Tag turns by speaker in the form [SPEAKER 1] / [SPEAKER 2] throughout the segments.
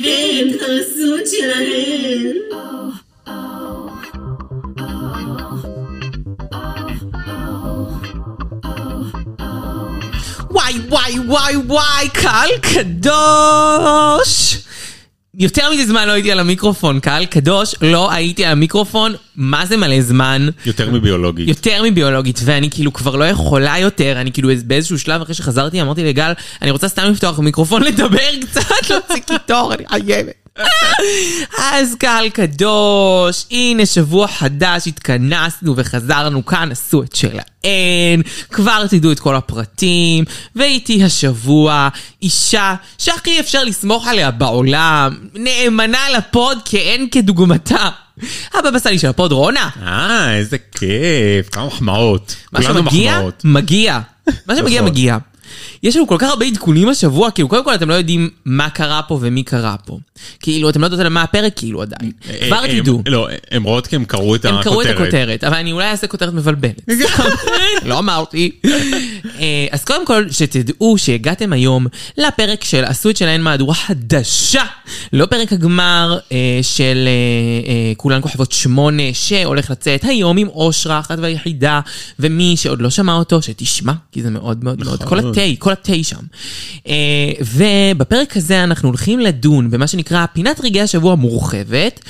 [SPEAKER 1] הם חרסות שלהם.
[SPEAKER 2] וואי וואי וואי וואי, קהל קדוש! יותר מזה זמן לא הייתי על המיקרופון, קהל קדוש, לא הייתי על המיקרופון, מה זה מלא זמן?
[SPEAKER 3] יותר מביולוגית.
[SPEAKER 2] יותר מביולוגית, ואני כאילו כבר לא יכולה יותר, אני כאילו באיזשהו שלב אחרי שחזרתי אמרתי לגל, אני רוצה סתם לפתוח מיקרופון לדבר קצת, להוציא קיטור, אני חייבת. אז קהל קדוש, הנה שבוע חדש, התכנסנו וחזרנו כאן, עשו את שלהן, כבר תדעו את כל הפרטים, ואיתי השבוע אישה שהכי אפשר לסמוך עליה בעולם, נאמנה לפוד כאין כדוגמתה. הבבא סאלי של הפוד רונה.
[SPEAKER 3] אה, איזה כיף, כמה מחמאות.
[SPEAKER 2] מה
[SPEAKER 3] כולנו
[SPEAKER 2] שמגיע,
[SPEAKER 3] מחמאות.
[SPEAKER 2] מגיע. מה שמגיע,
[SPEAKER 3] נכון.
[SPEAKER 2] מגיע. יש לנו כל כך הרבה עדכונים השבוע, כאילו, קודם כל אתם לא יודעים מה קרה פה ומי קרה פה. כאילו, אתם לא יודעות על מה הפרק, כאילו, עדיין. כבר
[SPEAKER 3] הם-
[SPEAKER 2] תדעו.
[SPEAKER 3] לא, הם רואות כי הם קראו את הכותרת.
[SPEAKER 2] הם קראו את הכותרת, אבל אני אולי אעשה כותרת מבלבלת. לא אמרתי. אה, אז קודם כל, שתדעו שהגעתם היום לפרק של עשו את שלהן מהדורה חדשה, לא פרק הגמר אה, של אה, אה, כולן כוכבות שמונה, שהולך לצאת היום עם אושרה אחת והיחידה, ומי שעוד לא שמע אותו, שתשמע, כי זה מאוד מאוד
[SPEAKER 3] נכון.
[SPEAKER 2] מאוד, כל התה, כל התה שם. אה, ובפרק הזה אנחנו הולכים לדון במה שנקרא פינת רגעי השבוע מורחבת,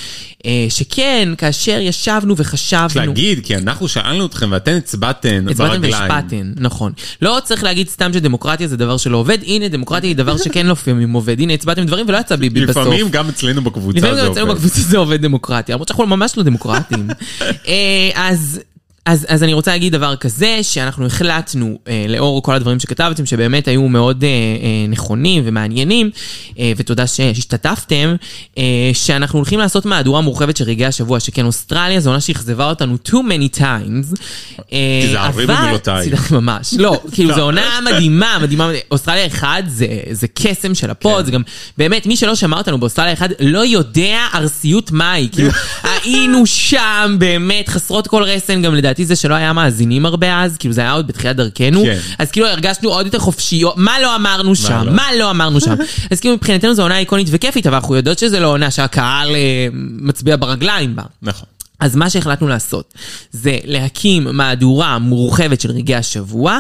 [SPEAKER 2] אה, שכן, כאשר ישבנו
[SPEAKER 3] צריך
[SPEAKER 2] וחשבנו...
[SPEAKER 3] להגיד, כי אנחנו שאלנו אתכם ואתם הצבעתם
[SPEAKER 2] הצבעתם
[SPEAKER 3] ברגליים.
[SPEAKER 2] והשפעתם, נכון. לא צריך להגיד סתם שדמוקרטיה זה דבר שלא עובד, הנה דמוקרטיה היא דבר שכן לפעמים עובד, הנה הצבעתם דברים ולא יצא ביבי בסוף.
[SPEAKER 3] לפעמים גם אצלנו בקבוצה אוקיי.
[SPEAKER 2] לפעמים
[SPEAKER 3] זה
[SPEAKER 2] גם אצלנו
[SPEAKER 3] עובד.
[SPEAKER 2] בקבוצה זה עובד דמוקרטיה, למרות שאנחנו ממש לא דמוקרטים. אה, אז... אז, אז אני רוצה להגיד דבר כזה, שאנחנו החלטנו, אה, לאור כל הדברים שכתבתם, שבאמת היו מאוד אה, אה, נכונים ומעניינים, אה, ותודה ש- שהשתתפתם, אה, שאנחנו הולכים לעשות מהדורה מורחבת של רגעי השבוע, שכן אוסטרליה זו עונה שאכזבה אותנו too many times. אה,
[SPEAKER 3] תיזהרי
[SPEAKER 2] אבל-
[SPEAKER 3] במילותיי.
[SPEAKER 2] תיזהרי ממש, לא, כאילו זו עונה מדהימה, מדהימה, מדהימה. אוסטרליה 1 זה, זה קסם של הפוד, זה גם, באמת, מי שלא שמע אותנו באוסטרליה 1 לא יודע ארסיות מהי, כאילו, היינו שם באמת חסרות כל רסן, גם לדעתי זה שלא היה מאזינים הרבה אז, כאילו זה היה עוד בתחילת דרכנו,
[SPEAKER 3] כן.
[SPEAKER 2] אז כאילו הרגשנו עוד יותר חופשיות, מה לא אמרנו שם,
[SPEAKER 3] לא?
[SPEAKER 2] מה לא אמרנו שם, אז כאילו מבחינתנו זו עונה איקונית וכיפית, אבל אנחנו יודעות שזו לא עונה שהקהל אה, מצביע ברגליים בה.
[SPEAKER 3] נכון.
[SPEAKER 2] אז מה שהחלטנו לעשות זה להקים מהדורה מורחבת של רגעי השבוע,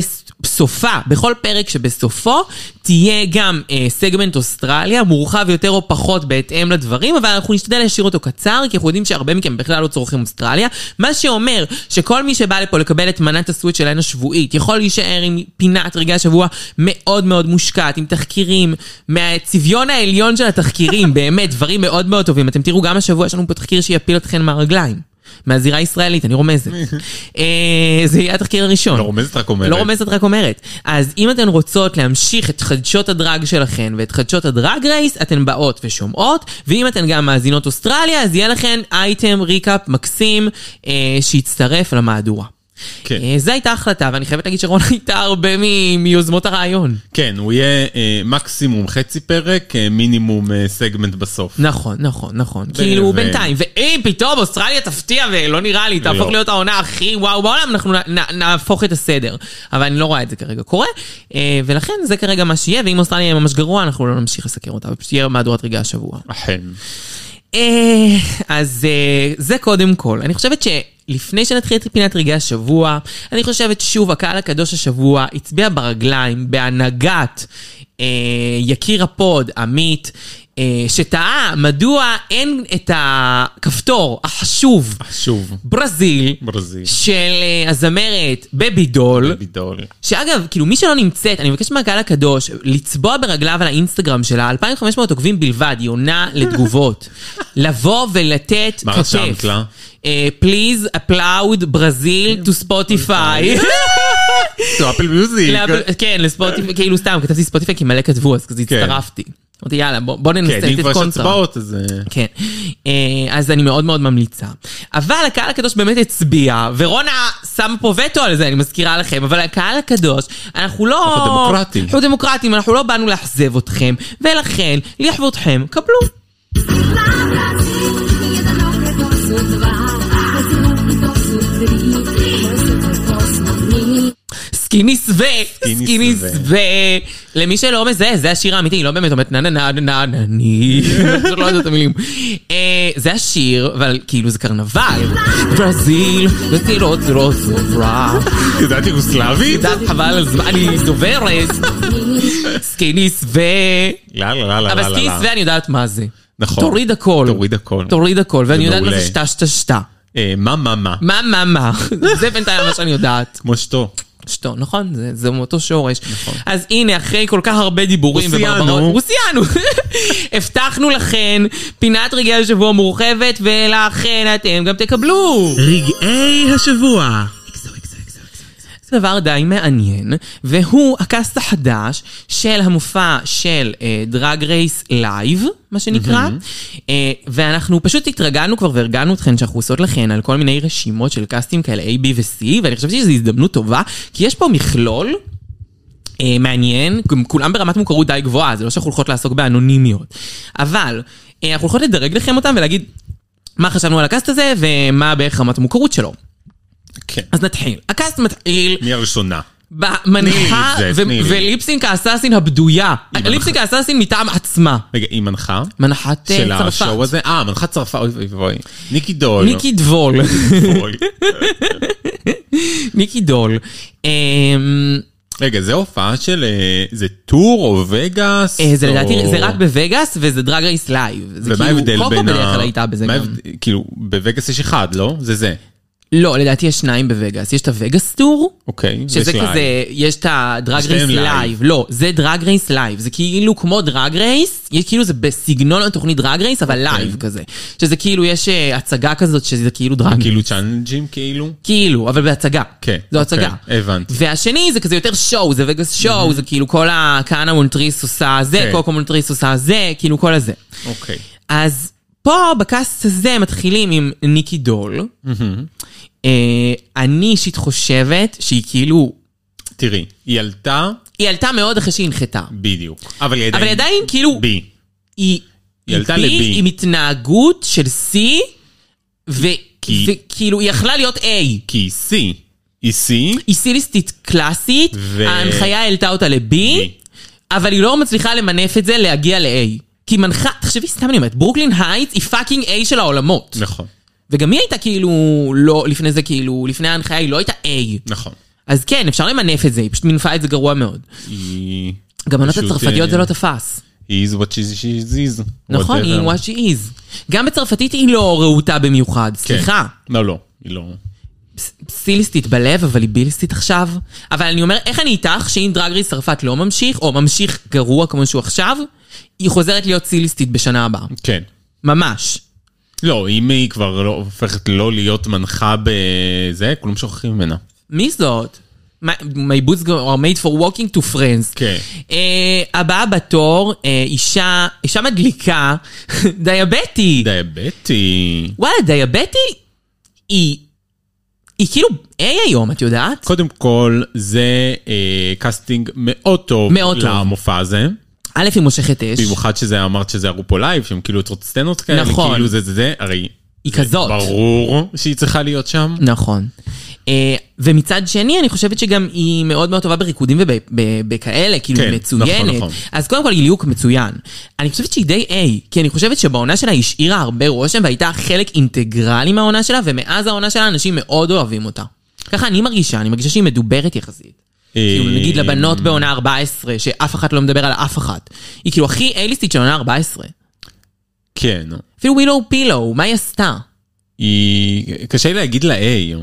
[SPEAKER 2] ובסופה, בכל פרק שבסופו, תהיה גם אה, סגמנט אוסטרליה, מורחב יותר או פחות בהתאם לדברים, אבל אנחנו נשתדל להשאיר אותו קצר, כי אנחנו יודעים שהרבה מכם בכלל לא צורכים אוסטרליה, מה שאומר שכל מי שבא לפה לקבל את מנת הסוויט שלהן השבועית, יכול להישאר עם פינת רגעי השבוע מאוד מאוד מושקעת, עם תחקירים, מהצביון העליון של התחקירים, באמת, דברים מאוד מאוד טובים. אתם תראו, גם השבוע יש לנו פה תחקיר שיפיל אתכן מהרגליים. מהזירה הישראלית, אני רומזת. אה, זה יהיה התחקיר הראשון.
[SPEAKER 3] לא רומזת, רק אומרת.
[SPEAKER 2] לא רומזת, רק אומרת. אז אם אתן רוצות להמשיך את חדשות הדרג שלכן ואת חדשות הדרג רייס, אתן באות ושומעות, ואם אתן גם מאזינות אוסטרליה, אז יהיה לכן אייטם ריקאפ מקסים אה, שיצטרף למהדורה.
[SPEAKER 3] כן.
[SPEAKER 2] אה, זו הייתה ההחלטה, ואני חייבת להגיד שרון הייתה הרבה מ- מיוזמות הרעיון.
[SPEAKER 3] כן, הוא יהיה אה, מקסימום חצי פרק, אה, מינימום אה, סגמנט בסוף.
[SPEAKER 2] נכון, נכון, נכון. כאילו,
[SPEAKER 3] ו-
[SPEAKER 2] בינתיים. ואם פתאום אוסטרליה תפתיע ולא נראה לי, תהפוך
[SPEAKER 3] לא.
[SPEAKER 2] להיות העונה הכי וואו בעולם, אנחנו נ- נ- נהפוך את הסדר. אבל אני לא רואה את זה כרגע קורה, אה, ולכן זה כרגע מה שיהיה, ואם אוסטרליה יהיה ממש גרוע, אנחנו לא נמשיך לסקר אותה, ופשוט יהיה מהדורת רגע השבוע.
[SPEAKER 3] אכן.
[SPEAKER 2] אה, אז אה, זה קודם כל. אני חושבת שלפני שנתחיל את פינת רגעי השבוע, אני חושבת שוב, הקהל הקדוש השבוע הצביע ברגליים בהנהגת אה, יקיר הפוד, עמית. אה, שתהה מדוע אין את הכפתור החשוב,
[SPEAKER 3] שוב,
[SPEAKER 2] ברזיל,
[SPEAKER 3] ברזיל.
[SPEAKER 2] של אה, הזמרת בבי דול,
[SPEAKER 3] בידול.
[SPEAKER 2] שאגב, כאילו מי שלא נמצאת, אני מבקשת מהקהל הקדוש לצבוע ברגליו על האינסטגרם שלה, 2,500 עוקבים בלבד, היא עונה לתגובות. לבוא ולתת
[SPEAKER 3] מה
[SPEAKER 2] כתף. אה,
[SPEAKER 3] רשמת לה?
[SPEAKER 2] פליז אפלאוד ברזיל טו ספוטיפיי.
[SPEAKER 3] כאילו, טו לא, אפל מיוזיק.
[SPEAKER 2] כן, לספוטיפיי, כאילו סתם, כתבתי ספוטיפיי כי מלא כתבו, אז כזה
[SPEAKER 3] כן.
[SPEAKER 2] הצטרפתי. אמרתי יאללה, בוא בוא
[SPEAKER 3] כן,
[SPEAKER 2] ננסה
[SPEAKER 3] אם כבר
[SPEAKER 2] לתת
[SPEAKER 3] יש
[SPEAKER 2] קונטרה.
[SPEAKER 3] הצבעות, אז... אה,
[SPEAKER 2] כן. אה, אז אני מאוד מאוד ממליצה. אבל הקהל הקדוש באמת הצביע, ורונה שם פה וטו על זה, אני מזכירה לכם, אבל הקהל הקדוש, אנחנו לא...
[SPEAKER 3] אנחנו דמוקרטים.
[SPEAKER 2] אנחנו דמוקרטים, אנחנו לא באנו לאכזב אתכם, ולכן, לכבודכם, קבלו. סקיני סווה,
[SPEAKER 3] סקיני
[SPEAKER 2] סקיני
[SPEAKER 3] סווה.
[SPEAKER 2] סווה. למי שלא מזהה, זה השיר האמיתי, היא לא באמת אומרת נה נה נה נה נה ני, אני פשוט לא יודעת את המילים. אה, זה השיר, אבל כאילו זה קרנבל. ברזיל, ברזיל עוד זה לא זוברה.
[SPEAKER 3] זה היה יוגוסלבית?
[SPEAKER 2] יודעת חבל על זמן, אני דוברת. סקיני סווה.
[SPEAKER 3] לא, לא, לא, לא,
[SPEAKER 2] אבל
[SPEAKER 3] לא,
[SPEAKER 2] סקיני
[SPEAKER 3] לא.
[SPEAKER 2] סווה אני יודעת מה זה.
[SPEAKER 3] נכון.
[SPEAKER 2] תוריד הכל.
[SPEAKER 3] תוריד הכל.
[SPEAKER 2] תוריד הכל, ואני
[SPEAKER 3] זה
[SPEAKER 2] יודעת מה זה
[SPEAKER 3] מעולה.
[SPEAKER 2] שתה שתה שתה.
[SPEAKER 3] אה, מה, מה, מה?
[SPEAKER 2] מה מה מה, זה בינתיים מה שאני יודעת.
[SPEAKER 3] כמו שתו.
[SPEAKER 2] אשתו, נכון? זה, זה מאותו שורש. נכון. אז הנה, אחרי כל כך הרבה דיבורים
[SPEAKER 3] רוסיאנו.
[SPEAKER 2] וברברות... רוסיאנו. הבטחנו לכן פינת רגעי השבוע מורחבת, ולכן אתם גם תקבלו.
[SPEAKER 4] רגעי השבוע.
[SPEAKER 2] זה דבר די מעניין, והוא הקאסט החדש של המופע של אה, דרג רייס לייב, מה שנקרא, אה, ואנחנו פשוט התרגלנו כבר והרגלנו אתכן שאנחנו עושות לכן על כל מיני רשימות של קאסטים כאלה A, B ו-C, ואני חושבת שזו הזדמנות טובה, כי יש פה מכלול. אה, מעניין, גם כולם ברמת מוכרות די גבוהה, זה לא שאנחנו הולכות לעסוק באנונימיות. אבל, אה, אנחנו הולכות לדרג לכם אותם ולהגיד מה חשבנו על הקאסט הזה ומה בערך רמת המוכרות שלו.
[SPEAKER 3] כן.
[SPEAKER 2] אז נתחיל. הקאסט מתחיל
[SPEAKER 3] מי הראשונה?
[SPEAKER 2] במנחה
[SPEAKER 3] תני לי את זה,
[SPEAKER 2] ו-
[SPEAKER 3] תני לי.
[SPEAKER 2] וליפסינק האסאסין הבדויה.
[SPEAKER 3] מנחה.
[SPEAKER 2] ליפסינק האסאסין מטעם עצמה.
[SPEAKER 3] רגע, היא מנחה?
[SPEAKER 2] מנחת אה,
[SPEAKER 3] של
[SPEAKER 2] צרפת.
[SPEAKER 3] השואו הזה? אה, מנחת צרפת, אוי ואי ואי. ניקי דול.
[SPEAKER 2] ניקי דבול.
[SPEAKER 3] דול.
[SPEAKER 2] ניקי דול. אמ,
[SPEAKER 3] רגע, זה הופעה של... אה, זה טור או וגאס?
[SPEAKER 2] אה, זה
[SPEAKER 3] או-
[SPEAKER 2] לדעתי, זה רק בווגאס וזה דרג רייס לייב. זה
[SPEAKER 3] לא. ומה
[SPEAKER 2] כאילו,
[SPEAKER 3] ההבדל בין ה...
[SPEAKER 2] קוקו בדרך כלל הייתה בזה
[SPEAKER 3] מה
[SPEAKER 2] גם.
[SPEAKER 3] ההבד- כאילו, בווגאס יש אחד, לא? זה זה.
[SPEAKER 2] לא, לדעתי יש שניים בווגאס. יש את הווגאס טור.
[SPEAKER 3] אוקיי.
[SPEAKER 2] שזה
[SPEAKER 3] ויש לייב.
[SPEAKER 2] כזה, יש את הדרג
[SPEAKER 3] שניהם
[SPEAKER 2] רייס
[SPEAKER 3] לייב.
[SPEAKER 2] לייב, לא, זה דרג רייס לייב, זה כאילו כמו דרג רייס, יש- כאילו זה בסגנון התוכנית דרג רייס, אבל
[SPEAKER 3] אוקיי.
[SPEAKER 2] לייב כזה. שזה כאילו, יש אה, הצגה כזאת שזה כאילו דרג
[SPEAKER 3] כאילו צ'אנג'ים כאילו?
[SPEAKER 2] כאילו, אבל בהצגה.
[SPEAKER 3] כן,
[SPEAKER 2] זו
[SPEAKER 3] אוקיי,
[SPEAKER 2] הצגה.
[SPEAKER 3] הבנתי.
[SPEAKER 2] והשני זה כזה יותר שואו, זה וגאס שואו, זה כאילו כל הקאנה מונטריס עושה זה,
[SPEAKER 3] כן.
[SPEAKER 2] קוקו מונטריס עושה זה, כאילו כל הזה.
[SPEAKER 3] אוקיי.
[SPEAKER 2] אז פה, בקאסט הזה, מתחילים עם ניקי דול. אה, אני אישית חושבת שהיא כאילו,
[SPEAKER 3] תראי, היא עלתה
[SPEAKER 2] היא עלתה מאוד אחרי שהיא הנחתה.
[SPEAKER 3] בדיוק. אבל היא עדיין...
[SPEAKER 2] אבל היא עדיין כאילו,
[SPEAKER 3] בי.
[SPEAKER 2] היא
[SPEAKER 3] היא עלתה
[SPEAKER 2] בי
[SPEAKER 3] לבי.
[SPEAKER 2] עם התנהגות של C,
[SPEAKER 3] כי-
[SPEAKER 2] וכאילו, היא יכלה להיות A.
[SPEAKER 3] כי היא שיא. היא שיא.
[SPEAKER 2] היא סיליסטית קלאסית,
[SPEAKER 3] ו-
[SPEAKER 2] ההנחיה העלתה אותה ל-B, אבל היא לא מצליחה למנף את זה להגיע ל-A. כי מנחה, תחשבי, סתם אני אומרת, ברוקלין הייטס היא פאקינג A של העולמות.
[SPEAKER 3] נכון.
[SPEAKER 2] וגם היא הייתה כאילו, לא, לפני זה כאילו, לפני ההנחיה היא לא הייתה A.
[SPEAKER 3] נכון.
[SPEAKER 2] אז כן, אפשר למנף את זה, היא פשוט מנפה את זה גרוע מאוד.
[SPEAKER 3] היא...
[SPEAKER 2] גם בנות
[SPEAKER 3] פשוט,
[SPEAKER 2] הצרפתיות
[SPEAKER 3] אה,
[SPEAKER 2] זה לא תפס.
[SPEAKER 3] היא is what she she is.
[SPEAKER 2] נכון,
[SPEAKER 3] whatever.
[SPEAKER 2] היא what she is. גם בצרפתית היא לא רהוטה במיוחד,
[SPEAKER 3] כן.
[SPEAKER 2] סליחה.
[SPEAKER 3] לא, לא. היא לא...
[SPEAKER 2] סיליסטית בלב, אבל היא ביליסטית עכשיו. אבל אני אומר, איך אני איתך שאם דרג רייס צרפת לא ממשיך, או ממשיך גרוע כמו שהוא עכשיו, היא חוזרת להיות סיליסטית בשנה הבאה.
[SPEAKER 3] כן.
[SPEAKER 2] ממש.
[SPEAKER 3] לא, אם היא כבר לא הופכת לא להיות מנחה בזה, כולם שוכחים ממנה.
[SPEAKER 2] מי זאת? My my boots go- are made for walking to friends.
[SPEAKER 3] כן.
[SPEAKER 2] אה, הבאה בתור, אה, אישה, אישה מדליקה, דיאבטית.
[SPEAKER 3] דיאבטי.
[SPEAKER 2] וואלה, דיאבטי היא... היא כאילו A היום, את יודעת?
[SPEAKER 3] קודם כל, זה אה, קאסטינג מאוד טוב
[SPEAKER 2] מאוד טוב.
[SPEAKER 3] למופע הזה.
[SPEAKER 2] א', היא מושכת אש.
[SPEAKER 3] במיוחד שזה אמרת שזה הרופו לייב, שהם כאילו יוצרות סצנות כאלה,
[SPEAKER 2] נכון.
[SPEAKER 3] כאילו זה זה זה, הרי
[SPEAKER 2] היא כזאת.
[SPEAKER 3] ברור שהיא צריכה להיות שם.
[SPEAKER 2] נכון. אה, ומצד שני, אני חושבת שגם היא מאוד מאוד טובה בריקודים ובכאלה, כאילו
[SPEAKER 3] כן,
[SPEAKER 2] כן, מצוינת.
[SPEAKER 3] נכון,
[SPEAKER 2] נכון,
[SPEAKER 3] נכון.
[SPEAKER 2] נכון. אז קודם כל, היא ליהוק מצוין. אני חושבת שהיא די A, כי אני חושבת שבעונה שלה היא השאירה הרבה רושם והייתה חלק אינטגרלי מהעונה שלה, ומאז העונה שלה אנשים מאוד אוהבים אותה. ככה אני מרגישה, אני מרגישה שהיא מדוברת יחסית. כאילו,
[SPEAKER 3] אה,
[SPEAKER 2] נגיד לבנות בעונה 14, שאף אחת לא מדבר על אף אחת. היא כאילו הכי A-ליסטית של עונה 14.
[SPEAKER 3] כן.
[SPEAKER 2] אפילו ווילו פילו, מה היא עשתה?
[SPEAKER 3] היא... קשה לי להגיד לה A.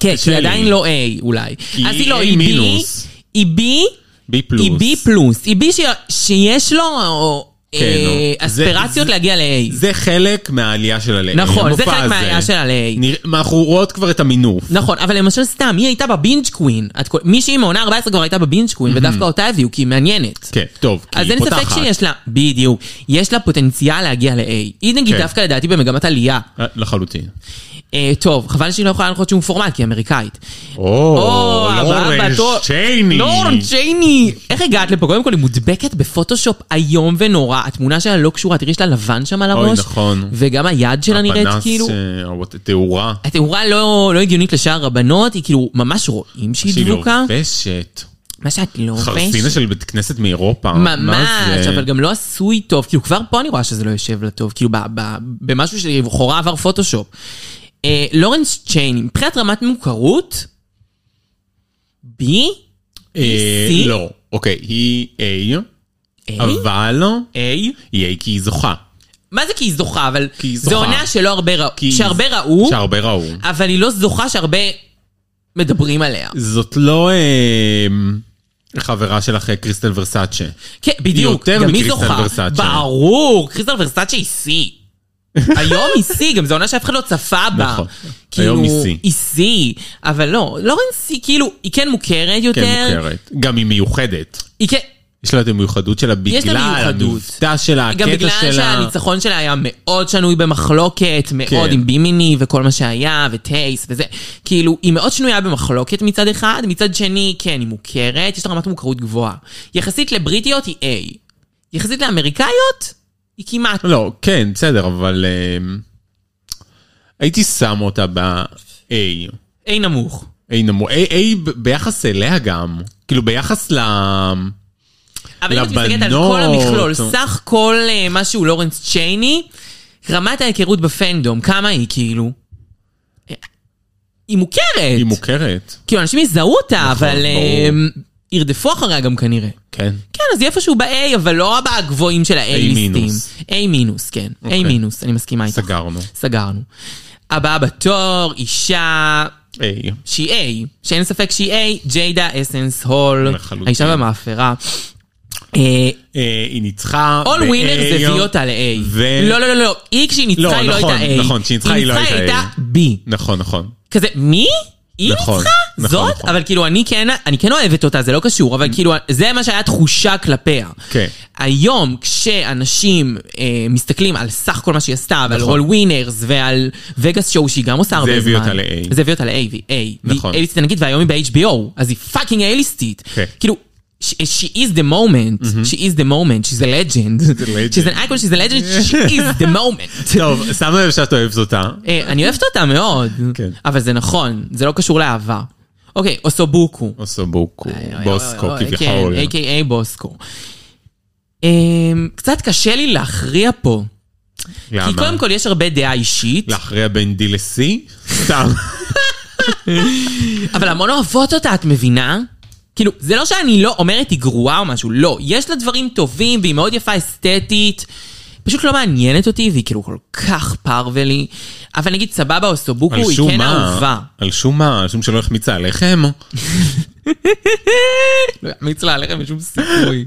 [SPEAKER 2] כן, כי
[SPEAKER 3] שלי.
[SPEAKER 2] היא עדיין לא A אולי.
[SPEAKER 3] היא
[SPEAKER 2] אז היא לא,
[SPEAKER 3] A
[SPEAKER 2] היא B,
[SPEAKER 3] מינוס.
[SPEAKER 2] היא B,
[SPEAKER 3] B פלוס.
[SPEAKER 2] היא B פלוס. היא B ש- שיש לו או,
[SPEAKER 3] כן,
[SPEAKER 2] אה,
[SPEAKER 3] נו. זה-
[SPEAKER 2] אספירציות
[SPEAKER 3] זה-
[SPEAKER 2] להגיע ל-A.
[SPEAKER 3] זה חלק מהעלייה שלה ל-A.
[SPEAKER 2] נכון, זה
[SPEAKER 3] המופע
[SPEAKER 2] חלק
[SPEAKER 3] הזה.
[SPEAKER 2] מהעלייה שלה ל-A.
[SPEAKER 3] נראה- אנחנו רואות כבר את המינוף.
[SPEAKER 2] נכון, אבל למשל סתם, היא הייתה בבינג' קווין. את כל- מישהי מעונה 14 כבר הייתה בבינג' קווין, ודווקא אותה הביאו, כי היא מעניינת.
[SPEAKER 3] כן, טוב, כי
[SPEAKER 2] אז
[SPEAKER 3] היא
[SPEAKER 2] אין ספק
[SPEAKER 3] פותחת.
[SPEAKER 2] שיש לה, בדיוק, יש לה פוטנציאל להגיע ל-A. היא נגיד
[SPEAKER 3] כן.
[SPEAKER 2] דווקא לדעתי במגמת עלייה.
[SPEAKER 3] אה, לחלוטין.
[SPEAKER 2] אה, אה, טוב, חבל שהיא לא יכולה להנחות שום פורמט, כי היא אמריקאית.
[SPEAKER 3] או,
[SPEAKER 2] הבאה
[SPEAKER 3] לורנס
[SPEAKER 2] בתור-
[SPEAKER 3] צ'ייני.
[SPEAKER 2] לורנס צ'ייני! איך הגעת לפה? קודם כל, היא מודבקת בפוטושופ איום ונורא. התמונה שלה לא קשורה, תראי, יש לה לבן שם על
[SPEAKER 3] אוי,
[SPEAKER 2] הראש.
[SPEAKER 3] נכון.
[SPEAKER 2] וגם היד שלה נראית
[SPEAKER 3] הפנס,
[SPEAKER 2] כאילו...
[SPEAKER 3] אה, או ת- תאורה.
[SPEAKER 2] התאורה לא, לא הגיונית לשאר הבנות, היא כאילו, ממש רואים שהיא
[SPEAKER 3] שהיא
[SPEAKER 2] דבוקה.
[SPEAKER 3] לובשת.
[SPEAKER 2] מה שאת לא
[SPEAKER 3] כאילו, חרסינה אוקיי. של בית כנסת מאירופה. מה
[SPEAKER 2] ממש,
[SPEAKER 3] זה?
[SPEAKER 2] אבל גם לא עשוי טוב, כאילו כבר פה אני רואה שזה לא יושב לה טוב, כאילו ב- ב- במשהו שלכאורה עבר פוטושופ. אה, לורנס צ'ייני, מבחינת רמת מוכרות, בי,
[SPEAKER 3] אה,
[SPEAKER 2] היא C?
[SPEAKER 3] לא. אוקיי, היא A,
[SPEAKER 2] A,
[SPEAKER 3] אבל
[SPEAKER 2] A,
[SPEAKER 3] היא A כי היא זוכה.
[SPEAKER 2] מה זה כי היא זוכה, אבל
[SPEAKER 3] כי היא
[SPEAKER 2] זו
[SPEAKER 3] זוכה.
[SPEAKER 2] עונה שלא הרבה ראו,
[SPEAKER 3] כי היא-
[SPEAKER 2] שהרבה ראו,
[SPEAKER 3] שהרבה ראו.
[SPEAKER 2] אבל היא לא זוכה שהרבה מדברים עליה.
[SPEAKER 3] זאת לא אה, חברה שלך אה, קריסטל ורסאצ'ה.
[SPEAKER 2] כן, בדיוק,
[SPEAKER 3] יותר
[SPEAKER 2] גם היא
[SPEAKER 3] מקריסטל
[SPEAKER 2] זוכה.
[SPEAKER 3] ורסאצ'ה.
[SPEAKER 2] ברור, קריסטל ורסאצ'ה היא שיא. היום היא שיא, גם זו עונה שאף אחד לא צפה בה.
[SPEAKER 3] נכון.
[SPEAKER 2] כאילו,
[SPEAKER 3] היום היא שיא.
[SPEAKER 2] היא שיא, אבל לא, לורנס היא כאילו, היא כן מוכרת יותר.
[SPEAKER 3] כן, מוכרת. גם היא מיוחדת.
[SPEAKER 2] היא כן,
[SPEAKER 3] יש לה את המיוחדות שלה
[SPEAKER 2] לה
[SPEAKER 3] בגלל
[SPEAKER 2] מיוחדות.
[SPEAKER 3] המבטא שלה,
[SPEAKER 2] גם
[SPEAKER 3] הקטע
[SPEAKER 2] בגלל
[SPEAKER 3] שלה.
[SPEAKER 2] שהניצחון שלה היה מאוד שנוי במחלוקת, מאוד
[SPEAKER 3] כן.
[SPEAKER 2] עם בימיני וכל מה שהיה, וטייס וזה. כאילו, היא מאוד שנויה במחלוקת מצד אחד, מצד שני, כן, היא מוכרת, יש לה רמת מוכרות גבוהה. יחסית לבריטיות היא A. יחסית לאמריקאיות, היא כמעט
[SPEAKER 3] לא, כן, בסדר, אבל אה, הייתי שם אותה ב-A.
[SPEAKER 2] A נמוך.
[SPEAKER 3] A נמוך. A A ב- ביחס אליה גם. כאילו ביחס ל...
[SPEAKER 2] אבל אם את מסתכלת על
[SPEAKER 3] לבנות,
[SPEAKER 2] כל המכלול,
[SPEAKER 3] או-
[SPEAKER 2] סך כל אה, מה שהוא לורנס צ'ייני, רמת ההיכרות בפנדום, כמה היא כאילו? אה, היא מוכרת.
[SPEAKER 3] היא מוכרת.
[SPEAKER 2] כאילו, אנשים יזהו
[SPEAKER 3] נכון,
[SPEAKER 2] אותה, אבל אה, ירדפו אחריה גם כנראה.
[SPEAKER 3] כן.
[SPEAKER 2] כן, אז היא איפשהו ב-A, אבל לא בגבוהים של ה-A ליסטים.
[SPEAKER 3] מינוס.
[SPEAKER 2] A מינוס, כן. A
[SPEAKER 3] אוקיי.
[SPEAKER 2] מינוס, אני מסכימה איתך.
[SPEAKER 3] סגרנו.
[SPEAKER 2] סגרנו. הבאה בתור, אישה...
[SPEAKER 3] היי.
[SPEAKER 2] שהיא A, שאין ספק שהיא A, ג'יידה אסנס הול,
[SPEAKER 3] לחלוטין.
[SPEAKER 2] האישה במאפרה. אה,
[SPEAKER 3] אה, היא ניצחה...
[SPEAKER 2] All
[SPEAKER 3] ב-A.
[SPEAKER 2] Winner זה הביא אותה ל-A.
[SPEAKER 3] ו-
[SPEAKER 2] לא, לא, לא, לא, היא כשהיא
[SPEAKER 3] לא,
[SPEAKER 2] ניצחה היא לא
[SPEAKER 3] נכון,
[SPEAKER 2] הייתה A.
[SPEAKER 3] נכון, כשהיא ניצחה היא לא
[SPEAKER 2] היא
[SPEAKER 3] הייתה
[SPEAKER 2] ניצחה היא הייתה B.
[SPEAKER 3] נכון, נכון.
[SPEAKER 2] כזה, מי? היא
[SPEAKER 3] נכון,
[SPEAKER 2] ניצחה?
[SPEAKER 3] נכון,
[SPEAKER 2] זאת?
[SPEAKER 3] נכון. Mm.
[SPEAKER 2] אבל כאילו, אני כן, אני כן אוהבת אותה, זה לא קשור, אבל כאילו, זה מה שהיה התחושה כלפיה.
[SPEAKER 3] כן.
[SPEAKER 2] היום, כשאנשים אה, מסתכלים על סך כל מה שהיא עשתה, ועל
[SPEAKER 3] נכון.
[SPEAKER 2] רול ווינרס, ועל וגאס שואו, שהיא גם עושה הרבה זמן.
[SPEAKER 3] הביא אותה ל-A.
[SPEAKER 2] זה הביא אותה ל-A, והיא A.
[SPEAKER 3] נכון.
[SPEAKER 2] והיא A-ליסטית ענקית, והיום היא ב-HBO, אז היא פאקינג A-ליסטית.
[SPEAKER 3] כן. Mm-hmm.
[SPEAKER 2] כאילו... ש- She is the moment, she is the moment, she's a legend,
[SPEAKER 3] legend.
[SPEAKER 2] she's an icon, she's a legend, she is the moment.
[SPEAKER 3] טוב, שמה לב שאת אוהבת אותה.
[SPEAKER 2] אה, אני אוהבת אותה מאוד,
[SPEAKER 3] כן.
[SPEAKER 2] אבל זה נכון, זה לא קשור לאהבה. אוקיי, אוסובוקו.
[SPEAKER 3] אוסובוקו,
[SPEAKER 2] אה,
[SPEAKER 3] בוסקו
[SPEAKER 2] אוי, אוי,
[SPEAKER 3] כביכול.
[SPEAKER 2] כן, A.K.A. בוסקו. אמ, קצת קשה לי להכריע פה. כן. כי
[SPEAKER 3] למה?
[SPEAKER 2] קודם כל יש הרבה דעה אישית,
[SPEAKER 3] להכריע בין D ל-C? סתם.
[SPEAKER 2] אבל המון אוהבות אותה, את מבינה? כאילו, זה לא שאני לא אומרת היא גרועה או משהו, לא. יש לה דברים טובים והיא מאוד יפה אסתטית. פשוט לא מעניינת אותי, והיא כאילו כל כך פרוולי. אבל נגיד, סבבה, אוסובוקו
[SPEAKER 3] על
[SPEAKER 2] היא
[SPEAKER 3] שום
[SPEAKER 2] כן
[SPEAKER 3] מה?
[SPEAKER 2] אהובה. כן.
[SPEAKER 3] על שום מה? על שום שלא החמיצה עליכם?
[SPEAKER 2] לא יחמיץ לה עליכם בשום סיכוי.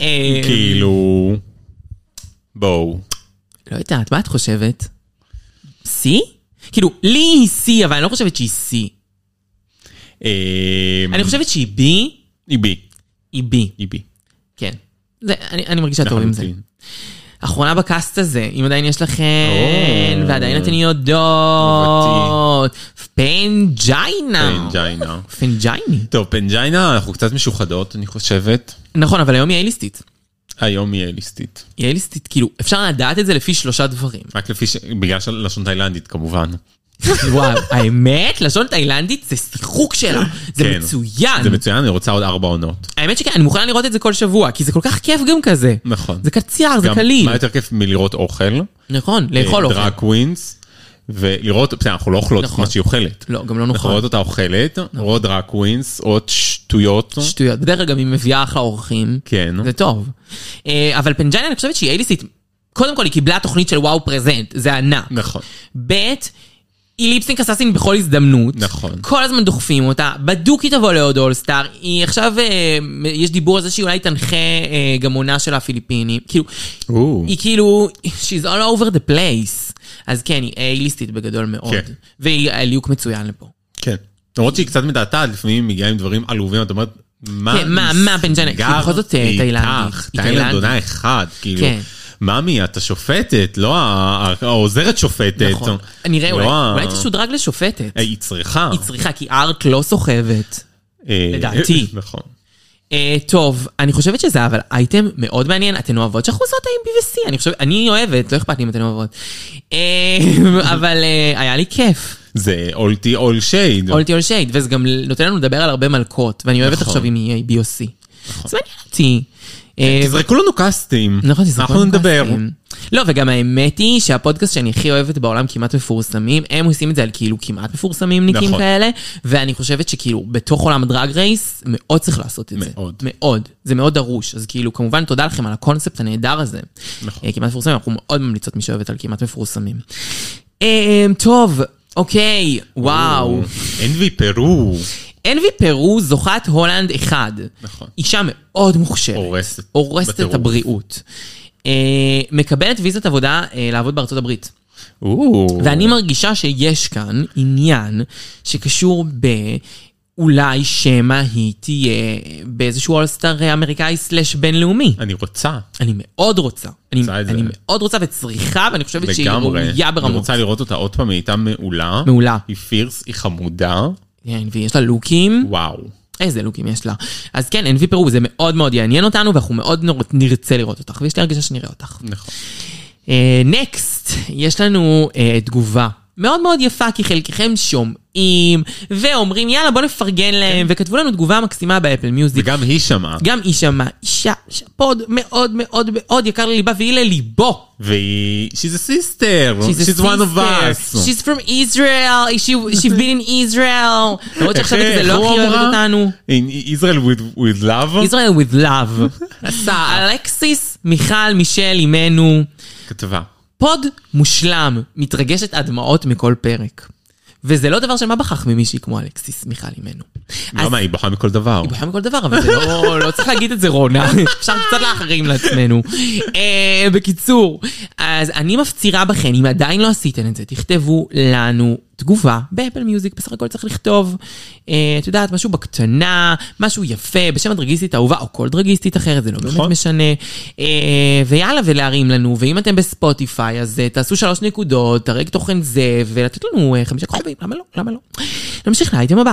[SPEAKER 2] אה,
[SPEAKER 3] כאילו... בואו.
[SPEAKER 2] לא יודעת, מה את חושבת? C? כאילו, לי היא C, אבל אני לא חושבת שהיא C.
[SPEAKER 3] אה, E
[SPEAKER 2] אני חושבת שהיא B,
[SPEAKER 3] היא בי.
[SPEAKER 2] היא B.
[SPEAKER 3] היא בי.
[SPEAKER 2] כן. זה, אני, אני מרגישה טוב עם זה.
[SPEAKER 3] לחלוטין.
[SPEAKER 2] אחרונה בקאסט הזה, אם עדיין יש לכן,
[SPEAKER 3] או.
[SPEAKER 2] ועדיין אתן יודעות. פנג'יינה.
[SPEAKER 3] פנג'יינה.
[SPEAKER 2] פנג'ייני.
[SPEAKER 3] טוב, פנג'יינה, אנחנו קצת משוחדות, אני חושבת.
[SPEAKER 2] נכון, אבל היום היא אייליסטית.
[SPEAKER 3] היום היא אליסטית.
[SPEAKER 2] היא אייליסטית, כאילו, אפשר לדעת את זה לפי שלושה דברים.
[SPEAKER 3] רק לפי ש... בגלל של- לשון תאילנדית, כמובן.
[SPEAKER 2] אה, וואו, האמת, לשון תאילנדית זה שיחוק שלה. זה
[SPEAKER 3] כן.
[SPEAKER 2] מצוין.
[SPEAKER 3] זה מצוין, אני רוצה עוד ארבע עונות.
[SPEAKER 2] האמת שכן, אני מוכנה לראות את זה כל שבוע, כי זה כל כך כיף גם כזה.
[SPEAKER 3] נכון.
[SPEAKER 2] זה קצר, זה
[SPEAKER 3] גם
[SPEAKER 2] קליל.
[SPEAKER 3] מה יותר כיף מלראות אוכל?
[SPEAKER 2] נכון, לאכול אוכל.
[SPEAKER 3] דרג קווינס, אה, ולראות, בסדר, אנחנו לא אוכלות את
[SPEAKER 2] נכון.
[SPEAKER 3] מה שהיא אוכלת.
[SPEAKER 2] לא, נכון. גם לא
[SPEAKER 3] אנחנו
[SPEAKER 2] נוכל.
[SPEAKER 3] רואות אותה אוכלת, רואות דרג קווינס, רואות שטויות.
[SPEAKER 2] שטויות. בדרך כלל גם היא מביאה אחלה אורחים.
[SPEAKER 3] כן.
[SPEAKER 2] זה טוב. אה, אבל פנג'ניה, אני חושבת שהיא אייליסטית. קודם כל, היא קיבלה תוכנית של וואו פרזנט, זה ענק.
[SPEAKER 3] נכון.
[SPEAKER 2] ב', היא ליפסינק אסאסין בכל הזדמנות.
[SPEAKER 3] נכון.
[SPEAKER 2] כל הזמן דוחפים אותה, בדוק היא תבוא לעוד אולסטאר, היא עכשיו, אה, יש דיבור על זה שהיא אולי תנחה אה, גם עונה של הפיליפינים. כאילו,
[SPEAKER 3] או.
[SPEAKER 2] היא כאילו, she's all over the place. אז כן, היא A-ליסטית בגדול מאוד.
[SPEAKER 3] כן.
[SPEAKER 2] והיא אה, ליהוק מצוין לפה.
[SPEAKER 3] כן. למרות שהיא קצת מתעתעת, לפעמים היא מגיעה עם דברים עלובים, את אומרת, מה
[SPEAKER 2] כן, מה- מה, בן ג'נק? כי בכל זאת, אה,
[SPEAKER 3] נסגר
[SPEAKER 2] תאילנדית.
[SPEAKER 3] איתך?
[SPEAKER 2] היא
[SPEAKER 3] תאילנד
[SPEAKER 2] תאילנדית.
[SPEAKER 3] עונה אחד, כאילו.
[SPEAKER 2] כן.
[SPEAKER 3] ממי, את השופטת, לא ה- העוזרת שופטת.
[SPEAKER 2] נכון. נראה,
[SPEAKER 3] לא
[SPEAKER 2] אולי
[SPEAKER 3] ה-
[SPEAKER 2] אולי תשודרג לשופטת.
[SPEAKER 3] אה, היא צריכה.
[SPEAKER 2] היא צריכה, כי ארט לא סוחבת.
[SPEAKER 3] אה,
[SPEAKER 2] לדעתי.
[SPEAKER 3] נכון.
[SPEAKER 2] אה, טוב, אני חושבת שזה אבל אייטם מאוד מעניין, אתן אוהבות שאנחנו עושות עם B.V.C, אני חושבת, אני אוהבת, לא אכפת לי אם אתן אוהבות. אה, אבל אה, היה לי כיף,
[SPEAKER 3] זה all tea all shade.
[SPEAKER 2] all your shade, וזה גם נותן לנו לדבר על הרבה מלכות, ואני אוהבת
[SPEAKER 3] נכון.
[SPEAKER 2] עכשיו אם יהיה B.O.C. זה מעניין אותי. אה,
[SPEAKER 3] תזרקו לנו קאסטים.
[SPEAKER 2] נכון, תזרקו
[SPEAKER 3] אנחנו
[SPEAKER 2] לנו
[SPEAKER 3] נדבר.
[SPEAKER 2] כעסים. לא, וגם האמת היא שהפודקאסט שאני הכי אוהבת בעולם כמעט מפורסמים, הם עושים את זה על כאילו כמעט מפורסמים ניקים
[SPEAKER 3] נכון.
[SPEAKER 2] כאלה, ואני חושבת שכאילו בתוך עולם הדרג רייס, מאוד צריך לעשות את זה.
[SPEAKER 3] מאוד.
[SPEAKER 2] מאוד. זה מאוד דרוש. אז כאילו, כמובן, תודה לכם על הקונספט הנהדר הזה.
[SPEAKER 3] נכון.
[SPEAKER 2] אה, כמעט מפורסמים, אנחנו מאוד ממליצות מי שאוהבת על כמעט מפורסמים. אה, טוב, אוקיי, וואו.
[SPEAKER 3] אנבי פרו.
[SPEAKER 2] אנבי פרו זוכת הולנד אחד.
[SPEAKER 3] נכון.
[SPEAKER 2] אישה מאוד מוכשרת.
[SPEAKER 3] הורסת.
[SPEAKER 2] הורסת את
[SPEAKER 3] בטירוף.
[SPEAKER 2] הבריאות. אה, מקבלת ויזת עבודה אה, לעבוד בארצות הברית.
[SPEAKER 3] או.
[SPEAKER 2] ואני מרגישה שיש כאן עניין שקשור ב... אולי שמא היא תהיה באיזשהו אולסטר אמריקאי סלאש בינלאומי.
[SPEAKER 3] אני רוצה.
[SPEAKER 2] אני מאוד רוצה. אני,
[SPEAKER 3] אה. רוצה את זה.
[SPEAKER 2] אני מאוד רוצה וצריכה, ואני חושבת שהיא
[SPEAKER 3] לגמרי.
[SPEAKER 2] ראויה
[SPEAKER 3] אני
[SPEAKER 2] ברמות.
[SPEAKER 3] רוצה לראות אותה עוד פעם, היא הייתה מעולה.
[SPEAKER 2] מעולה.
[SPEAKER 3] היא פירס, היא חמודה.
[SPEAKER 2] כן, ויש לה לוקים.
[SPEAKER 3] וואו.
[SPEAKER 2] איזה לוקים יש לה. אז כן, NV פרו זה מאוד מאוד יעניין אותנו, ואנחנו מאוד נור- נרצה לראות אותך, ויש לי הרגשה שנראה אותך.
[SPEAKER 3] נכון.
[SPEAKER 2] נקסט, יש לנו אה, תגובה. מאוד מאוד יפה, כי חלקכם שומעים, ואומרים, יאללה, בוא נפרגן להם, וכתבו לנו תגובה מקסימה באפל מיוזיק.
[SPEAKER 3] כן. וגם היא שמעה.
[SPEAKER 2] גם היא שמעה, אישה, אישה פוד מאוד מאוד מאוד יקר לליבה, והיא לליבו.
[SPEAKER 3] והיא... She's a sister.
[SPEAKER 2] She's a
[SPEAKER 3] Oh, She's one of
[SPEAKER 2] sister.
[SPEAKER 3] us.
[SPEAKER 2] She's from Israel, she, she's been in Israel. למרות שעכשיו זה
[SPEAKER 3] איך-
[SPEAKER 2] לא
[SPEAKER 3] איך הוא
[SPEAKER 2] הכי אוהבת
[SPEAKER 3] אמרה?
[SPEAKER 2] אותנו.
[SPEAKER 3] In Israel with- with love.
[SPEAKER 2] Israel with love. עשה אלכסיס, מיכל, מישל, אימנו.
[SPEAKER 3] כתבה.
[SPEAKER 2] פוד מושלם, מתרגשת עד דמעות מכל פרק. וזה לא דבר של מה בכך ממישהי כמו אלכסיס, מיכל אימנו. אז
[SPEAKER 3] למה? היא בוכה מכל דבר.
[SPEAKER 2] בוכה מכל דבר, אבל זה לא, לא צריך להגיד את זה רונה, אפשר קצת להחרים לעצמנו. אה, בקיצור, אז אני מפצירה בכן, אם עדיין לא עשיתן את זה, תכתבו לנו תגובה באפל מיוזיק, בסך הכל צריך לכתוב, אה, את יודעת, משהו בקטנה, משהו יפה, בשם הדרגיסטית האהובה, או כל דרגיסטית אחרת, זה לא באמת
[SPEAKER 3] נכון.
[SPEAKER 2] משנה. אה, ויאללה, ולהרים לנו, ואם אתם בספוטיפיי, אז אה, תעשו שלוש נקודות, תרג תוכן זה, ולתת לנו אה, חמישה כוכבים, למה לא? למה לא? נמשיך לאייטם הבא.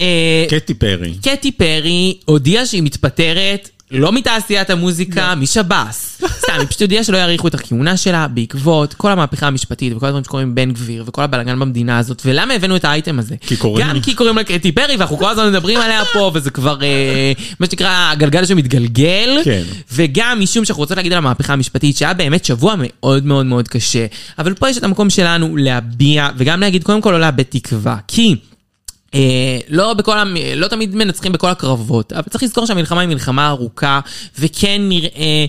[SPEAKER 2] אה,
[SPEAKER 3] קטי פרי.
[SPEAKER 2] קטי פרי הודיעה שהיא מתפטרת. לא מתעשיית
[SPEAKER 3] לא.
[SPEAKER 2] המוזיקה, משב"ס. סתם, היא פשוט הודיעה שלא יאריכו את הכהונה שלה בעקבות כל המהפכה המשפטית וכל הדברים שקורים עם בן גביר וכל הבלאגן במדינה הזאת, ולמה הבאנו את האייטם הזה?
[SPEAKER 3] כי קוראים-
[SPEAKER 2] גם כי קוראים לה קטי פרי ואנחנו כל הזמן מדברים עליה פה, וזה כבר, אה, מה שנקרא, הגלגל שמתגלגל.
[SPEAKER 3] כן.
[SPEAKER 2] וגם משום שאנחנו רוצות להגיד על המהפכה המשפטית, שהיה באמת שבוע מאוד מאוד מאוד קשה. אבל פה יש את המקום שלנו להביע, וגם להגיד, קודם כל לא לאבד תקווה. כי... אה, לא, בכל, המ- לא תמיד מנצחים בכל הקרבות, אבל צריך לזכור שהמלחמה היא מלחמה ארוכה, וכן נראה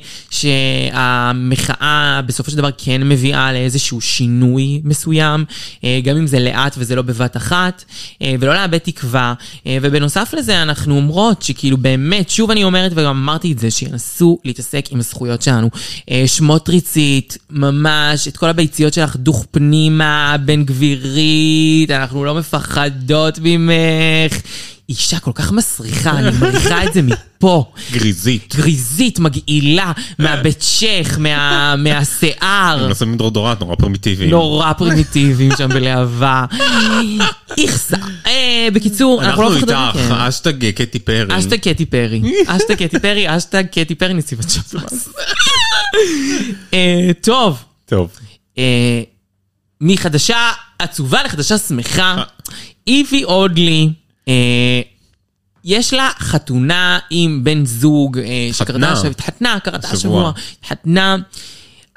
[SPEAKER 2] שהמחאה בסופו של דבר כן מביאה לאיזשהו שינוי מסוים, אה, גם אם זה לאט וזה לא בבת אחת, אה, ולא לאבד תקווה. אה, ובנוסף לזה, אנחנו אומרות שכאילו באמת, שוב אני אומרת וגם אמרתי את זה, שינסו להתעסק עם הזכויות שלנו. אה, שמוטריצית, ממש, את כל הביציות שלך דוך פנימה, בן גבירית, אנחנו לא מפחדות ממך. אישה כל כך מסריחה, אני מריחה את זה מפה.
[SPEAKER 3] גריזית.
[SPEAKER 2] גריזית, מגעילה, מהבית צ'ך, מה, מהשיער.
[SPEAKER 3] מנסה מדרודורט, נורא פרימיטיבי.
[SPEAKER 2] נורא פרימיטיביים שם בלהבה. איכסה. אה, בקיצור, אנחנו לא
[SPEAKER 3] אנחנו
[SPEAKER 2] מפחדים
[SPEAKER 3] איתך,
[SPEAKER 2] מכם.
[SPEAKER 3] אשטג קטי פרי.
[SPEAKER 2] אשטג קטי פרי, אשטג קטי פרי, אשטג קטי פרי נציבת שב"ס. אה, טוב,
[SPEAKER 3] טוב.
[SPEAKER 2] אה, מחדשה עצובה לחדשה
[SPEAKER 3] אה.
[SPEAKER 2] שמחה, איבי אודלי, אה, יש לה חתונה עם בן זוג, אה, שקרתה
[SPEAKER 3] התחתנה.
[SPEAKER 2] עכשיו, התחתנה, קרתה
[SPEAKER 3] השבוע.
[SPEAKER 2] השבוע, התחתנה.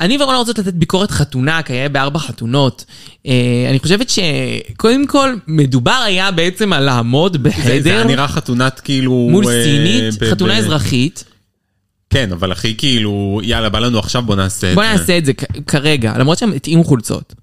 [SPEAKER 2] אני ורונה רוצות לתת ביקורת חתונה, כיאה בארבע חתונות. אה, אני חושבת שקודם כל, מדובר היה בעצם על לעמוד
[SPEAKER 3] זה- זה היה
[SPEAKER 2] בחדר
[SPEAKER 3] נראה חתונת כאילו...
[SPEAKER 2] מול
[SPEAKER 3] אה,
[SPEAKER 2] סינית,
[SPEAKER 3] ב- ב-
[SPEAKER 2] חתונה אזרחית.
[SPEAKER 3] כן, אבל הכי כאילו, יאללה, בא לנו עכשיו, בוא נעשה את זה.
[SPEAKER 2] בוא נעשה את זה כ- כרגע, למרות שהם התאימו חולצות.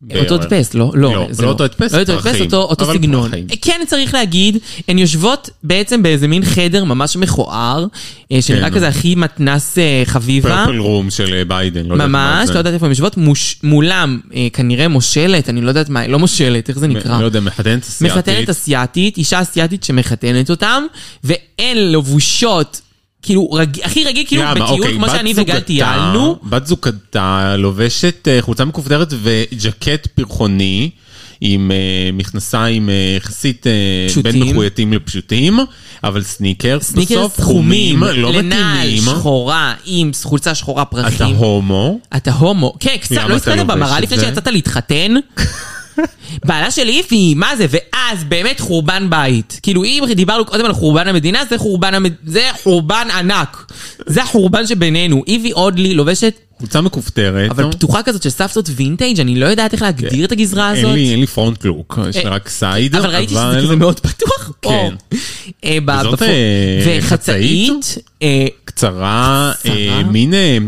[SPEAKER 3] בערך.
[SPEAKER 2] אותו הדפס, לא? לא,
[SPEAKER 3] לא,
[SPEAKER 2] זה
[SPEAKER 3] לא אותו הדפס,
[SPEAKER 2] לא אותו
[SPEAKER 3] פרחים.
[SPEAKER 2] הדפס, אותו- אותו
[SPEAKER 3] אבל
[SPEAKER 2] סגנון.
[SPEAKER 3] פרחים.
[SPEAKER 2] כן, צריך להגיד, הן יושבות בעצם באיזה מין חדר ממש מכוער, אה, שנראה
[SPEAKER 3] כן.
[SPEAKER 2] כזה הכי מתנס אה, חביבה.
[SPEAKER 3] פרפל רום של אה, ביידן. לא יודעת מה
[SPEAKER 2] ממש,
[SPEAKER 3] זה.
[SPEAKER 2] לא יודעת איפה הן יושבות, מוש- מולם אה, כנראה מושלת, אני לא יודעת מה, לא מושלת, איך זה נקרא?
[SPEAKER 3] לא יודע, מחתנת אסיאתית.
[SPEAKER 2] מחתנת אסיאתית, אישה אסיאתית שמחתנת אותם, והן לבושות כאילו, רג... הכי רגיל, כאילו,
[SPEAKER 3] למה?
[SPEAKER 2] בטיול,
[SPEAKER 3] אוקיי,
[SPEAKER 2] כמו
[SPEAKER 3] בת
[SPEAKER 2] שאני וגל
[SPEAKER 3] זוגתה-
[SPEAKER 2] טיילנו.
[SPEAKER 3] בת זוגתה לובשת אה, חולצה מכופתרת וג'קט פרחוני, עם אה, מכנסיים אה, יחסית אה,
[SPEAKER 2] פשוטים.
[SPEAKER 3] בין מחוייתים לפשוטים, אבל סניקר,
[SPEAKER 2] סניקרס
[SPEAKER 3] בסוף חומים,
[SPEAKER 2] חומים,
[SPEAKER 3] לא
[SPEAKER 2] לנעל
[SPEAKER 3] מתאימים.
[SPEAKER 2] שחורה, עם חולצה שחורה
[SPEAKER 3] אתה
[SPEAKER 2] פרחים.
[SPEAKER 3] הומו,
[SPEAKER 2] אתה הומו. כן, קצת,
[SPEAKER 3] למה
[SPEAKER 2] לא
[SPEAKER 3] אתה
[SPEAKER 2] הסתכלת
[SPEAKER 3] לובש
[SPEAKER 2] במראה
[SPEAKER 3] את
[SPEAKER 2] לפני
[SPEAKER 3] זה?
[SPEAKER 2] שיצאת להתחתן. בעלה של איפי, מה זה? ואז באמת חורבן בית. כאילו, אם דיברנו קודם על חורבן המדינה, זה חורבן, המד... זה חורבן ענק. זה החורבן שבינינו. איבי אודלי לובשת,
[SPEAKER 3] חולצה מכופתרת.
[SPEAKER 2] אבל
[SPEAKER 3] נו.
[SPEAKER 2] פתוחה כזאת של סבתות וינטייג', אני לא יודעת איך להגדיר את הגזרה
[SPEAKER 3] אין
[SPEAKER 2] הזאת.
[SPEAKER 3] לי, אין לי פרונט לוק, יש לי
[SPEAKER 2] אה,
[SPEAKER 3] רק סייד,
[SPEAKER 2] אבל ראיתי שזה כזה מאוד פתוח.
[SPEAKER 3] כן.
[SPEAKER 2] אור. אה, ב-
[SPEAKER 3] וזאת,
[SPEAKER 2] בפו-
[SPEAKER 3] אה,
[SPEAKER 2] וחצאית, אה,
[SPEAKER 3] קצרה,
[SPEAKER 2] קצרה?
[SPEAKER 3] אה, מין, אה,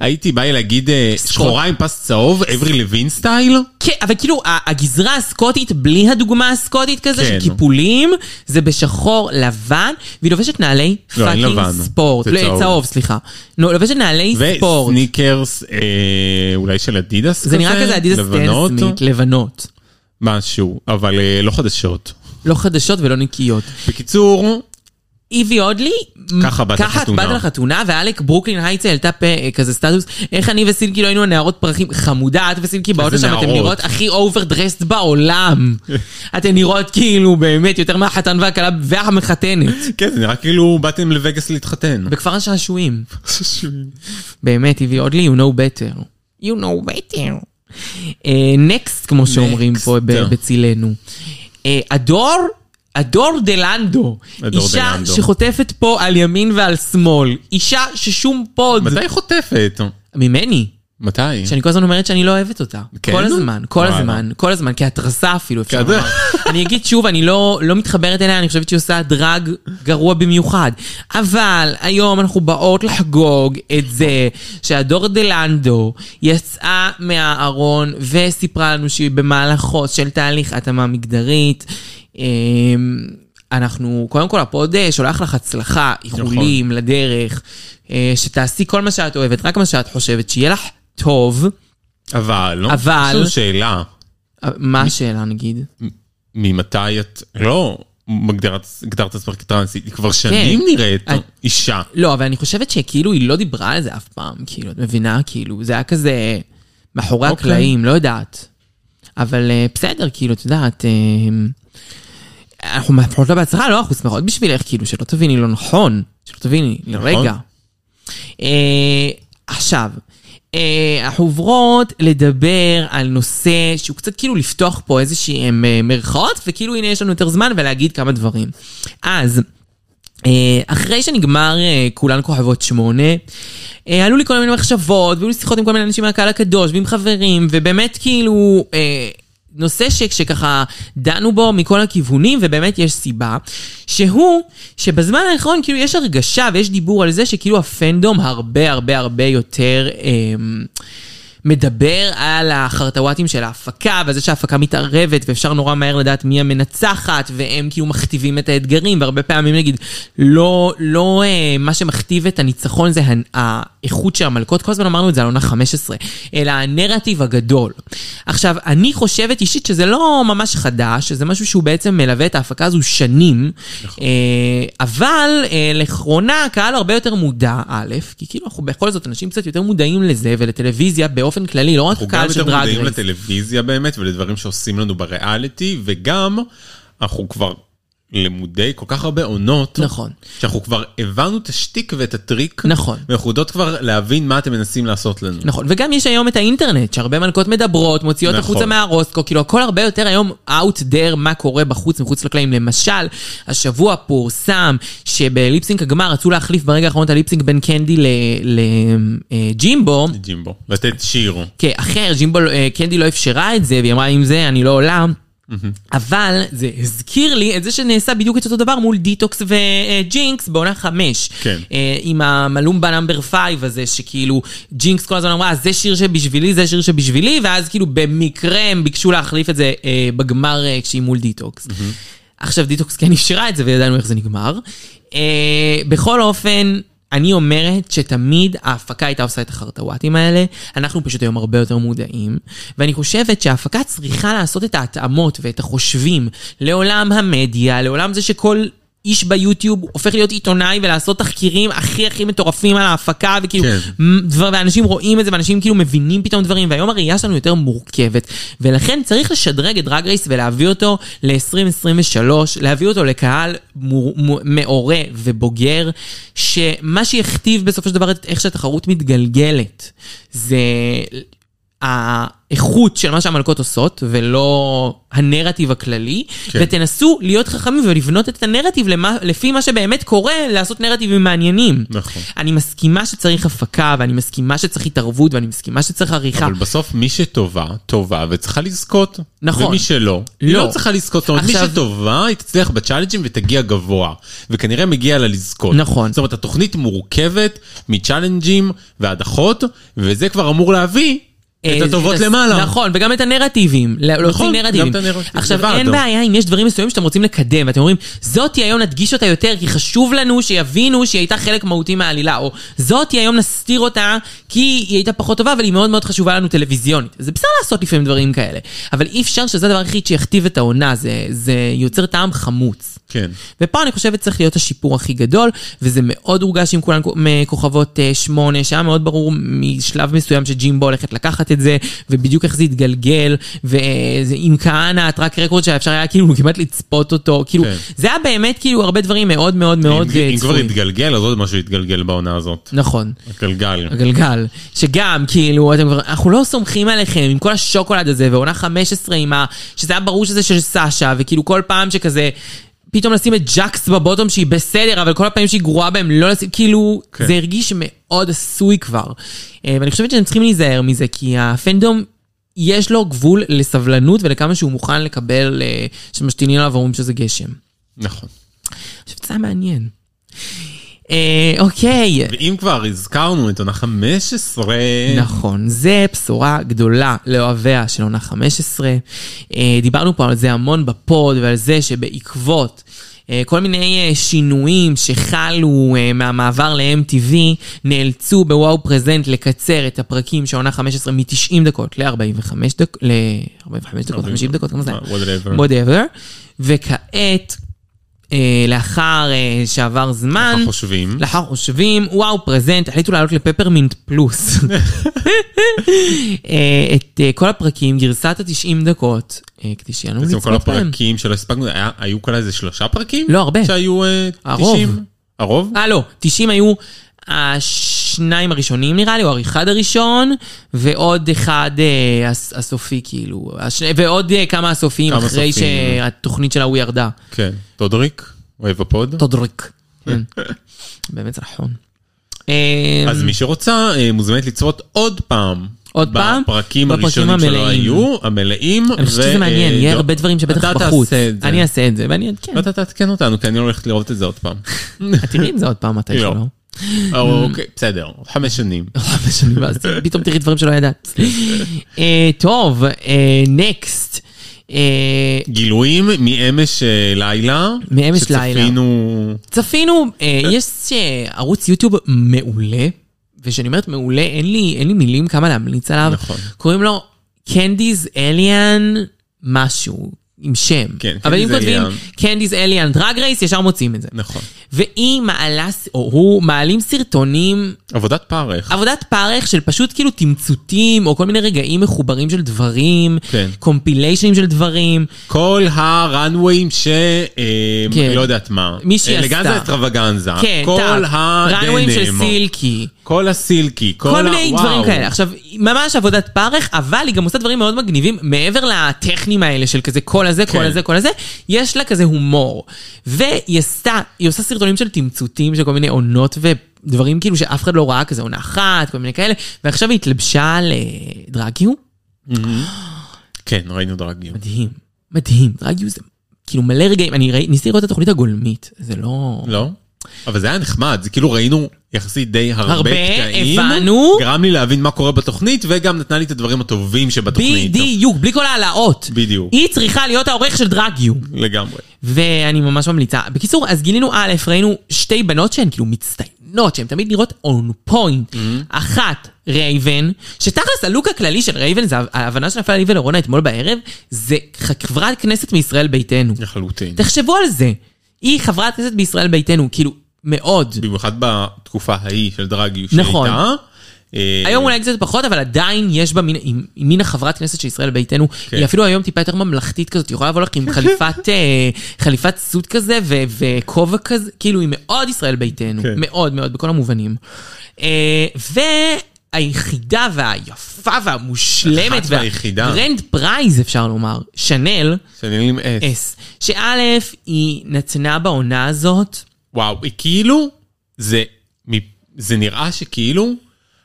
[SPEAKER 3] הייתי בא לי להגיד אה, שחורה עם פס צהוב, אברי לוין סטייל.
[SPEAKER 2] כן, אבל כאילו, ה- הגזרה הסקוטית, בלי הדוגמה הסקוטית כזה,
[SPEAKER 3] כן.
[SPEAKER 2] של קיפולים, זה בשחור לבן, והיא לובשת נעלי
[SPEAKER 3] לא, אין
[SPEAKER 2] פאקינג
[SPEAKER 3] לבן.
[SPEAKER 2] ספורט.
[SPEAKER 3] זה
[SPEAKER 2] לא,
[SPEAKER 3] צהוב.
[SPEAKER 2] צהוב, סליחה. נו, לובשת נעלי ספורט.
[SPEAKER 3] וסניקרס, אה, אולי של אדידס כזה?
[SPEAKER 2] זה נראה כזה אדידס
[SPEAKER 3] לבנות?
[SPEAKER 2] טנסמית, לבנות.
[SPEAKER 3] משהו, אבל אה, לא חדשות.
[SPEAKER 2] לא חדשות ולא נקיות.
[SPEAKER 3] בקיצור,
[SPEAKER 2] איבי אודלי,
[SPEAKER 3] ככה באת לחתונה.
[SPEAKER 2] ככה באת לחתונה, ואלק ברוקלין הייצה העלתה פה, אה, כזה סטטוס, איך אני וסילקי לא היינו הנערות פרחים, חמודה, את וסילקי באות
[SPEAKER 3] איזה
[SPEAKER 2] לשם, אתן
[SPEAKER 3] נערות?
[SPEAKER 2] נראות הכי אוברדרסט בעולם. אתן נראות כאילו באמת יותר מהחתן והכלה והמחתנת.
[SPEAKER 3] כן, זה נראה כאילו באתם לווגאס להתחתן.
[SPEAKER 2] בכפר השעשועים. באמת, הביא עוד לי, you know better. you know better. אה, Next, כמו שאומרים פה ב- בצילנו. אה, הדור, הדור דה לנדו.
[SPEAKER 3] הדור דה
[SPEAKER 2] אישה
[SPEAKER 3] לנדו.
[SPEAKER 2] שחוטפת פה על ימין ועל שמאל. אישה ששום פוד.
[SPEAKER 3] מתי היא חוטפת?
[SPEAKER 2] ממני.
[SPEAKER 3] מתי?
[SPEAKER 2] שאני כל הזמן אומרת שאני לא אוהבת אותה.
[SPEAKER 3] כן?
[SPEAKER 2] כל הזמן, כל
[SPEAKER 3] וואלה.
[SPEAKER 2] הזמן, כל הזמן, כהתרסה אפילו, אפשר
[SPEAKER 3] כזה.
[SPEAKER 2] לומר. אני אגיד שוב, אני לא לא מתחברת אליה, אני חושבת שהיא עושה דרג גרוע במיוחד. אבל היום אנחנו באות לחגוג את זה שהדור דה לנדו יצאה מהארון וסיפרה לנו שהיא במהלכו של תהליך התאמה מגדרית. אמ, אנחנו, קודם כל, הפוד אה, שולח לך הצלחה, איחולים לדרך, אה, שתעשי כל מה שאת אוהבת, רק מה שאת חושבת, שיהיה לך טוב.
[SPEAKER 3] אבל,
[SPEAKER 2] אבל-
[SPEAKER 3] יש לנו שאלה,
[SPEAKER 2] אה, מה השאלה נגיד?
[SPEAKER 3] ממתי את לא מגדירה- הגדרת עצמך כטרנסית? היא כבר שנים
[SPEAKER 2] כן.
[SPEAKER 3] נראית
[SPEAKER 2] אני-
[SPEAKER 3] אישה.
[SPEAKER 2] לא, אבל אני חושבת שכאילו היא לא דיברה על זה אף פעם, כאילו, את מבינה? כאילו, זה היה כזה מאחורי
[SPEAKER 3] אוקיי.
[SPEAKER 2] הקלעים, לא יודעת. אבל אה, בסדר, כאילו, את יודעת, אה, אנחנו מהפכות לה בהצהרה, לא, אנחנו שמחות בשבילך, כאילו, שלא תביני לא נכון, שלא תביני לרגע. אה, עכשיו, אה, אנחנו עוברות לדבר על נושא שהוא קצת כאילו לפתוח פה איזשהם אה, מירכאות, וכאילו הנה יש לנו יותר זמן ולהגיד כמה דברים. אז, אה, אחרי שנגמר אה, כולן כוכבות שמונה, אה, עלו לי כל מיני מחשבות, והיו לי שיחות עם כל מיני אנשים מהקהל הקדוש ועם חברים, ובאמת כאילו... אה, נושא ש- שככה דנו בו מכל הכיוונים, ובאמת יש סיבה, שהוא שבזמן האחרון כאילו יש הרגשה ויש דיבור על זה שכאילו הפנדום הרבה הרבה הרבה יותר... אמ, מדבר על החרטוואטים של ההפקה, ועל זה שההפקה מתערבת, ואפשר נורא מהר לדעת מי המנצחת, והם כאילו מכתיבים את האתגרים, והרבה פעמים נגיד, לא, לא אה, מה שמכתיב את הניצחון זה הנ- האיכות של המלכות, כל הזמן אמרנו את זה על עונה 15, אלא הנרטיב הגדול. עכשיו, אני חושבת אישית שזה לא ממש חדש, שזה משהו שהוא בעצם מלווה את ההפקה הזו שנים,
[SPEAKER 3] נכון.
[SPEAKER 2] אה, אבל אה, לאחרונה הקהל הרבה יותר מודע, א', כי כאילו אנחנו בכל זאת אנשים קצת יותר מודעים לזה ולטלוויזיה באופן כללי, לא רק
[SPEAKER 3] אנחנו גם
[SPEAKER 2] הקהל של
[SPEAKER 3] יותר
[SPEAKER 2] דרג
[SPEAKER 3] מודעים
[SPEAKER 2] רייס.
[SPEAKER 3] לטלוויזיה באמת ולדברים שעושים לנו בריאליטי, וגם אנחנו כבר למודי כל כך הרבה עונות.
[SPEAKER 2] נכון.
[SPEAKER 3] שאנחנו כבר הבנו את השטיק ואת הטריק.
[SPEAKER 2] נכון.
[SPEAKER 3] ואנחנו יודעות כבר להבין מה אתם מנסים לעשות לנו.
[SPEAKER 2] נכון, וגם יש היום את האינטרנט, שהרבה מלכות מדברות, מוציאות
[SPEAKER 3] נכון.
[SPEAKER 2] החוצה מהרוסקו, כאילו הכל הרבה יותר היום out there, מה קורה בחוץ, מחוץ לקלעים. למשל, השבוע פורסם שבליפסינק הגמר רצו להחליף ברגע האחרון את הליפסינק בין קנדי אה, לג'ימבו.
[SPEAKER 3] ג'ימבו, לתת שיר.
[SPEAKER 2] כן, אחר, ג'ימבו, אה, קנדי לא אפשרה את זה, והיא אמרה, עם זה אני לא עולה. אבל זה הזכיר לי את זה שנעשה בדיוק את אותו דבר מול דיטוקס וג'ינקס בעונה חמש.
[SPEAKER 3] כן.
[SPEAKER 2] אה, עם המלומבה נאמבר פייב הזה, שכאילו ג'ינקס כל הזמן אמרה, "אה, זה שיר שבשבילי, זה שיר שבשבילי, ואז כאילו במקרה הם ביקשו להחליף את זה אה, בגמר אה, כשהיא מול דיטוקס. עכשיו דיטוקס כן אישרה את זה וידענו איך זה נגמר. אה, בכל אופן, אני אומרת שתמיד ההפקה הייתה עושה את החרטוואטים האלה, אנחנו פשוט היום הרבה יותר מודעים, ואני חושבת שההפקה צריכה לעשות את ההתאמות ואת החושבים לעולם המדיה, לעולם זה שכל... איש ביוטיוב, הופך להיות עיתונאי ולעשות תחקירים הכי הכי מטורפים על ההפקה, וכאילו,
[SPEAKER 3] כן.
[SPEAKER 2] מ- דבר, ואנשים רואים את זה, ואנשים כאילו מבינים פתאום דברים, והיום הראייה שלנו יותר מורכבת. ולכן צריך לשדרג את דרג רייס ולהביא אותו ל-2023, להביא אותו לקהל מור- מ- מעורה ובוגר, שמה שיכתיב בסופו של דבר את איך שהתחרות מתגלגלת, זה האיכות של מה שהמלכות עושות, ולא הנרטיב הכללי, כן.
[SPEAKER 3] כן.
[SPEAKER 2] ותנסו להיות חכמים ולבנות את הנרטיב למה, לפי מה שבאמת קורה, לעשות נרטיבים מעניינים.
[SPEAKER 3] נכון.
[SPEAKER 2] אני מסכימה שצריך הפקה, ואני מסכימה שצריך התערבות, ואני מסכימה שצריך עריכה.
[SPEAKER 3] אבל בסוף מי שטובה, טובה וצריכה לזכות.
[SPEAKER 2] נכון.
[SPEAKER 3] ומי שלא, היא
[SPEAKER 2] לא.
[SPEAKER 3] לא צריכה לזכות. זאת אומרת, מי
[SPEAKER 2] עכשיו-
[SPEAKER 3] שטובה, היא תצליח בצ'אלנג'ים ותגיע גבוה. וכנראה מגיע לה לזכות.
[SPEAKER 2] נכון.
[SPEAKER 3] זאת אומרת, התוכנית מורכבת מצ'אלנג'ים והדחות, וזה כבר אמור להביא את
[SPEAKER 2] אה,
[SPEAKER 3] הטובות
[SPEAKER 2] הס-
[SPEAKER 3] למעלה. נכון,
[SPEAKER 2] נכון, וגם את הנרטיבים. ל- להוציא
[SPEAKER 3] גם
[SPEAKER 2] נרטיבים.
[SPEAKER 3] את הנרטיב, לבד,
[SPEAKER 2] עכשיו, אין
[SPEAKER 3] לא.
[SPEAKER 2] בעיה אם יש דברים מסוימים שאתם רוצים לקדם, ואתם אומרים, זאתי היום נדגיש אותה יותר, כי חשוב לנו שיבינו שהיא הייתה חלק מהותי מהעלילה, או זאתי היום נסתיר אותה, כי היא הייתה פחות טובה, אבל היא מאוד מאוד חשובה לנו טלוויזיונית. זה בסדר לעשות לפעמים דברים כאלה, אבל אי אפשר שזה הדבר היחיד שיכתיב את העונה, זה- זה יוצר טעם חמוץ.
[SPEAKER 3] כן.
[SPEAKER 2] ופה אני חושבת צריך להיות השיפור הכי גדול, וזה מאוד הורגש עם כולן מכוכבות אה, שמונה, שהיה מאוד ברור משלב מסוים שג'ימבו הולכת לקחת את זה, ובדיוק איך זה התגלגל, ועם כהנא הטרק רקורד שאפשר היה כאילו כמעט לצפות אותו, כאילו,
[SPEAKER 3] כן.
[SPEAKER 2] זה היה באמת כאילו הרבה דברים מאוד מאוד מאוד
[SPEAKER 3] אם,
[SPEAKER 2] אה,
[SPEAKER 3] אם כבר
[SPEAKER 2] צפויים.
[SPEAKER 3] התגלגל, אז עוד משהו יתגלגל בעונה הזאת.
[SPEAKER 2] נכון.
[SPEAKER 3] הגלגל.
[SPEAKER 2] הגלגל, שגם, כאילו, אתם כבר, אנחנו לא סומכים עליכם עם כל השוקולד הזה, ועונה 15 עם ה... שזה היה ברור שזה של סאשה, וכאילו כל פעם שכזה, פתאום לשים את ג'קס בבוטום שהיא בסדר, אבל כל הפעמים שהיא גרועה בהם לא לשים, כאילו, כן.
[SPEAKER 3] כן.
[SPEAKER 2] זה הרגיש מאוד עשוי כבר. אה, ואני חושבת שהם צריכים להיזהר מזה, כי הפנדום... יש לו גבול לסבלנות ולכמה שהוא מוכן לקבל, אה, שמשתינים עליו ואומרים שזה גשם.
[SPEAKER 3] נכון.
[SPEAKER 2] עכשיו, זה היה מעניין. אה, אוקיי.
[SPEAKER 3] ואם כבר הזכרנו את עונה 15,
[SPEAKER 2] נכון, זה בשורה גדולה לאוהביה של עונה 15. אה, דיברנו פה על זה המון בפוד ועל זה שבעקבות אה, כל מיני אה, שינויים שחלו אה, מהמעבר ל-MTV, נאלצו בוואו פרזנט לקצר את הפרקים של עונה 15 מ-90 דקות ל-45 דקות, ל-45 דקות, 50 דקות, כמה זה היה?
[SPEAKER 3] אה, whatever.
[SPEAKER 2] whatever. וכעת, אה, לאחר אה, שעבר זמן...
[SPEAKER 3] מה חושבים?
[SPEAKER 2] לאחר חושבים, וואו, פרזנט, החליטו לעלות לפפרמינט פלוס. אה, את אה, כל הפרקים, גרסת ה-90 דקות, אה, כדי שיהיה לנו
[SPEAKER 3] בעצם כל
[SPEAKER 2] לצפות בהם.
[SPEAKER 3] הפרקים שלא הספקנו, היה- היו כלל איזה שלושה פרקים?
[SPEAKER 2] לא, הרבה.
[SPEAKER 3] שהיו אה,
[SPEAKER 2] הרוב.
[SPEAKER 3] 90? הרוב?
[SPEAKER 2] אה, לא, 90 היו השניים הראשונים נראה לי, או האחד הראשון, ועוד אחד אה, הס- הסופי, כאילו, הש- ועוד אה, כמה הסופיים
[SPEAKER 3] כמה
[SPEAKER 2] אחרי
[SPEAKER 3] סופיים.
[SPEAKER 2] שהתוכנית שלה הוא ירדה.
[SPEAKER 3] כן. טודריק? אוהב הפוד?
[SPEAKER 2] תודריק. כן. באמת זה נכון. אה,
[SPEAKER 3] אז מי שרוצה אה, מוזמנת לצפות עוד פעם.
[SPEAKER 2] עוד פעם?
[SPEAKER 3] בפרקים
[SPEAKER 2] בפרקים
[SPEAKER 3] הראשונים שלא
[SPEAKER 2] המלאים.
[SPEAKER 3] היו, המלאים.
[SPEAKER 2] אני חושבת
[SPEAKER 3] ו-
[SPEAKER 2] שזה מעניין,
[SPEAKER 3] אה,
[SPEAKER 2] יהיה
[SPEAKER 3] לא-
[SPEAKER 2] הרבה דברים שבטח
[SPEAKER 3] אתה
[SPEAKER 2] בחוץ.
[SPEAKER 3] תעשה את זה.
[SPEAKER 2] אני אעשה את זה, ואני כן. אעדכן.
[SPEAKER 3] ואתה תעדכן אותנו, כי אני הולך לראות את זה עוד פעם.
[SPEAKER 2] את תראי את זה עוד פעם מתי
[SPEAKER 3] לא.
[SPEAKER 2] שלא.
[SPEAKER 3] אוקיי, בסדר, חמש שנים.
[SPEAKER 2] חמש שנים, ואז פתאום תראי דברים שלא ידעת. אה, טוב, אה, נקסט.
[SPEAKER 3] גילויים מאמש אה, לילה.
[SPEAKER 2] מאמש לילה.
[SPEAKER 3] שצפינו...
[SPEAKER 2] צפינו, אה, יש אה, ערוץ יוטיוב מעולה, וכשאני אומרת מעולה, אין לי אין לי מילים כמה להמליץ עליו.
[SPEAKER 3] נכון.
[SPEAKER 2] קוראים לו קנדיז אליאן משהו, עם שם.
[SPEAKER 3] כן,
[SPEAKER 2] אבל אם
[SPEAKER 3] Candice
[SPEAKER 2] כותבים
[SPEAKER 3] Alien.
[SPEAKER 2] קנדיז אליאן דרג רייס, ישר מוצאים את זה.
[SPEAKER 3] נכון.
[SPEAKER 2] והיא מעלה, ס- או הוא, מעלים סרטונים
[SPEAKER 3] עבודת פרך.
[SPEAKER 2] עבודת פרך של פשוט כאילו תמצותים, או כל מיני רגעים מחוברים של דברים,
[SPEAKER 3] כן.
[SPEAKER 2] קומפיליישנים של דברים.
[SPEAKER 3] כל הראנוויים ש... אה,
[SPEAKER 2] כן.
[SPEAKER 3] לא יודעת מה.
[SPEAKER 2] מישהי עשתה.
[SPEAKER 3] אלגנזה אטרווגנזה.
[SPEAKER 2] כן,
[SPEAKER 3] אה, כל
[SPEAKER 2] טאק. ראנוויים של
[SPEAKER 3] הדנם.
[SPEAKER 2] סילקי.
[SPEAKER 3] כל הסילקי.
[SPEAKER 2] כל
[SPEAKER 3] ה-
[SPEAKER 2] מיני
[SPEAKER 3] וואו.
[SPEAKER 2] דברים כאלה. עכשיו, היא ממש עבודת פרך, אבל היא גם עושה דברים מאוד מגניבים מעבר לטכנים האלה של כזה כל הזה, כל
[SPEAKER 3] כן.
[SPEAKER 2] הזה, כל הזה, יש לה כזה הומור. והיא עשתה, היא עושה סרטונים של תמצותים של כל מיני עונות ודברים כאילו שאף אחד לא ראה, כזה עונה אחת, כל מיני כאלה, ועכשיו היא התלבשה לדרגיו.
[SPEAKER 3] כן, ראינו דרגים.
[SPEAKER 2] מדהים, מדהים, דרגיו זה כאילו מלא רגעים, אני ראי, ניסיתי לראות את התוכנית הגולמית, זה לא...
[SPEAKER 3] לא? אבל זה היה נחמד, זה כאילו ראינו יחסית די הרבה,
[SPEAKER 2] הרבה,
[SPEAKER 3] קטעים.
[SPEAKER 2] הבנו.
[SPEAKER 3] גרם לי להבין מה קורה בתוכנית, וגם נתנה לי את הדברים הטובים שבתוכנית.
[SPEAKER 2] בדיוק, בלי כל העלאות.
[SPEAKER 3] לא. בדיוק.
[SPEAKER 2] היא צריכה להיות העורך של דרגיו.
[SPEAKER 3] לגמרי.
[SPEAKER 2] ואני ממש ממליצה. בקיצור, אז גילינו א', ראינו שתי בנות שהן כאילו מצטיינות, שהן תמיד נראות און פוינט. אחת, רייבן, שתכלס הלוק הכללי של רייבן, זה ההבנה שנפלה לי ולרונה אתמול בערב, זה חברת כנסת מישראל ביתנו.
[SPEAKER 3] לחלוטין.
[SPEAKER 2] תחשבו על זה. היא חברת כנסת בישראל ביתנו, כאילו, מאוד.
[SPEAKER 3] במיוחד בתקופה ההיא של דרגי,
[SPEAKER 2] נכון.
[SPEAKER 3] שהייתה. אה,
[SPEAKER 2] היום אולי קצת פחות, אבל עדיין יש בה מין, עם- עם מין החברת כנסת של ישראל ביתנו.
[SPEAKER 3] כן.
[SPEAKER 2] היא אפילו היום טיפה יותר ממלכתית כזאת, היא יכולה לבוא לך עם חליפת, אה, חליפת סוט כזה ו- וכובע כזה, כאילו היא מאוד ישראל ביתנו.
[SPEAKER 3] כן.
[SPEAKER 2] מאוד מאוד, בכל המובנים. אה, והיחידה והיפה והמושלמת,
[SPEAKER 3] אחת והיחידה.
[SPEAKER 2] גרנד פרייז אפשר לומר, שנל,
[SPEAKER 3] שנים עם אס.
[SPEAKER 2] אס, שא' היא נתנה בעונה הזאת,
[SPEAKER 3] וואו, היא כאילו, זה, מ- זה נראה שכאילו,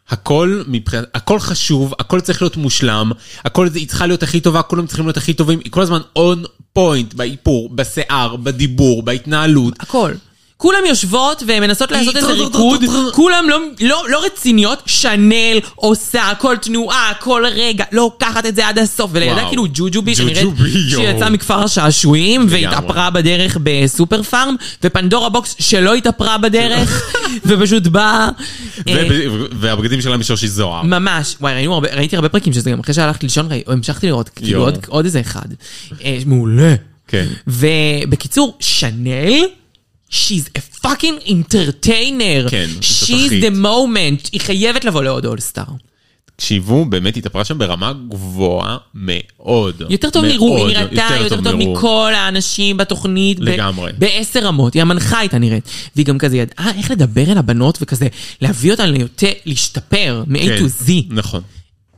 [SPEAKER 3] הכל, מבחינת, הכל חשוב, הכל צריך להיות מושלם, הכל זה, היא צריכה להיות הכי טובה, כולם צריכים להיות הכי טובים, היא כל הזמן און פוינט באיפור, בשיער, בדיבור, בהתנהלות.
[SPEAKER 2] הכל. כולם יושבות
[SPEAKER 3] אה,
[SPEAKER 2] ומנסות לעשות איזה
[SPEAKER 3] טר-
[SPEAKER 2] ריקוד,
[SPEAKER 3] טר- טר-
[SPEAKER 2] כולם לא, לא, לא רציניות, שנל עושה כל תנועה, כל רגע, לוקחת את זה עד הסוף, ולילדה
[SPEAKER 3] וואו.
[SPEAKER 2] כאילו ג'וג'ובי, שנראית
[SPEAKER 3] ג'וג'ובי, יואו.
[SPEAKER 2] שהיא יצאה מכפר השעשועים,
[SPEAKER 3] לגמרי.
[SPEAKER 2] והתאפרה בדרך בסופר פארם, ופנדורה בוקס שלא התאפרה בדרך, ופשוט באה... אה,
[SPEAKER 3] וב- ו- והבגדים שלה משושי זוהר.
[SPEAKER 2] ממש, וואי, ראינו הרבה, ראיתי הרבה פרקים שזה גם אחרי שהלכתי לישון, ראי- המשכתי לראות כאילו
[SPEAKER 3] יואו.
[SPEAKER 2] עוד, עוד איזה אחד. אה, מעולה.
[SPEAKER 3] כן.
[SPEAKER 2] ובקיצור, שנל, she's a fucking entertainer.
[SPEAKER 3] כן, זו
[SPEAKER 2] she's
[SPEAKER 3] תותחית.
[SPEAKER 2] the moment. היא חייבת לבוא לעוד אולסטאר.
[SPEAKER 3] תקשיבו, באמת התאפרה שם ברמה גבוהה מאוד.
[SPEAKER 2] יותר טוב
[SPEAKER 3] מאוד,
[SPEAKER 2] מרו, היא נראתה יותר טוב
[SPEAKER 3] מרו.
[SPEAKER 2] מכל האנשים בתוכנית. ב-
[SPEAKER 3] לגמרי.
[SPEAKER 2] בעשר רמות, היא המנחה הייתה נראית. והיא גם כזה ידעה איך לדבר אל הבנות וכזה, להביא אותן ליותר, להשתפר מ-A
[SPEAKER 3] כן,
[SPEAKER 2] to Z.
[SPEAKER 3] נכון,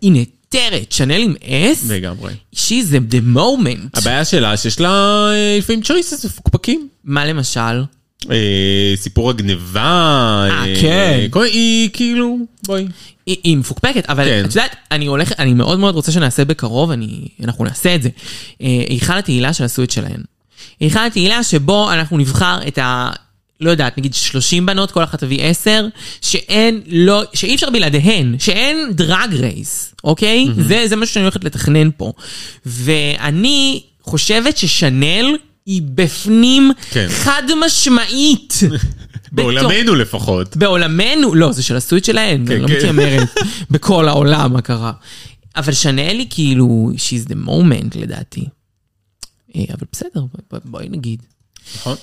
[SPEAKER 2] היא נהדרת, שנל עם S,
[SPEAKER 3] לגמרי.
[SPEAKER 2] she's the- the moment.
[SPEAKER 3] הבעיה שלה שיש לה אה, לפעמים choices מפוקפקים.
[SPEAKER 2] מה למשל?
[SPEAKER 3] אה, סיפור הגניבה. אה,
[SPEAKER 2] כן.
[SPEAKER 3] כל- היא כאילו, בואי.
[SPEAKER 2] היא, היא מפוקפקת, אבל
[SPEAKER 3] כן.
[SPEAKER 2] את יודעת, אני הולך, אני מאוד מאוד רוצה שנעשה בקרוב, אני, אנחנו נעשה את זה. אה, היכל התהילה של הסוויט שלהן. היכל התהילה שבו אנחנו נבחר את ה... לא יודעת, נגיד 30 בנות, כל אחת תביא 10, שאין, לא, שאי אפשר בלעדיהן, שאין דרג רייס, אוקיי? זה, זה משהו שאני הולכת לתכנן פה. ואני חושבת ששנל היא בפנים
[SPEAKER 3] כן.
[SPEAKER 2] חד משמעית. בתור-
[SPEAKER 3] בעולמנו לפחות.
[SPEAKER 2] בעולמנו, לא, זה של הסוויט שלהם, אני לא
[SPEAKER 3] כן.
[SPEAKER 2] מתיימרת בכל העולם, מה קרה. אבל שנאל היא כאילו, she's the moment לדעתי. אה, אבל בסדר, בוא- בואי נגיד.
[SPEAKER 3] נכון.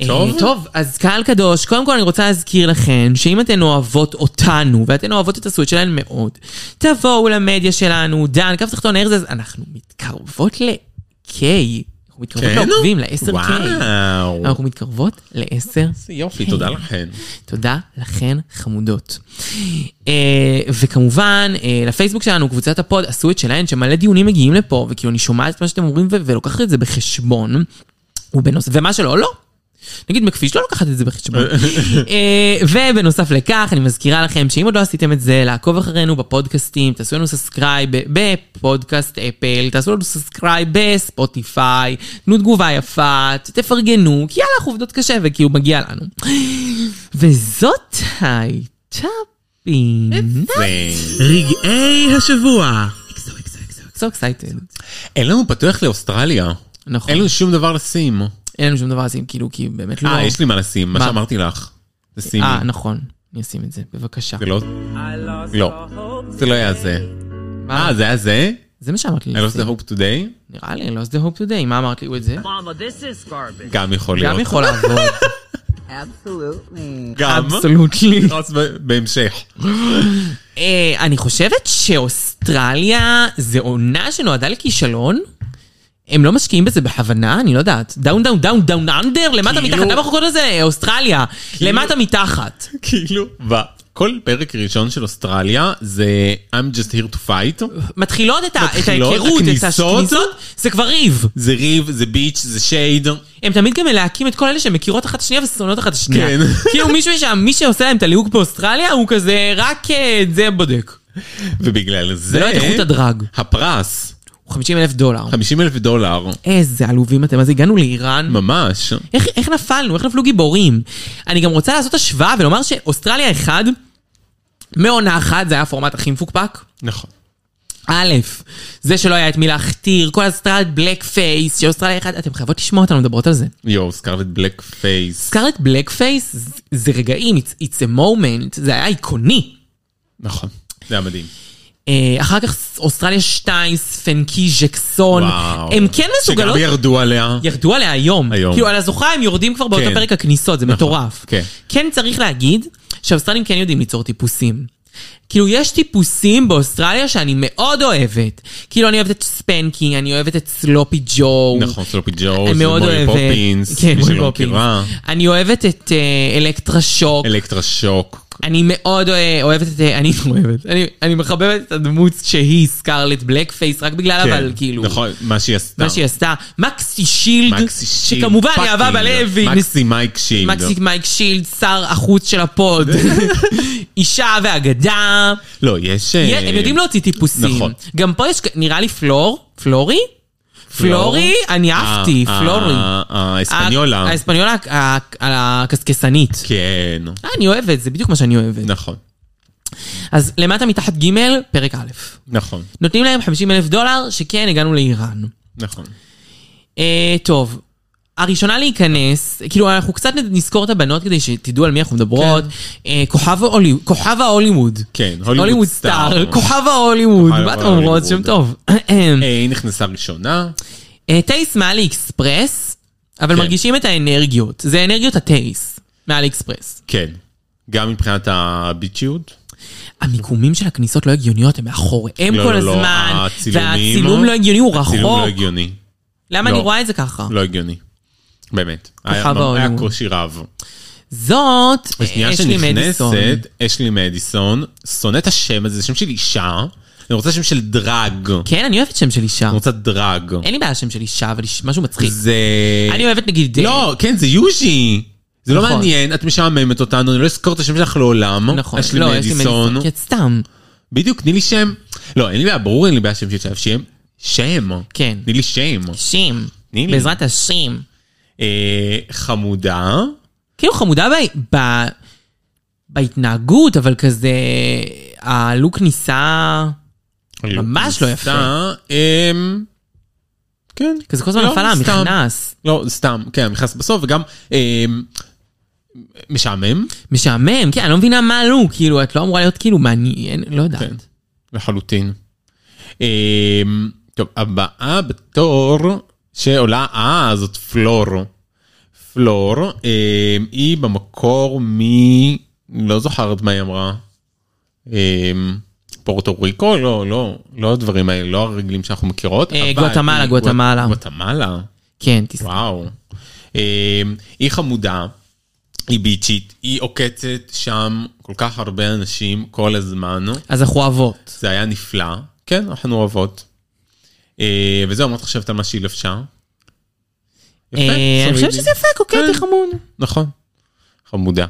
[SPEAKER 2] אה,
[SPEAKER 3] טוב.
[SPEAKER 2] טוב, אז קהל קדוש, קודם כל אני רוצה להזכיר לכן, שאם אתן אוהבות אותנו, ואתן אוהבות את הסוויט שלהן מאוד, תבואו למדיה שלנו, דן, קו תחתון ארז, אנחנו מתקרבות ל-K, אנחנו מתקרבות
[SPEAKER 3] כן?
[SPEAKER 2] לעוקבים, ל-10K.
[SPEAKER 3] וואו.
[SPEAKER 2] אנחנו כן. מתקרבות ל-10K.
[SPEAKER 3] איזה יופי, תודה לכן.
[SPEAKER 2] תודה לכן, חמודות. אה, וכמובן, אה, לפייסבוק שלנו, קבוצת הפוד, עשו את שלהן, שמלא דיונים מגיעים לפה, וכאילו אני שומעת את מה שאתם אומרים ו- ולוקחת את זה בחשבון, ובנוס... ומה שלא, לא. נגיד מקפיש לא לוקחת את זה בחשבון. אה, ובנוסף לכך, אני מזכירה לכם שאם עוד לא עשיתם את זה, לעקוב אחרינו בפודקאסטים, תעשו לנו סאסקרייב בפודקאסט אפל, תעשו לנו סאסקרייב בספוטיפיי, תנו תגובה יפה, תפרגנו, כי יאללה, אנחנו עובדות קשה וכאילו מגיע לנו. וזאת הייתה פינה.
[SPEAKER 3] זה-
[SPEAKER 4] רגעי השבוע.
[SPEAKER 2] So excited.
[SPEAKER 3] אין לנו פתוח לאוסטרליה.
[SPEAKER 2] נכון.
[SPEAKER 3] אין לנו שום דבר לשים.
[SPEAKER 2] אין לנו שום דבר לשים, כאילו, כי באמת לא...
[SPEAKER 3] אה, יש לי מה לשים, מה
[SPEAKER 2] מה?
[SPEAKER 3] שאמרתי לך. תשימי.
[SPEAKER 2] אה, נכון. אני אשים את זה, בבקשה.
[SPEAKER 3] זה לא... לא. זה לא היה זה.
[SPEAKER 2] מה?
[SPEAKER 3] אה, זה היה זה?
[SPEAKER 2] זה מה שאמרת לי.
[SPEAKER 3] I lost
[SPEAKER 2] לשים.
[SPEAKER 3] the hope today?
[SPEAKER 2] נראה לי, I lost the hope today. מה אמרת לי הוא את זה?
[SPEAKER 5] Mama, this is garbage.
[SPEAKER 3] גם יכול להיות.
[SPEAKER 2] גם יכול לעבוד.
[SPEAKER 5] Absolutely.
[SPEAKER 3] גם.
[SPEAKER 2] אבסולוטלי.
[SPEAKER 3] נרץ ב- בהמשך.
[SPEAKER 2] אה, אני חושבת שאוסטרליה זה עונה שנועדה לכישלון. הם לא משקיעים בזה בכוונה, אני לא יודעת. דאון דאון דאון דאון אנדר, למטה
[SPEAKER 3] כאילו-
[SPEAKER 2] מתחת, למה אנחנו קוראים לזה אוסטרליה? למטה מתחת.
[SPEAKER 3] כאילו, כל פרק ראשון של אוסטרליה זה I'm just here to fight.
[SPEAKER 2] מתחילות את ה- את
[SPEAKER 3] מתחילות,
[SPEAKER 2] ההיכרות, את
[SPEAKER 3] הכניסות.
[SPEAKER 2] הכניסות, זה כבר ריב.
[SPEAKER 3] זה ריב, זה ביץ', זה שייד.
[SPEAKER 2] הם תמיד גם מלהקים את כל אלה שמכירות אחת את השנייה ושונאות אחת את השנייה.
[SPEAKER 3] כן.
[SPEAKER 2] כאילו מישהו שם, מי שעושה להם את הליהוק באוסטרליה, הוא כזה רק אה, את זה בודק.
[SPEAKER 3] ובגלל זה...
[SPEAKER 2] ולא את איכות הדרג.
[SPEAKER 3] הפרס,
[SPEAKER 2] הוא 50 אלף דולר.
[SPEAKER 3] 50 אלף דולר.
[SPEAKER 2] איזה עלובים אתם, אז הגענו לאיראן.
[SPEAKER 3] ממש.
[SPEAKER 2] איך, איך נפלנו? איך נפלו גיבורים? אני גם רוצה לעשות השוואה ולומר שאוסטרליה 1, מעונה אחת זה היה הפורמט הכי מפוקפק.
[SPEAKER 3] נכון.
[SPEAKER 2] א', זה שלא היה את מי להכתיר, כל הסטרלת בלק פייס, שאוסטרליה 1, אתם חייבות לשמוע אותנו מדברות על זה.
[SPEAKER 3] יואו, סקרלט בלק פייס.
[SPEAKER 2] סקארט בלק פייס זה- זה רגעים, it's, it's a moment, זה היה איקוני.
[SPEAKER 3] נכון. זה היה מדהים.
[SPEAKER 2] אה, אחר כך אוסטרליה 2, ספנקי, ז'קסון,
[SPEAKER 3] וואו.
[SPEAKER 2] הם כן מסוגלות...
[SPEAKER 3] שגם ירדו עליה.
[SPEAKER 2] ירדו עליה היום.
[SPEAKER 3] היום.
[SPEAKER 2] כאילו, על הזוכה הם יורדים כבר באותו
[SPEAKER 3] כן.
[SPEAKER 2] פרק הכניסות, זה
[SPEAKER 3] נכון,
[SPEAKER 2] מטורף.
[SPEAKER 3] כן.
[SPEAKER 2] כן צריך להגיד שהאוסטרלים כן יודעים ליצור טיפוסים. כאילו, יש טיפוסים באוסטרליה שאני מאוד אוהבת. כאילו, אני אוהבת את ספנקי, אני אוהבת את סלופי ג'ו.
[SPEAKER 3] נכון, סלופי ג'ורס,
[SPEAKER 2] אני מאוד
[SPEAKER 3] מורי
[SPEAKER 2] אוהבת.
[SPEAKER 3] פופינס,
[SPEAKER 2] כן,
[SPEAKER 3] מי
[SPEAKER 2] מורי
[SPEAKER 3] שלא
[SPEAKER 2] פופינס.
[SPEAKER 3] מכירה,
[SPEAKER 2] אני אוהבת את אה, אלקטרה שוק.
[SPEAKER 3] אלקטרה שוק.
[SPEAKER 2] אני מאוד אה, אוהבת את... אה, אני אוהבת. אני- אני מחבבת את הדמות שהיא סקארלט בלק פייס, רק בגלל
[SPEAKER 3] כן,
[SPEAKER 2] אבל, כאילו...
[SPEAKER 3] נכון, מה שהיא עשתה.
[SPEAKER 2] מה שהיא עשתה, מקסי שילד,
[SPEAKER 3] מקסי שילד,
[SPEAKER 2] שכמובן
[SPEAKER 3] פאקינג, לא.
[SPEAKER 2] אהבה בלוי,
[SPEAKER 3] מקסי מייק שילד.
[SPEAKER 2] מקסי מייק שילד, שר החוץ של הפוד, אישה ואגדה,
[SPEAKER 3] לא, יש...
[SPEAKER 2] יה-
[SPEAKER 3] אה,
[SPEAKER 2] הם יודעים להוציא טיפוסים.
[SPEAKER 3] נכון.
[SPEAKER 2] גם פה יש, נראה לי פלור, פלורי? פלורי,
[SPEAKER 3] אה,
[SPEAKER 2] אני אהבתי,
[SPEAKER 3] ה- ה-
[SPEAKER 2] פלורי. אה,
[SPEAKER 3] ה- אה, האספניולה.
[SPEAKER 2] ה- האספניולה הק- ה- הקסקסנית.
[SPEAKER 3] כן,
[SPEAKER 2] אה, אני אוהבת, זה בדיוק מה שאני אוהבת.
[SPEAKER 3] נכון,
[SPEAKER 2] אז למטה מתחת ג', פרק א'.
[SPEAKER 3] נכון,
[SPEAKER 2] נותנים להם 50 אלף דולר, שכן הגענו לאיראן.
[SPEAKER 3] נכון.
[SPEAKER 2] אה, טוב. הראשונה להיכנס, כאילו אנחנו קצת נזכור את הבנות כדי שתדעו על מי אנחנו מדברות. אה, כוכב ההולי- כוכב ההוליווד.
[SPEAKER 3] כן,
[SPEAKER 2] הוליווד
[SPEAKER 3] הוליווד
[SPEAKER 2] סטאר.
[SPEAKER 3] סטאר.
[SPEAKER 2] כוכב ההוליווד,
[SPEAKER 3] כוכב
[SPEAKER 2] מה אתם
[SPEAKER 3] ההוליווד.
[SPEAKER 2] אומרות? שם טוב.
[SPEAKER 3] אה, היא נכנסה ראשונה,
[SPEAKER 2] אה, טייס מעלי אקספרס, אבל
[SPEAKER 3] כן.
[SPEAKER 2] מרגישים את האנרגיות. זה אנרגיות הטייס מעלי אקספרס.
[SPEAKER 3] כן. גם מבחינת הביצ'יות.
[SPEAKER 2] המיקומים של הכניסות לא הגיוניות, הם מאחוריהם
[SPEAKER 3] לא,
[SPEAKER 2] כל
[SPEAKER 3] לא, לא,
[SPEAKER 2] הזמן.
[SPEAKER 3] הצילומים-
[SPEAKER 2] והצילום לא הגיוני, הוא
[SPEAKER 3] צילום
[SPEAKER 2] רחוק.
[SPEAKER 3] לא הגיוני.
[SPEAKER 2] למה
[SPEAKER 3] לא.
[SPEAKER 2] אני רואה את זה ככה?
[SPEAKER 3] לא הגיוני. באמת. היה
[SPEAKER 2] ההוליווד.
[SPEAKER 3] היה קושי רב.
[SPEAKER 2] זאת
[SPEAKER 3] בשנייה
[SPEAKER 2] אשלי מדיסון.
[SPEAKER 3] שנכנסת, אשלי מדיסון, שונא את השם הזה, זה שם של אישה, אני רוצה שם של דרג. אני
[SPEAKER 2] כן, אני אוהבת שם של אישה.
[SPEAKER 3] רוצה דרג.
[SPEAKER 2] אין לי בעיה שם של אישה, אבל יש משהו מצחיק.
[SPEAKER 3] זה...
[SPEAKER 2] אני אוהבת נגיד...
[SPEAKER 3] לא, כן, זה יוז'י. זה לא
[SPEAKER 2] נכון.
[SPEAKER 3] מעניין, את משעממת אותנו, אני לא אזכור את השם שלך לעולם.
[SPEAKER 2] נכון,
[SPEAKER 3] אשלי
[SPEAKER 2] לא, יש לי
[SPEAKER 3] מדיסון.
[SPEAKER 2] מדיסון. כי את סתם.
[SPEAKER 3] בדיוק, תני לי שם. לא, אין לי בעיה, ברור אין לי בעיה שם של שם. שם.
[SPEAKER 2] כן.
[SPEAKER 3] תני לי שם.
[SPEAKER 2] שים.
[SPEAKER 3] תני לי.
[SPEAKER 2] בעזרת השם.
[SPEAKER 3] אה, חמודה.
[SPEAKER 2] כאילו חמודה ב... ב... בהתנהגות, אבל כזה... הלוק ניסה... ממש לא יפה.
[SPEAKER 3] ניסתה, אוקיי, אמ, כן.
[SPEAKER 2] כזה כל הזמן
[SPEAKER 3] לא,
[SPEAKER 2] נפל לה
[SPEAKER 3] סתם.
[SPEAKER 2] המכנס.
[SPEAKER 3] לא, סתם, כן, המכנס בסוף, וגם אמ, משעמם
[SPEAKER 2] משעמם, כן, אני לא מבינה מה הלוק, כאילו, את לא אמורה להיות כאילו מעניין, לא יודעת.
[SPEAKER 3] כן. לחלוטין. אמ, טוב, הבאה בתור שעולה, אה, זאת פלור. פלור, אמ, היא במקור מ... לא זוכרת מה היא אמרה. אמ, פורטו ריקו? לא, לא, לא הדברים האלה, לא הרגילים שאנחנו מכירות.
[SPEAKER 2] אה,
[SPEAKER 3] אבל
[SPEAKER 2] גואטמלה,
[SPEAKER 3] היא-
[SPEAKER 2] גואטמלה.
[SPEAKER 3] גואטמלה.
[SPEAKER 2] כן, תסתכל.
[SPEAKER 3] וואו. אה, היא חמודה, היא ביצ'ית, היא עוקצת שם כל כך הרבה אנשים כל הזמן.
[SPEAKER 2] אז אנחנו אוהבות.
[SPEAKER 3] זה היה נפלא. כן, אנחנו אוהבות. אה, וזהו, מה את חושבת על מה שהיא לבשה? יפה,
[SPEAKER 2] אה, אני חושבת
[SPEAKER 3] סולידי.
[SPEAKER 2] שזה יפה, קוקטי
[SPEAKER 3] כן.
[SPEAKER 2] חמוד.
[SPEAKER 3] נכון. חמודה.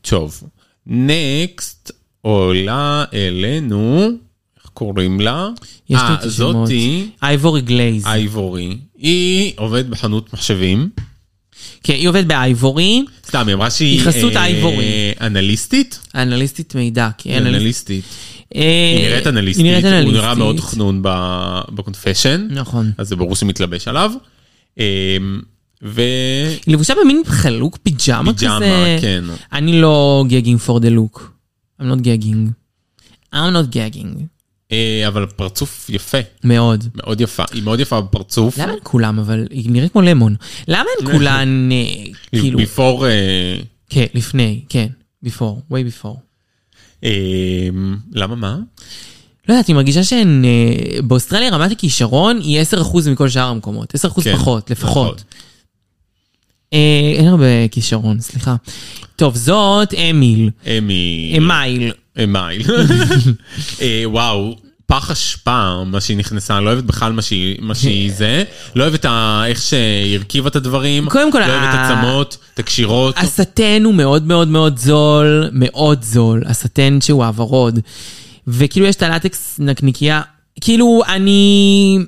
[SPEAKER 3] טוב, נקסט עולה אלינו, איך קוראים לה?
[SPEAKER 2] יש
[SPEAKER 3] אה,
[SPEAKER 2] לי את השמות.
[SPEAKER 3] זאתי
[SPEAKER 2] אייבורי גלייז.
[SPEAKER 3] אייבורי. היא עובדת בחנות מחשבים.
[SPEAKER 2] כן, היא עובדת באייבורי,
[SPEAKER 3] סתם, היא אמרה שהיא...
[SPEAKER 2] היא חסות
[SPEAKER 3] אה,
[SPEAKER 2] האייבורי.
[SPEAKER 3] אנליסטית?
[SPEAKER 2] אנליסטית מידע. כן,
[SPEAKER 3] היא
[SPEAKER 2] אנליסט-
[SPEAKER 3] אנליסטית.
[SPEAKER 2] אה,
[SPEAKER 3] היא נראית אנליסטית.
[SPEAKER 2] היא נראית
[SPEAKER 3] הוא נראה
[SPEAKER 2] אנליסטית.
[SPEAKER 3] מאוד חנון ב- בקונפשן.
[SPEAKER 2] נכון.
[SPEAKER 3] אז זה ברור שהוא מתלבש עליו. אה, ו...
[SPEAKER 2] היא לבושה במין חלוק פיג'מה כזה.
[SPEAKER 3] פיג'מה, כן.
[SPEAKER 2] אני לא גגינג פור דה לוק. I'm not gagging. I'm not gagging.
[SPEAKER 3] אה, אבל פרצוף יפה,
[SPEAKER 2] מאוד.
[SPEAKER 3] מאוד יפה. היא מאוד יפה בפרצוף.
[SPEAKER 2] למה אין כולם, אבל היא נראית כמו למון. למה אין
[SPEAKER 3] כן.
[SPEAKER 2] כולן, אה, כאילו,
[SPEAKER 3] ביפור... אה,
[SPEAKER 2] כן, לפני, כן, before, way before.
[SPEAKER 3] אה, למה מה?
[SPEAKER 2] לא יודעת, אני מרגישה שהן... אה, באוסטרליה רמת הכישרון היא 10% מכל שאר המקומות. 10%
[SPEAKER 3] כן,
[SPEAKER 2] פחות,
[SPEAKER 3] נכון.
[SPEAKER 2] לפחות. אה, אין הרבה כישרון, סליחה. טוב, זאת אמיל.
[SPEAKER 3] אמי...
[SPEAKER 2] אמייל.
[SPEAKER 3] אמייל. אה, וואו. פח אשפה, מה שהיא נכנסה, לא אוהבת בכלל מה שהיא, מה
[SPEAKER 2] אה.
[SPEAKER 3] שהיא זה. לא אוהבת ה- איך שהיא הרכיבה את הדברים.
[SPEAKER 2] קודם כל,
[SPEAKER 3] לא אוהבת את
[SPEAKER 2] ה-
[SPEAKER 3] הצמות, את הקשירות.
[SPEAKER 2] הסטן הוא מאוד מאוד מאוד זול, מאוד זול, הסטן שהוא הוורוד. וכאילו יש את הלטקס נקניקייה, כאילו אני...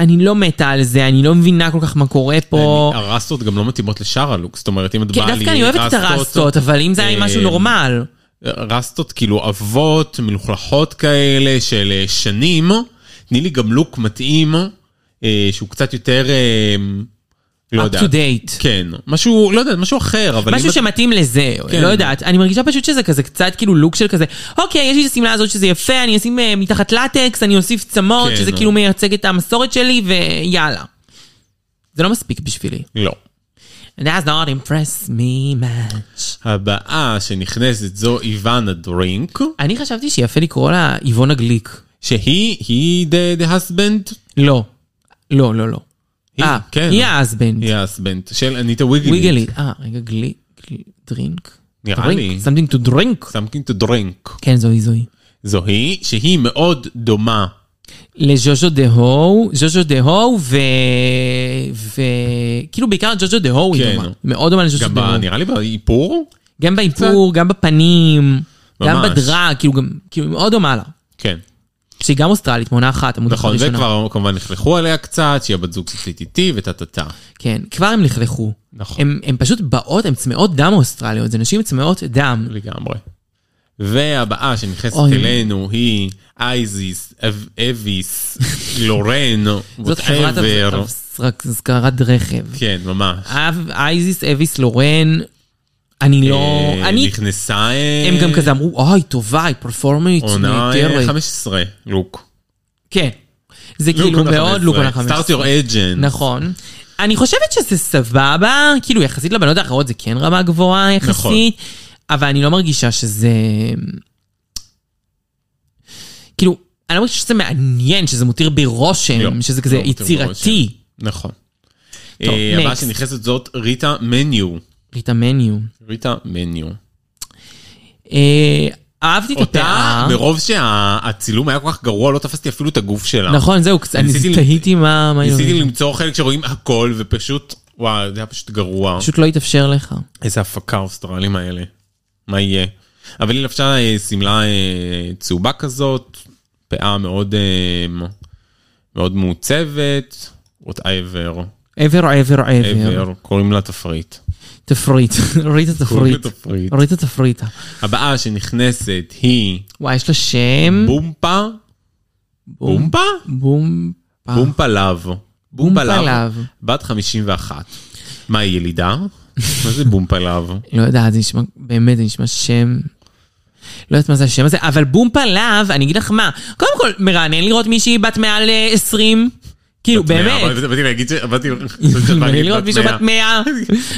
[SPEAKER 2] אני לא מתה על זה, אני לא מבינה כל כך מה קורה פה.
[SPEAKER 3] אני- הרסטות גם לא מתאימות לשאר הלוק, זאת אומרת, אם את
[SPEAKER 2] כן,
[SPEAKER 3] באה לי...
[SPEAKER 2] דווקא אני אוהבת את הרסטות, אבל אם זה היה
[SPEAKER 3] אה,
[SPEAKER 2] משהו נורמל.
[SPEAKER 3] רסטות כאילו עבות, מלוכלכות כאלה של אה, שנים. תני לי גם לוק מתאים, אה, שהוא קצת יותר... אה, לא
[SPEAKER 2] up
[SPEAKER 3] יודעת.
[SPEAKER 2] to date.
[SPEAKER 3] כן, משהו, לא יודעת, משהו אחר, אבל...
[SPEAKER 2] משהו
[SPEAKER 3] אם את-
[SPEAKER 2] שמתאים לזה,
[SPEAKER 3] כן.
[SPEAKER 2] לא יודעת. אני מרגישה פשוט שזה כזה קצת כאילו לוק של כזה, אוקיי, יש לי את השמלה הזאת שזה יפה, אני אשים אה, מתחת לטקס, אני אוסיף צמות,
[SPEAKER 3] כן.
[SPEAKER 2] שזה כאילו מייצג את המסורת שלי, ויאללה. זה לא מספיק בשבילי.
[SPEAKER 3] לא.
[SPEAKER 2] And that's not impress me much.
[SPEAKER 3] הבאה שנכנסת זו איוונה דרינק,
[SPEAKER 2] אני חשבתי שיפה לקרוא לה איבונה גליק.
[SPEAKER 3] שהיא, היא the, the husband,
[SPEAKER 2] לא. לא, לא, לא.
[SPEAKER 3] היא,
[SPEAKER 2] אה,
[SPEAKER 3] כן.
[SPEAKER 2] היא ההסבנד.
[SPEAKER 3] היא husband של אניטה ויגלית.
[SPEAKER 2] ויגלית. אה, רגע, גליק, דרינק.
[SPEAKER 3] נראה לי.
[SPEAKER 2] something to drink.
[SPEAKER 3] something to drink.
[SPEAKER 2] כן, זוהי, זוהי.
[SPEAKER 3] זוהי, שהיא מאוד דומה.
[SPEAKER 2] לז'וז'ו דהו, ז'וז'ו דהו ו... ו... כאילו בעיקר ז'וז'ו דהו היא
[SPEAKER 3] כן.
[SPEAKER 2] דומה. מאוד דומה לז'וז'ו
[SPEAKER 3] גם
[SPEAKER 2] דהו.
[SPEAKER 3] ב- נראה לי באיפור?
[SPEAKER 2] גם באיפור, גם בפנים, גם
[SPEAKER 3] ממש.
[SPEAKER 2] בדרה, כאילו גם, כאילו מאוד דומה לה.
[SPEAKER 3] כן.
[SPEAKER 2] שהיא גם אוסטרלית, מונה אחת, עמוד
[SPEAKER 3] נכון,
[SPEAKER 2] אחד
[SPEAKER 3] זה
[SPEAKER 2] ראשונה.
[SPEAKER 3] כבר כמובן לכלכו עליה קצת, שהיא הבת זוג שלי איתי וטה-טה-טה.
[SPEAKER 2] כן, כבר הם לכלכו.
[SPEAKER 3] נכון.
[SPEAKER 2] הם, הם פשוט באות, הם צמאות דם האוסטרליות, זה נשים צמאות דם.
[SPEAKER 3] לגמרי. והבאה שנכנסת
[SPEAKER 2] אוי.
[SPEAKER 3] אלינו היא אייזיס, אב- אביס, לורן,
[SPEAKER 2] זאת חברת
[SPEAKER 3] whatever.
[SPEAKER 2] הזכרת רכב.
[SPEAKER 3] כן, ממש.
[SPEAKER 2] אב- אייזיס, אביס, לורן, אני אה, לא...
[SPEAKER 3] אה,
[SPEAKER 2] אני...
[SPEAKER 3] נכנסה... אה,
[SPEAKER 2] הם גם כזה אמרו, אוי, טובה, היא פרפורמית,
[SPEAKER 3] עונה אה,
[SPEAKER 2] נהדרת.
[SPEAKER 3] 15, לוק.
[SPEAKER 2] כן. זה
[SPEAKER 3] לוק
[SPEAKER 2] כאילו
[SPEAKER 3] עונה
[SPEAKER 2] מאוד לוק עונה 15.
[SPEAKER 3] Start your agent.
[SPEAKER 2] נכון. אני חושבת שזה סבבה, כאילו יחסית לבנות האחרות זה כן רמה גבוהה יחסית,
[SPEAKER 3] נכון.
[SPEAKER 2] אבל אני לא מרגישה שזה... כאילו, אני לא מרגישה שזה מעניין, שזה מותיר בי רושם,
[SPEAKER 3] לא,
[SPEAKER 2] שזה כזה
[SPEAKER 3] לא מותיר בי
[SPEAKER 2] יצירתי.
[SPEAKER 3] נכון.
[SPEAKER 2] טוב,
[SPEAKER 3] אה, הבאה
[SPEAKER 2] next.
[SPEAKER 3] שנכנסת זאת ריטה מניו.
[SPEAKER 2] ריטה מניו.
[SPEAKER 3] ריטה מניו.
[SPEAKER 2] אה, אהבתי את
[SPEAKER 3] אותה,
[SPEAKER 2] הפאה.
[SPEAKER 3] אה, מרוב שהצילום היה כל כך גרוע, לא תפסתי אפילו את הגוף שלה.
[SPEAKER 2] נכון, זהו, קצת- אני
[SPEAKER 3] ניסיתי-
[SPEAKER 2] תהיתי מה... מה היא
[SPEAKER 3] ניסיתי
[SPEAKER 2] אומרת.
[SPEAKER 3] למצוא חלק שרואים הכל, ופשוט, וואו, זה היה פשוט גרוע.
[SPEAKER 2] פשוט לא התאפשר לך.
[SPEAKER 3] איזה הפקה האוסטרלים האלה. מה יהיה? אבל היא לבשה אה, שמלה אה, צהובה כזאת, פאה מאוד אה, מאוד מעוצבת, whatever,
[SPEAKER 2] ever, ever, ever.
[SPEAKER 3] ever, קוראים לה תפריט.
[SPEAKER 2] תפריט, ריטה תפריט.
[SPEAKER 3] תפריט.
[SPEAKER 2] ריטה תפריטה.
[SPEAKER 3] הבאה שנכנסת היא
[SPEAKER 2] וואי, יש לה
[SPEAKER 3] Mm.
[SPEAKER 2] שם.
[SPEAKER 3] בומפה, בומפה?
[SPEAKER 2] בום. פח.
[SPEAKER 3] בומפה לאב.
[SPEAKER 2] בומפה
[SPEAKER 3] בומפה
[SPEAKER 2] לאב.
[SPEAKER 3] לאב. בת 51. מה, היא ילידה? מה זה בומפה לאב?
[SPEAKER 2] לא יודעת, זה נשמע, באמת, זה נשמע שם. לא יודעת מה זה השם הזה, אבל בומפה להב, אני אגיד לך מה, קודם כל, מרענן לראות מישהי בת מעל אה, 20. כאילו, באמת.
[SPEAKER 3] אבל באתי להגיד ש... באתי
[SPEAKER 2] מעניין לראות מישהו בת 100.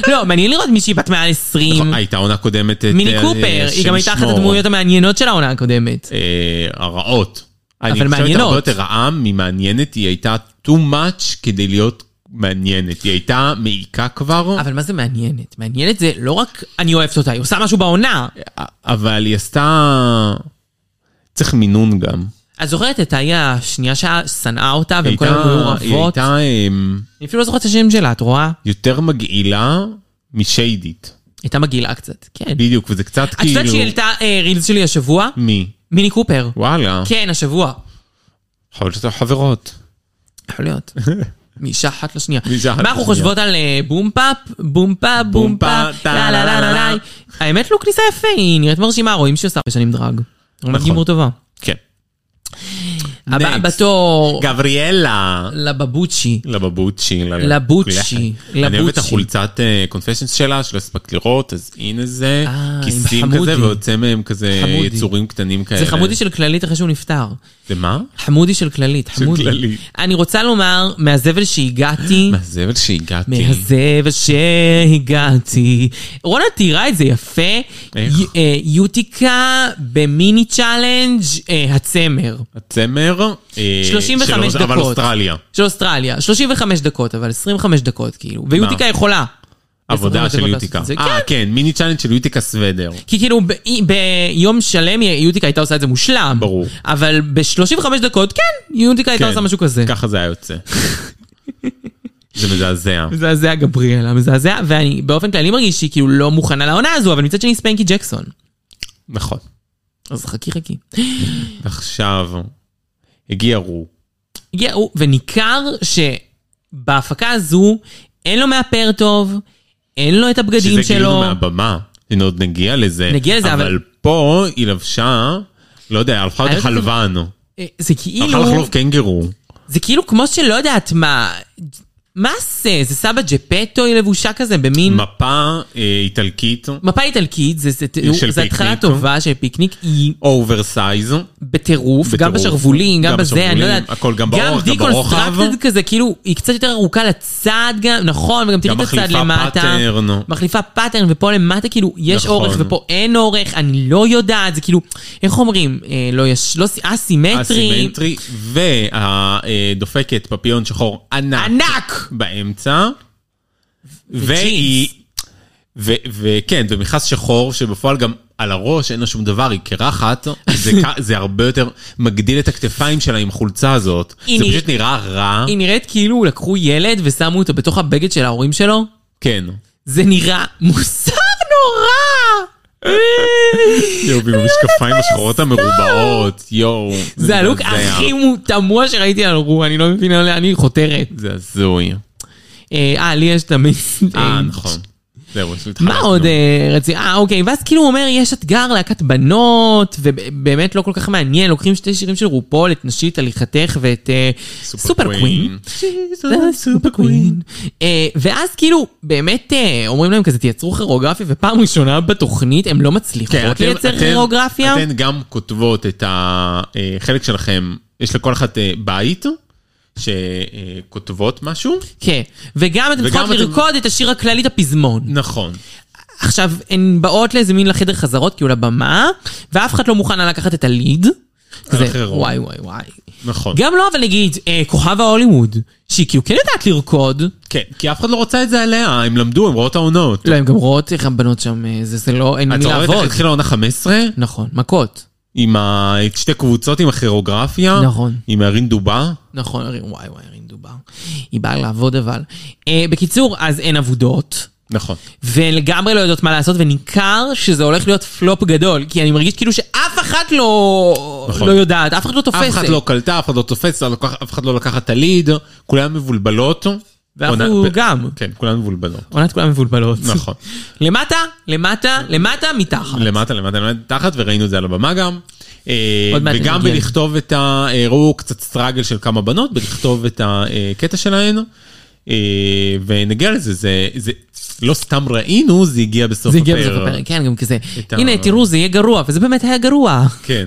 [SPEAKER 2] לא, מעניין לראות מישהי בת מעל 20.
[SPEAKER 3] נכון, הייתה עונה קודמת את...
[SPEAKER 2] מיני
[SPEAKER 3] אה,
[SPEAKER 2] קופר,
[SPEAKER 3] שם
[SPEAKER 2] היא גם הייתה אחת
[SPEAKER 3] שמו,
[SPEAKER 2] הדמויות המעניינות של העונה הקודמת.
[SPEAKER 3] אה, הרעות. אני
[SPEAKER 2] אבל
[SPEAKER 3] חושבת
[SPEAKER 2] מעניינות.
[SPEAKER 3] הרבה יותר רעה ממעניינת, היא הייתה too much כדי להיות מעניינת. היא הייתה מעיקה כבר,
[SPEAKER 2] אבל מה זה מעניינת? מעניינת זה לא רק אני אוהבת אותה, היא עושה משהו בעונה.
[SPEAKER 3] אבל היא עשתה... צריך מינון גם.
[SPEAKER 2] את זוכרת את ההיא השנייה ששנאה אותה, והם
[SPEAKER 3] היא
[SPEAKER 2] כל הזמן היו
[SPEAKER 3] הייתה- היא
[SPEAKER 2] רבות?
[SPEAKER 3] הייתה אמ,
[SPEAKER 2] אני אפילו לא זוכרת את השם שלה, את רואה?
[SPEAKER 3] יותר מגעילה משיידית.
[SPEAKER 2] הייתה מגעילה קצת, כן.
[SPEAKER 3] בדיוק, וזה קצת
[SPEAKER 2] את
[SPEAKER 3] כאילו...
[SPEAKER 2] יודעת שהיא העלתה אה, רילס שלי השבוע?
[SPEAKER 3] מי?
[SPEAKER 2] מיני קופר.
[SPEAKER 3] וואלה.
[SPEAKER 2] כן, השבוע.
[SPEAKER 3] יכול להיות שאתה חברות.
[SPEAKER 2] יכול להיות. מאישה אחת לשנייה.
[SPEAKER 3] מאישה אחת
[SPEAKER 2] מה אנחנו
[SPEAKER 3] לשנייה.
[SPEAKER 2] חושבות על אה, בומפאפ, בומפאפ, בומפאפ,
[SPEAKER 3] טה-
[SPEAKER 2] לה לה לה לה לה. האמת לוק ניסה יפה, היא נראית מרשימה, רואים שהיא עושה הרבה שנים דרג. נכון. גימור טובה.
[SPEAKER 3] כן.
[SPEAKER 2] הבאה
[SPEAKER 3] Next.
[SPEAKER 2] בתור,
[SPEAKER 3] גבריאלה.
[SPEAKER 2] לבבוצ'י.
[SPEAKER 3] לבבוצ'י. ל-
[SPEAKER 2] לבוצ'י,
[SPEAKER 3] אני אוהב את
[SPEAKER 2] לבוצ'י.
[SPEAKER 3] החולצת קונפשנס שלה, שלא הספקתי לראות, אז הנה זה.
[SPEAKER 2] אה, עם
[SPEAKER 3] כיסים
[SPEAKER 2] חמודי.
[SPEAKER 3] כזה, ויוצא מהם כזה
[SPEAKER 2] חמודי.
[SPEAKER 3] יצורים קטנים כאלה.
[SPEAKER 2] זה חמודי של כללית אחרי שהוא נפטר.
[SPEAKER 3] זה מה?
[SPEAKER 2] חמודי של כללית, חמודי.
[SPEAKER 3] כללית.
[SPEAKER 2] אני רוצה לומר, מהזבל שהגעתי,
[SPEAKER 3] מהזבל שהגעתי. כן.
[SPEAKER 2] מהזבל שהגעתי. רונה תיארה את זה יפה.
[SPEAKER 3] איך?
[SPEAKER 2] י- אה, יוטיקה במיני צ'אלנג' אה, הצמר.
[SPEAKER 3] הצמר. אה,
[SPEAKER 2] 35
[SPEAKER 3] של- אבל
[SPEAKER 2] דקות.
[SPEAKER 3] אוסטרליה.
[SPEAKER 2] של אוסטרליה. 35 דקות, אבל 25 דקות כאילו. ויוטיקה יכולה.
[SPEAKER 3] עבודה
[SPEAKER 2] 25
[SPEAKER 3] של
[SPEAKER 2] דקות
[SPEAKER 3] יוטיקה.
[SPEAKER 2] לעשות את זה.
[SPEAKER 3] אה, כן, מיני צ'אלנג' של יוטיקה סוודר.
[SPEAKER 2] כי כאילו ב- ביום שלם יוטיקה הייתה עושה את זה מושלם.
[SPEAKER 3] ברור.
[SPEAKER 2] אבל ב-35 דקות, כן, יוטיקה הייתה
[SPEAKER 3] כן,
[SPEAKER 2] עושה משהו כזה.
[SPEAKER 3] ככה זה היה יוצא. זה מזעזע.
[SPEAKER 2] מזעזע גבריאלה, מזעזע, ואני באופן כללי מרגיש שהיא כאילו לא מוכנה לעונה הזו, אבל מצד שני ספנקי ג'קסון.
[SPEAKER 3] נכון.
[SPEAKER 2] אז חכי חכי.
[SPEAKER 3] עכשיו, הגיע רו.
[SPEAKER 2] הגיע הוא, וניכר שבהפקה הזו אין לו מאפר טוב, אין לו את הבגדים
[SPEAKER 3] שזה כאילו
[SPEAKER 2] שלו.
[SPEAKER 3] מהבמה. הנה עוד נגיע לזה.
[SPEAKER 2] נגיע לזה, אבל-
[SPEAKER 3] אבל פה היא לבשה, לא יודע, הלכה
[SPEAKER 2] אני
[SPEAKER 3] להיות
[SPEAKER 2] לא חושבת-
[SPEAKER 3] חלבן.
[SPEAKER 2] אה, זה
[SPEAKER 3] הלכה
[SPEAKER 2] כאילו,
[SPEAKER 3] לחלוב קנגרו.
[SPEAKER 2] זה כאילו כמו שלא יודעת מה, מה זה? זה סבא ג'פטו, היא לבושה כזה במין...
[SPEAKER 3] מפה אה, איטלקית,
[SPEAKER 2] מפה איטלקית, זה, זה,
[SPEAKER 3] של
[SPEAKER 2] זה התחלה
[SPEAKER 3] פיקניק. לא?
[SPEAKER 2] טובה של פיקניק, היא
[SPEAKER 3] אוברסייז.
[SPEAKER 2] בטירוף, גם
[SPEAKER 3] בטירוף,
[SPEAKER 2] בשרוולים, גם
[SPEAKER 3] גם
[SPEAKER 2] בזה, אני לא
[SPEAKER 3] בשרוולים,
[SPEAKER 2] יודעת.
[SPEAKER 3] הכל גם באורך, גם ברוחב.
[SPEAKER 2] deconstructed כזה, כאילו, היא קצת יותר ארוכה לצד גם, נכון, וגם תראי
[SPEAKER 3] גם
[SPEAKER 2] את הצד
[SPEAKER 3] מחליפה
[SPEAKER 2] למטה.
[SPEAKER 3] pattern.
[SPEAKER 2] מחליפה פאטרן, ופה למטה, כאילו, יש
[SPEAKER 3] נכון.
[SPEAKER 2] אורך ופה אין אורך, אני לא יודעת, זה כאילו, איך אומרים? אה, לא יש, לא, ס- אסימטרי.
[SPEAKER 3] אסימטרי, והדופקת אה, פפיון שחור ענק.
[SPEAKER 2] ענק!
[SPEAKER 3] באמצע. והיא... ו- וכן, ומכס שחור, שבפועל גם על הראש אין לה שום דבר, היא קרחת, זה, כ- זה הרבה יותר מגדיל את הכתפיים שלה עם החולצה הזאת.
[SPEAKER 2] היא
[SPEAKER 3] זה
[SPEAKER 2] נראית-
[SPEAKER 3] פשוט נראה רע.
[SPEAKER 2] היא נראית כאילו לקחו ילד ושמו אותו בתוך הבגד של ההורים שלו.
[SPEAKER 3] כן.
[SPEAKER 2] זה נראה מוסר נורא!
[SPEAKER 3] יואו,
[SPEAKER 2] לא
[SPEAKER 3] ועם המשקפיים השחורות המרובעות, יואו.
[SPEAKER 2] זה הלוק
[SPEAKER 3] מזעזע.
[SPEAKER 2] הכי מו- תמוה שראיתי על רוע, אני לא מבינה, לאן אני חותרת.
[SPEAKER 3] זה הזוי.
[SPEAKER 2] אה, אה, לי יש את המיסטייג'.
[SPEAKER 3] אה, נכון. זהו, יש לי
[SPEAKER 2] מה עוד אה, רציתי? אה, אוקיי, ואז כאילו הוא אומר, יש אתגר להקת בנות, ובאמת לא כל כך מעניין, לוקחים שתי שירים של רופול, את נשית הליכתך ואת אה, סופר קווין. אה, סופר קווין. אה, ואז כאילו, באמת אה, אומרים להם כזה, תייצרו כרוגרפיה, ופעם ראשונה בתוכנית הם לא מצליחות לייצר כרוגרפיה.
[SPEAKER 3] כן, אתן גם כותבות את החלק שלכם, יש לכל אחת אה, בית שכותבות משהו.
[SPEAKER 2] כן, וגם אתן
[SPEAKER 3] וגם
[SPEAKER 2] צריכות
[SPEAKER 3] אתן-
[SPEAKER 2] לרקוד את השיר הכללי, את הפזמון.
[SPEAKER 3] נכון.
[SPEAKER 2] עכשיו, הן באות לאיזה מין לחדר חזרות, כאילו לבמה, ואף אחת לא מוכנה לקחת את הליד. זה
[SPEAKER 3] אחרות.
[SPEAKER 2] וואי וואי וואי.
[SPEAKER 3] נכון.
[SPEAKER 2] גם לא, אבל נגיד, אה, כוכב ההוליווד, שהיא כאילו כן יודעת לרקוד,
[SPEAKER 3] כן, כי אף אחד לא רוצה את זה עליה, הם למדו, הם רואות העונות.
[SPEAKER 2] לא, הן גם רואות איך הבנות שם, אה, זה, זה לא, אין
[SPEAKER 3] את
[SPEAKER 2] מי
[SPEAKER 3] זוכרת איך
[SPEAKER 2] לעבוד.
[SPEAKER 3] התחילה עונה 15?
[SPEAKER 2] נכון, מכות.
[SPEAKER 3] עם ה- את שתי קבוצות, עם הכירוגרפיה?
[SPEAKER 2] נכון.
[SPEAKER 3] עם הרינדובה?
[SPEAKER 2] נכון, הרי- וואי וואי, הרי מדובר. היא באה לעבוד אבל. אה, בקיצור, אז הן אבודות.
[SPEAKER 3] נכון.
[SPEAKER 2] ולגמרי לא יודעות מה לעשות, וניכר שזה הולך להיות פלופ גדול, כי אני מרגיש כאילו שאף אחת לא,
[SPEAKER 3] נכון.
[SPEAKER 2] לא יודעת, אף אחת לא תופסת.
[SPEAKER 3] אף אחד לא קלטה, אף אחד לא תופס, אף אחד לא לקח את הליד, כולן מבולבלות.
[SPEAKER 2] ואף
[SPEAKER 3] עונה-
[SPEAKER 2] הוא
[SPEAKER 3] ו-
[SPEAKER 2] גם.
[SPEAKER 3] כן, כולן מבולבלות.
[SPEAKER 2] עונת כולן מבולבלות.
[SPEAKER 3] נכון.
[SPEAKER 2] למטה, למטה, למטה, מתחת.
[SPEAKER 3] למטה, למטה, למטה, תחת, וראינו את זה על הבמה גם. אה,
[SPEAKER 2] עוד מעט
[SPEAKER 3] וגם
[SPEAKER 2] נגיע.
[SPEAKER 3] בלכתוב את ה... אה, ראו קצת סטראגל של כמה בנות, בלכתוב את הקטע שלהן. אה, ונגיע לזה, זה, זה לא סתם ראינו, זה הגיע בסוף
[SPEAKER 2] זה
[SPEAKER 3] הפרק.
[SPEAKER 2] הגיע בסוף הפרק, כן, גם כזה.
[SPEAKER 3] את ה-
[SPEAKER 2] הנה, תראו, זה יהיה גרוע, וזה באמת היה גרוע.
[SPEAKER 3] כן.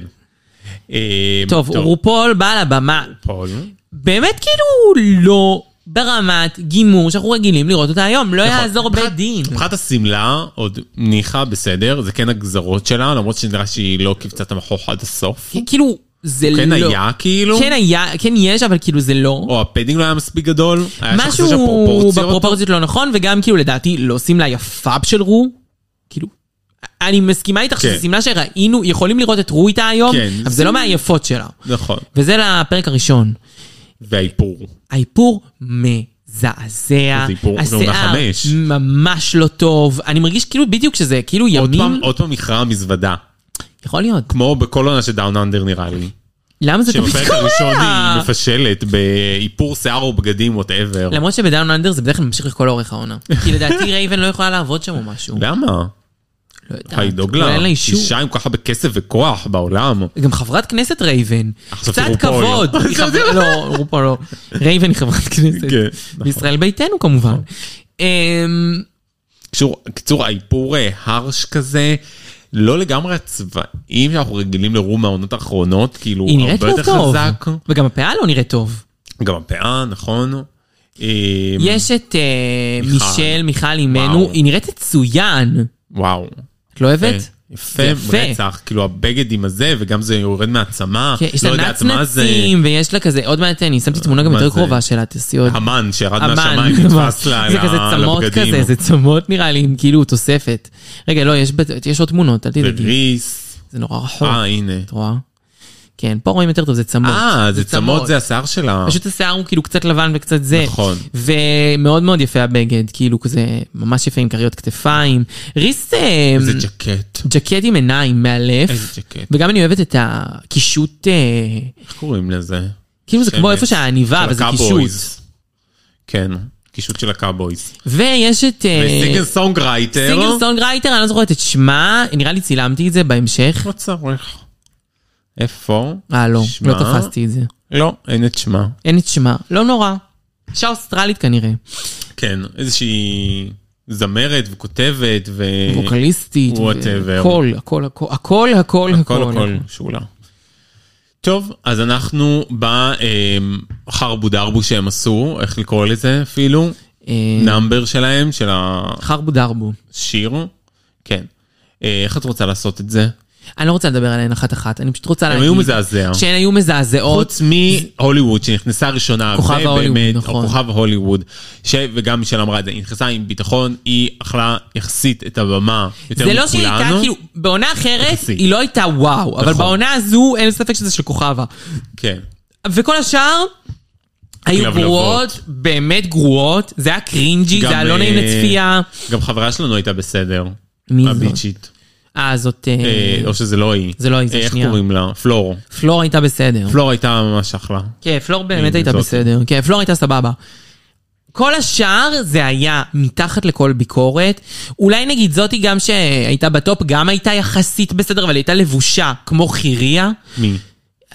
[SPEAKER 3] אה,
[SPEAKER 2] טוב, כן. רופול בא לבמה.
[SPEAKER 3] פול.
[SPEAKER 2] באמת כאילו לא ברמת גימור שאנחנו רגילים לראות אותה היום, לא
[SPEAKER 3] נכון.
[SPEAKER 2] יעזור בית דין.
[SPEAKER 3] מבחינת השמלה, עוד ניחא בסדר, זה כן הגזרות שלה, למרות שנראה שהיא לא קיבצה את המכוך עד הסוף.
[SPEAKER 2] כן, כאילו, זה לא...
[SPEAKER 3] כן היה כאילו,
[SPEAKER 2] כן היה, כן יש, אבל כאילו זה לא.
[SPEAKER 3] או הפדינג לא היה מספיק גדול, היה שם חוסר של
[SPEAKER 2] משהו
[SPEAKER 3] פרופורציות.
[SPEAKER 2] בפרופורציות לא נכון, וגם כאילו לדעתי לא שמלה יפה של רו. כאילו, אני מסכימה איתך
[SPEAKER 3] כן.
[SPEAKER 2] שזו שמלה שראינו, יכולים לראות את רו איתה היום,
[SPEAKER 3] כן,
[SPEAKER 2] אבל זה
[SPEAKER 3] זה-
[SPEAKER 2] לא מהיפות שלה.
[SPEAKER 3] נכון,
[SPEAKER 2] וזה לפרק הראשון.
[SPEAKER 3] והאיפור.
[SPEAKER 2] האיפור מזעזע.
[SPEAKER 3] זה איפור מעונה
[SPEAKER 2] השיער
[SPEAKER 3] חמש.
[SPEAKER 2] ממש לא טוב. אני מרגיש כאילו בדיוק שזה כאילו
[SPEAKER 3] עוד
[SPEAKER 2] ימים.
[SPEAKER 3] פעם, עוד פעם נכרעה המזוודה.
[SPEAKER 2] יכול להיות.
[SPEAKER 3] כמו בכל עונה של דאון אנדר נראה לי.
[SPEAKER 2] למה זה תמיד
[SPEAKER 3] שבפרק הראשון
[SPEAKER 2] קורה?
[SPEAKER 3] היא מפשלת באיפור שיער או בגדים, וואטאבר.
[SPEAKER 2] למרות שבדאון אנדר זה בדרך כלל ממשיך לכל אורך העונה. כי לדעתי רייבן לא יכולה לעבוד שם או משהו.
[SPEAKER 3] למה?
[SPEAKER 2] לא יודעת.
[SPEAKER 3] היא לדאוג
[SPEAKER 2] אולי אין
[SPEAKER 3] לה.
[SPEAKER 2] לה אישור.
[SPEAKER 3] אישה עם כל כך הרבה כסף וכוח בעולם.
[SPEAKER 2] גם חברת כנסת רייבן.
[SPEAKER 3] עכשיו זה
[SPEAKER 2] קצת
[SPEAKER 3] רופול.
[SPEAKER 2] כבוד. היא חבר- לא, רופול לא. רייבן היא חברת כנסת.
[SPEAKER 3] כן, נכון.
[SPEAKER 2] בישראל ביתנו כמובן. אמ,
[SPEAKER 3] קיצור- קיצור, האיפור אה, הרש כזה. לא לגמרי הצבעים שאנחנו רגילים לרום מהעונות האחרונות, כאילו,
[SPEAKER 2] היא נראית
[SPEAKER 3] הרבה
[SPEAKER 2] לא
[SPEAKER 3] יותר
[SPEAKER 2] טוב.
[SPEAKER 3] חזק. Mm.
[SPEAKER 2] וגם הפאה לא נראית טוב.
[SPEAKER 3] גם הפאה, נכון. אה,
[SPEAKER 2] יש את אה,
[SPEAKER 3] מיכל.
[SPEAKER 2] מישל, מיכל אימנו,
[SPEAKER 3] וואו.
[SPEAKER 2] היא נראית מצוין.
[SPEAKER 3] וואו.
[SPEAKER 2] את לא אוהבת?
[SPEAKER 3] יפה,
[SPEAKER 2] יפה.
[SPEAKER 3] יפה, רצח, כאילו הבגד עם הזה, וגם זה יורד מהעצמה,
[SPEAKER 2] כן, יש
[SPEAKER 3] לא
[SPEAKER 2] לה
[SPEAKER 3] יודעת מה זה, אה,
[SPEAKER 2] נצנצים, ויש לה כזה, עוד מעט אני שמתי תמונה גם
[SPEAKER 3] מה
[SPEAKER 2] יותר
[SPEAKER 3] זה?
[SPEAKER 2] קרובה שלה, תעשי עוד.
[SPEAKER 3] המן שירד
[SPEAKER 2] אמן.
[SPEAKER 3] מהשמיים, נתפס לה,
[SPEAKER 2] זה כזה
[SPEAKER 3] ל-
[SPEAKER 2] צמות
[SPEAKER 3] לבגדים.
[SPEAKER 2] כזה, זה צמות נראה לי, עם כאילו תוספת. רגע, לא, יש בת- יש עוד תמונות, אל תדאגי.
[SPEAKER 3] וריס,
[SPEAKER 2] זה נורא רחוק,
[SPEAKER 3] אה הנה,
[SPEAKER 2] את רואה? כן, פה רואים יותר טוב, זה צמות.
[SPEAKER 3] אה זה צמות זה השיער שלה,
[SPEAKER 2] פשוט השיער הוא כאילו קצת לבן וקצת זה.
[SPEAKER 3] נכון.
[SPEAKER 2] ומאוד מאוד יפה הבגד, כאילו כזה ממש יפה עם כריות כתפיים. ריס... אה,
[SPEAKER 3] זה ג'קט,
[SPEAKER 2] ג'קט עם עיניים מאלף.
[SPEAKER 3] איזה ג'קט.
[SPEAKER 2] וגם אני אוהבת את הקישוט, אה,
[SPEAKER 3] איך קוראים לזה?
[SPEAKER 2] כאילו זה כמו
[SPEAKER 3] שמש.
[SPEAKER 2] איפה שהעניבה,
[SPEAKER 3] של
[SPEAKER 2] אבל זה קישוט.
[SPEAKER 3] הקאובויז. כן, קישוט של הקאבויז,
[SPEAKER 2] ויש את... אה,
[SPEAKER 3] וסינגל סונג רייטר,
[SPEAKER 2] סינגל סונג רייטר, אני לא זוכרת את שמה, נראה לי צילמתי את זה בהמשך.
[SPEAKER 3] לא צריך, איפה?
[SPEAKER 2] אה, לא,
[SPEAKER 3] שמה?
[SPEAKER 2] לא תפסתי את זה.
[SPEAKER 3] לא, אין את שמה,
[SPEAKER 2] אין את שמה, לא נורא. אישה אוסטרלית כנראה,
[SPEAKER 3] כן, איזושהי זמרת וכותבת ו...
[SPEAKER 2] ווקליסטית,
[SPEAKER 3] whatever.
[SPEAKER 2] הכל, הכל, הכל, הכל, הכל,
[SPEAKER 3] הכל הכל שאולה. טוב, אז אנחנו בחרבו דרבו שהם עשו, איך לקרוא לזה אפילו,
[SPEAKER 2] אה,
[SPEAKER 3] נאמבר שלהם, של
[SPEAKER 2] חרבו דרבו.
[SPEAKER 3] השיר, כן. אה, איך את רוצה לעשות את זה?
[SPEAKER 2] אני לא רוצה לדבר עליהן אחת-אחת, אני פשוט רוצה
[SPEAKER 3] הם
[SPEAKER 2] להגיד...
[SPEAKER 3] היו מזעזע.
[SPEAKER 2] שהן היו מזעזעות.
[SPEAKER 3] חוץ מהוליווד שנכנסה ראשונה,
[SPEAKER 2] כוכב
[SPEAKER 3] זה
[SPEAKER 2] ההוליווד,
[SPEAKER 3] באמת,
[SPEAKER 2] נכון.
[SPEAKER 3] או כוכב ההוליווד, ש... וגם מישל אמרה את זה, היא נכנסה עם ביטחון, היא אכלה יחסית את הבמה
[SPEAKER 2] זה
[SPEAKER 3] יותר מכולנו.
[SPEAKER 2] לא שהיא הייתה, כאילו, בעונה אחרת
[SPEAKER 3] יחסית.
[SPEAKER 2] היא לא הייתה וואו, אבל
[SPEAKER 3] נכון.
[SPEAKER 2] בעונה הזו אין ספק שזה של כוכבה.
[SPEAKER 3] כן.
[SPEAKER 2] וכל השאר היו
[SPEAKER 3] כלבלבות.
[SPEAKER 2] גרועות, באמת גרועות, זה היה קרינג'י, זה
[SPEAKER 3] לא גם,
[SPEAKER 2] היה לא נעים
[SPEAKER 3] אה,
[SPEAKER 2] לצפייה.
[SPEAKER 3] גם חברה שלנו הייתה בסדר.
[SPEAKER 2] מי זאת?
[SPEAKER 3] הביצ'ית.
[SPEAKER 2] אה, זאת... אה,
[SPEAKER 3] אה, אוקיי. או שזה לא היא.
[SPEAKER 2] זה לא היא, זה
[SPEAKER 3] אה,
[SPEAKER 2] השנייה.
[SPEAKER 3] איך קוראים לה? פלור.
[SPEAKER 2] פלור הייתה בסדר.
[SPEAKER 3] פלור הייתה ממש אחלה.
[SPEAKER 2] כן, פלור באמת
[SPEAKER 3] הנה,
[SPEAKER 2] הייתה
[SPEAKER 3] זאת.
[SPEAKER 2] בסדר. כן, פלור הייתה סבבה. כל השאר זה היה מתחת לכל ביקורת. אולי נגיד זאתי גם שהייתה בטופ, גם הייתה יחסית בסדר, אבל הייתה לבושה כמו חיריה.
[SPEAKER 3] מי?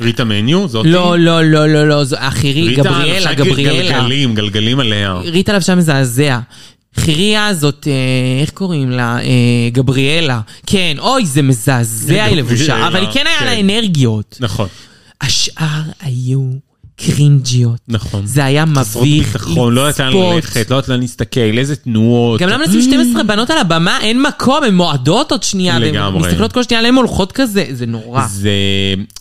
[SPEAKER 3] ריטה מניו? זאת
[SPEAKER 2] לא, לא, לא, לא, לא, זו החירי,
[SPEAKER 3] ריטה
[SPEAKER 2] גבריאלה,
[SPEAKER 3] לבשה
[SPEAKER 2] גבריאלה.
[SPEAKER 3] גלגלים, גלגלים עליה.
[SPEAKER 2] ריטה לבשה מזעזע. חיריה זאת, אה, איך קוראים לה? אה, גבריאלה. כן, אוי, זה מזעזע היא לבושה,
[SPEAKER 3] אה, גבריאלה,
[SPEAKER 2] אבל היא כן היה
[SPEAKER 3] כן.
[SPEAKER 2] לה אנרגיות.
[SPEAKER 3] נכון,
[SPEAKER 2] השאר היו קרינג'יות.
[SPEAKER 3] נכון.
[SPEAKER 2] זה היה
[SPEAKER 3] חסרות
[SPEAKER 2] מביך
[SPEAKER 3] ביטחון, לא יודעת לאן ללכת, לא יודעת לאן להסתכל, איזה תנועות.
[SPEAKER 2] גם לא למה לשים 12 בנות על הבמה? אין מקום, הן מועדות עוד שנייה. והן
[SPEAKER 3] לגמרי.
[SPEAKER 2] מסתכלות כל שנייה עליהן הולכות כזה, זה נורא.
[SPEAKER 3] זה,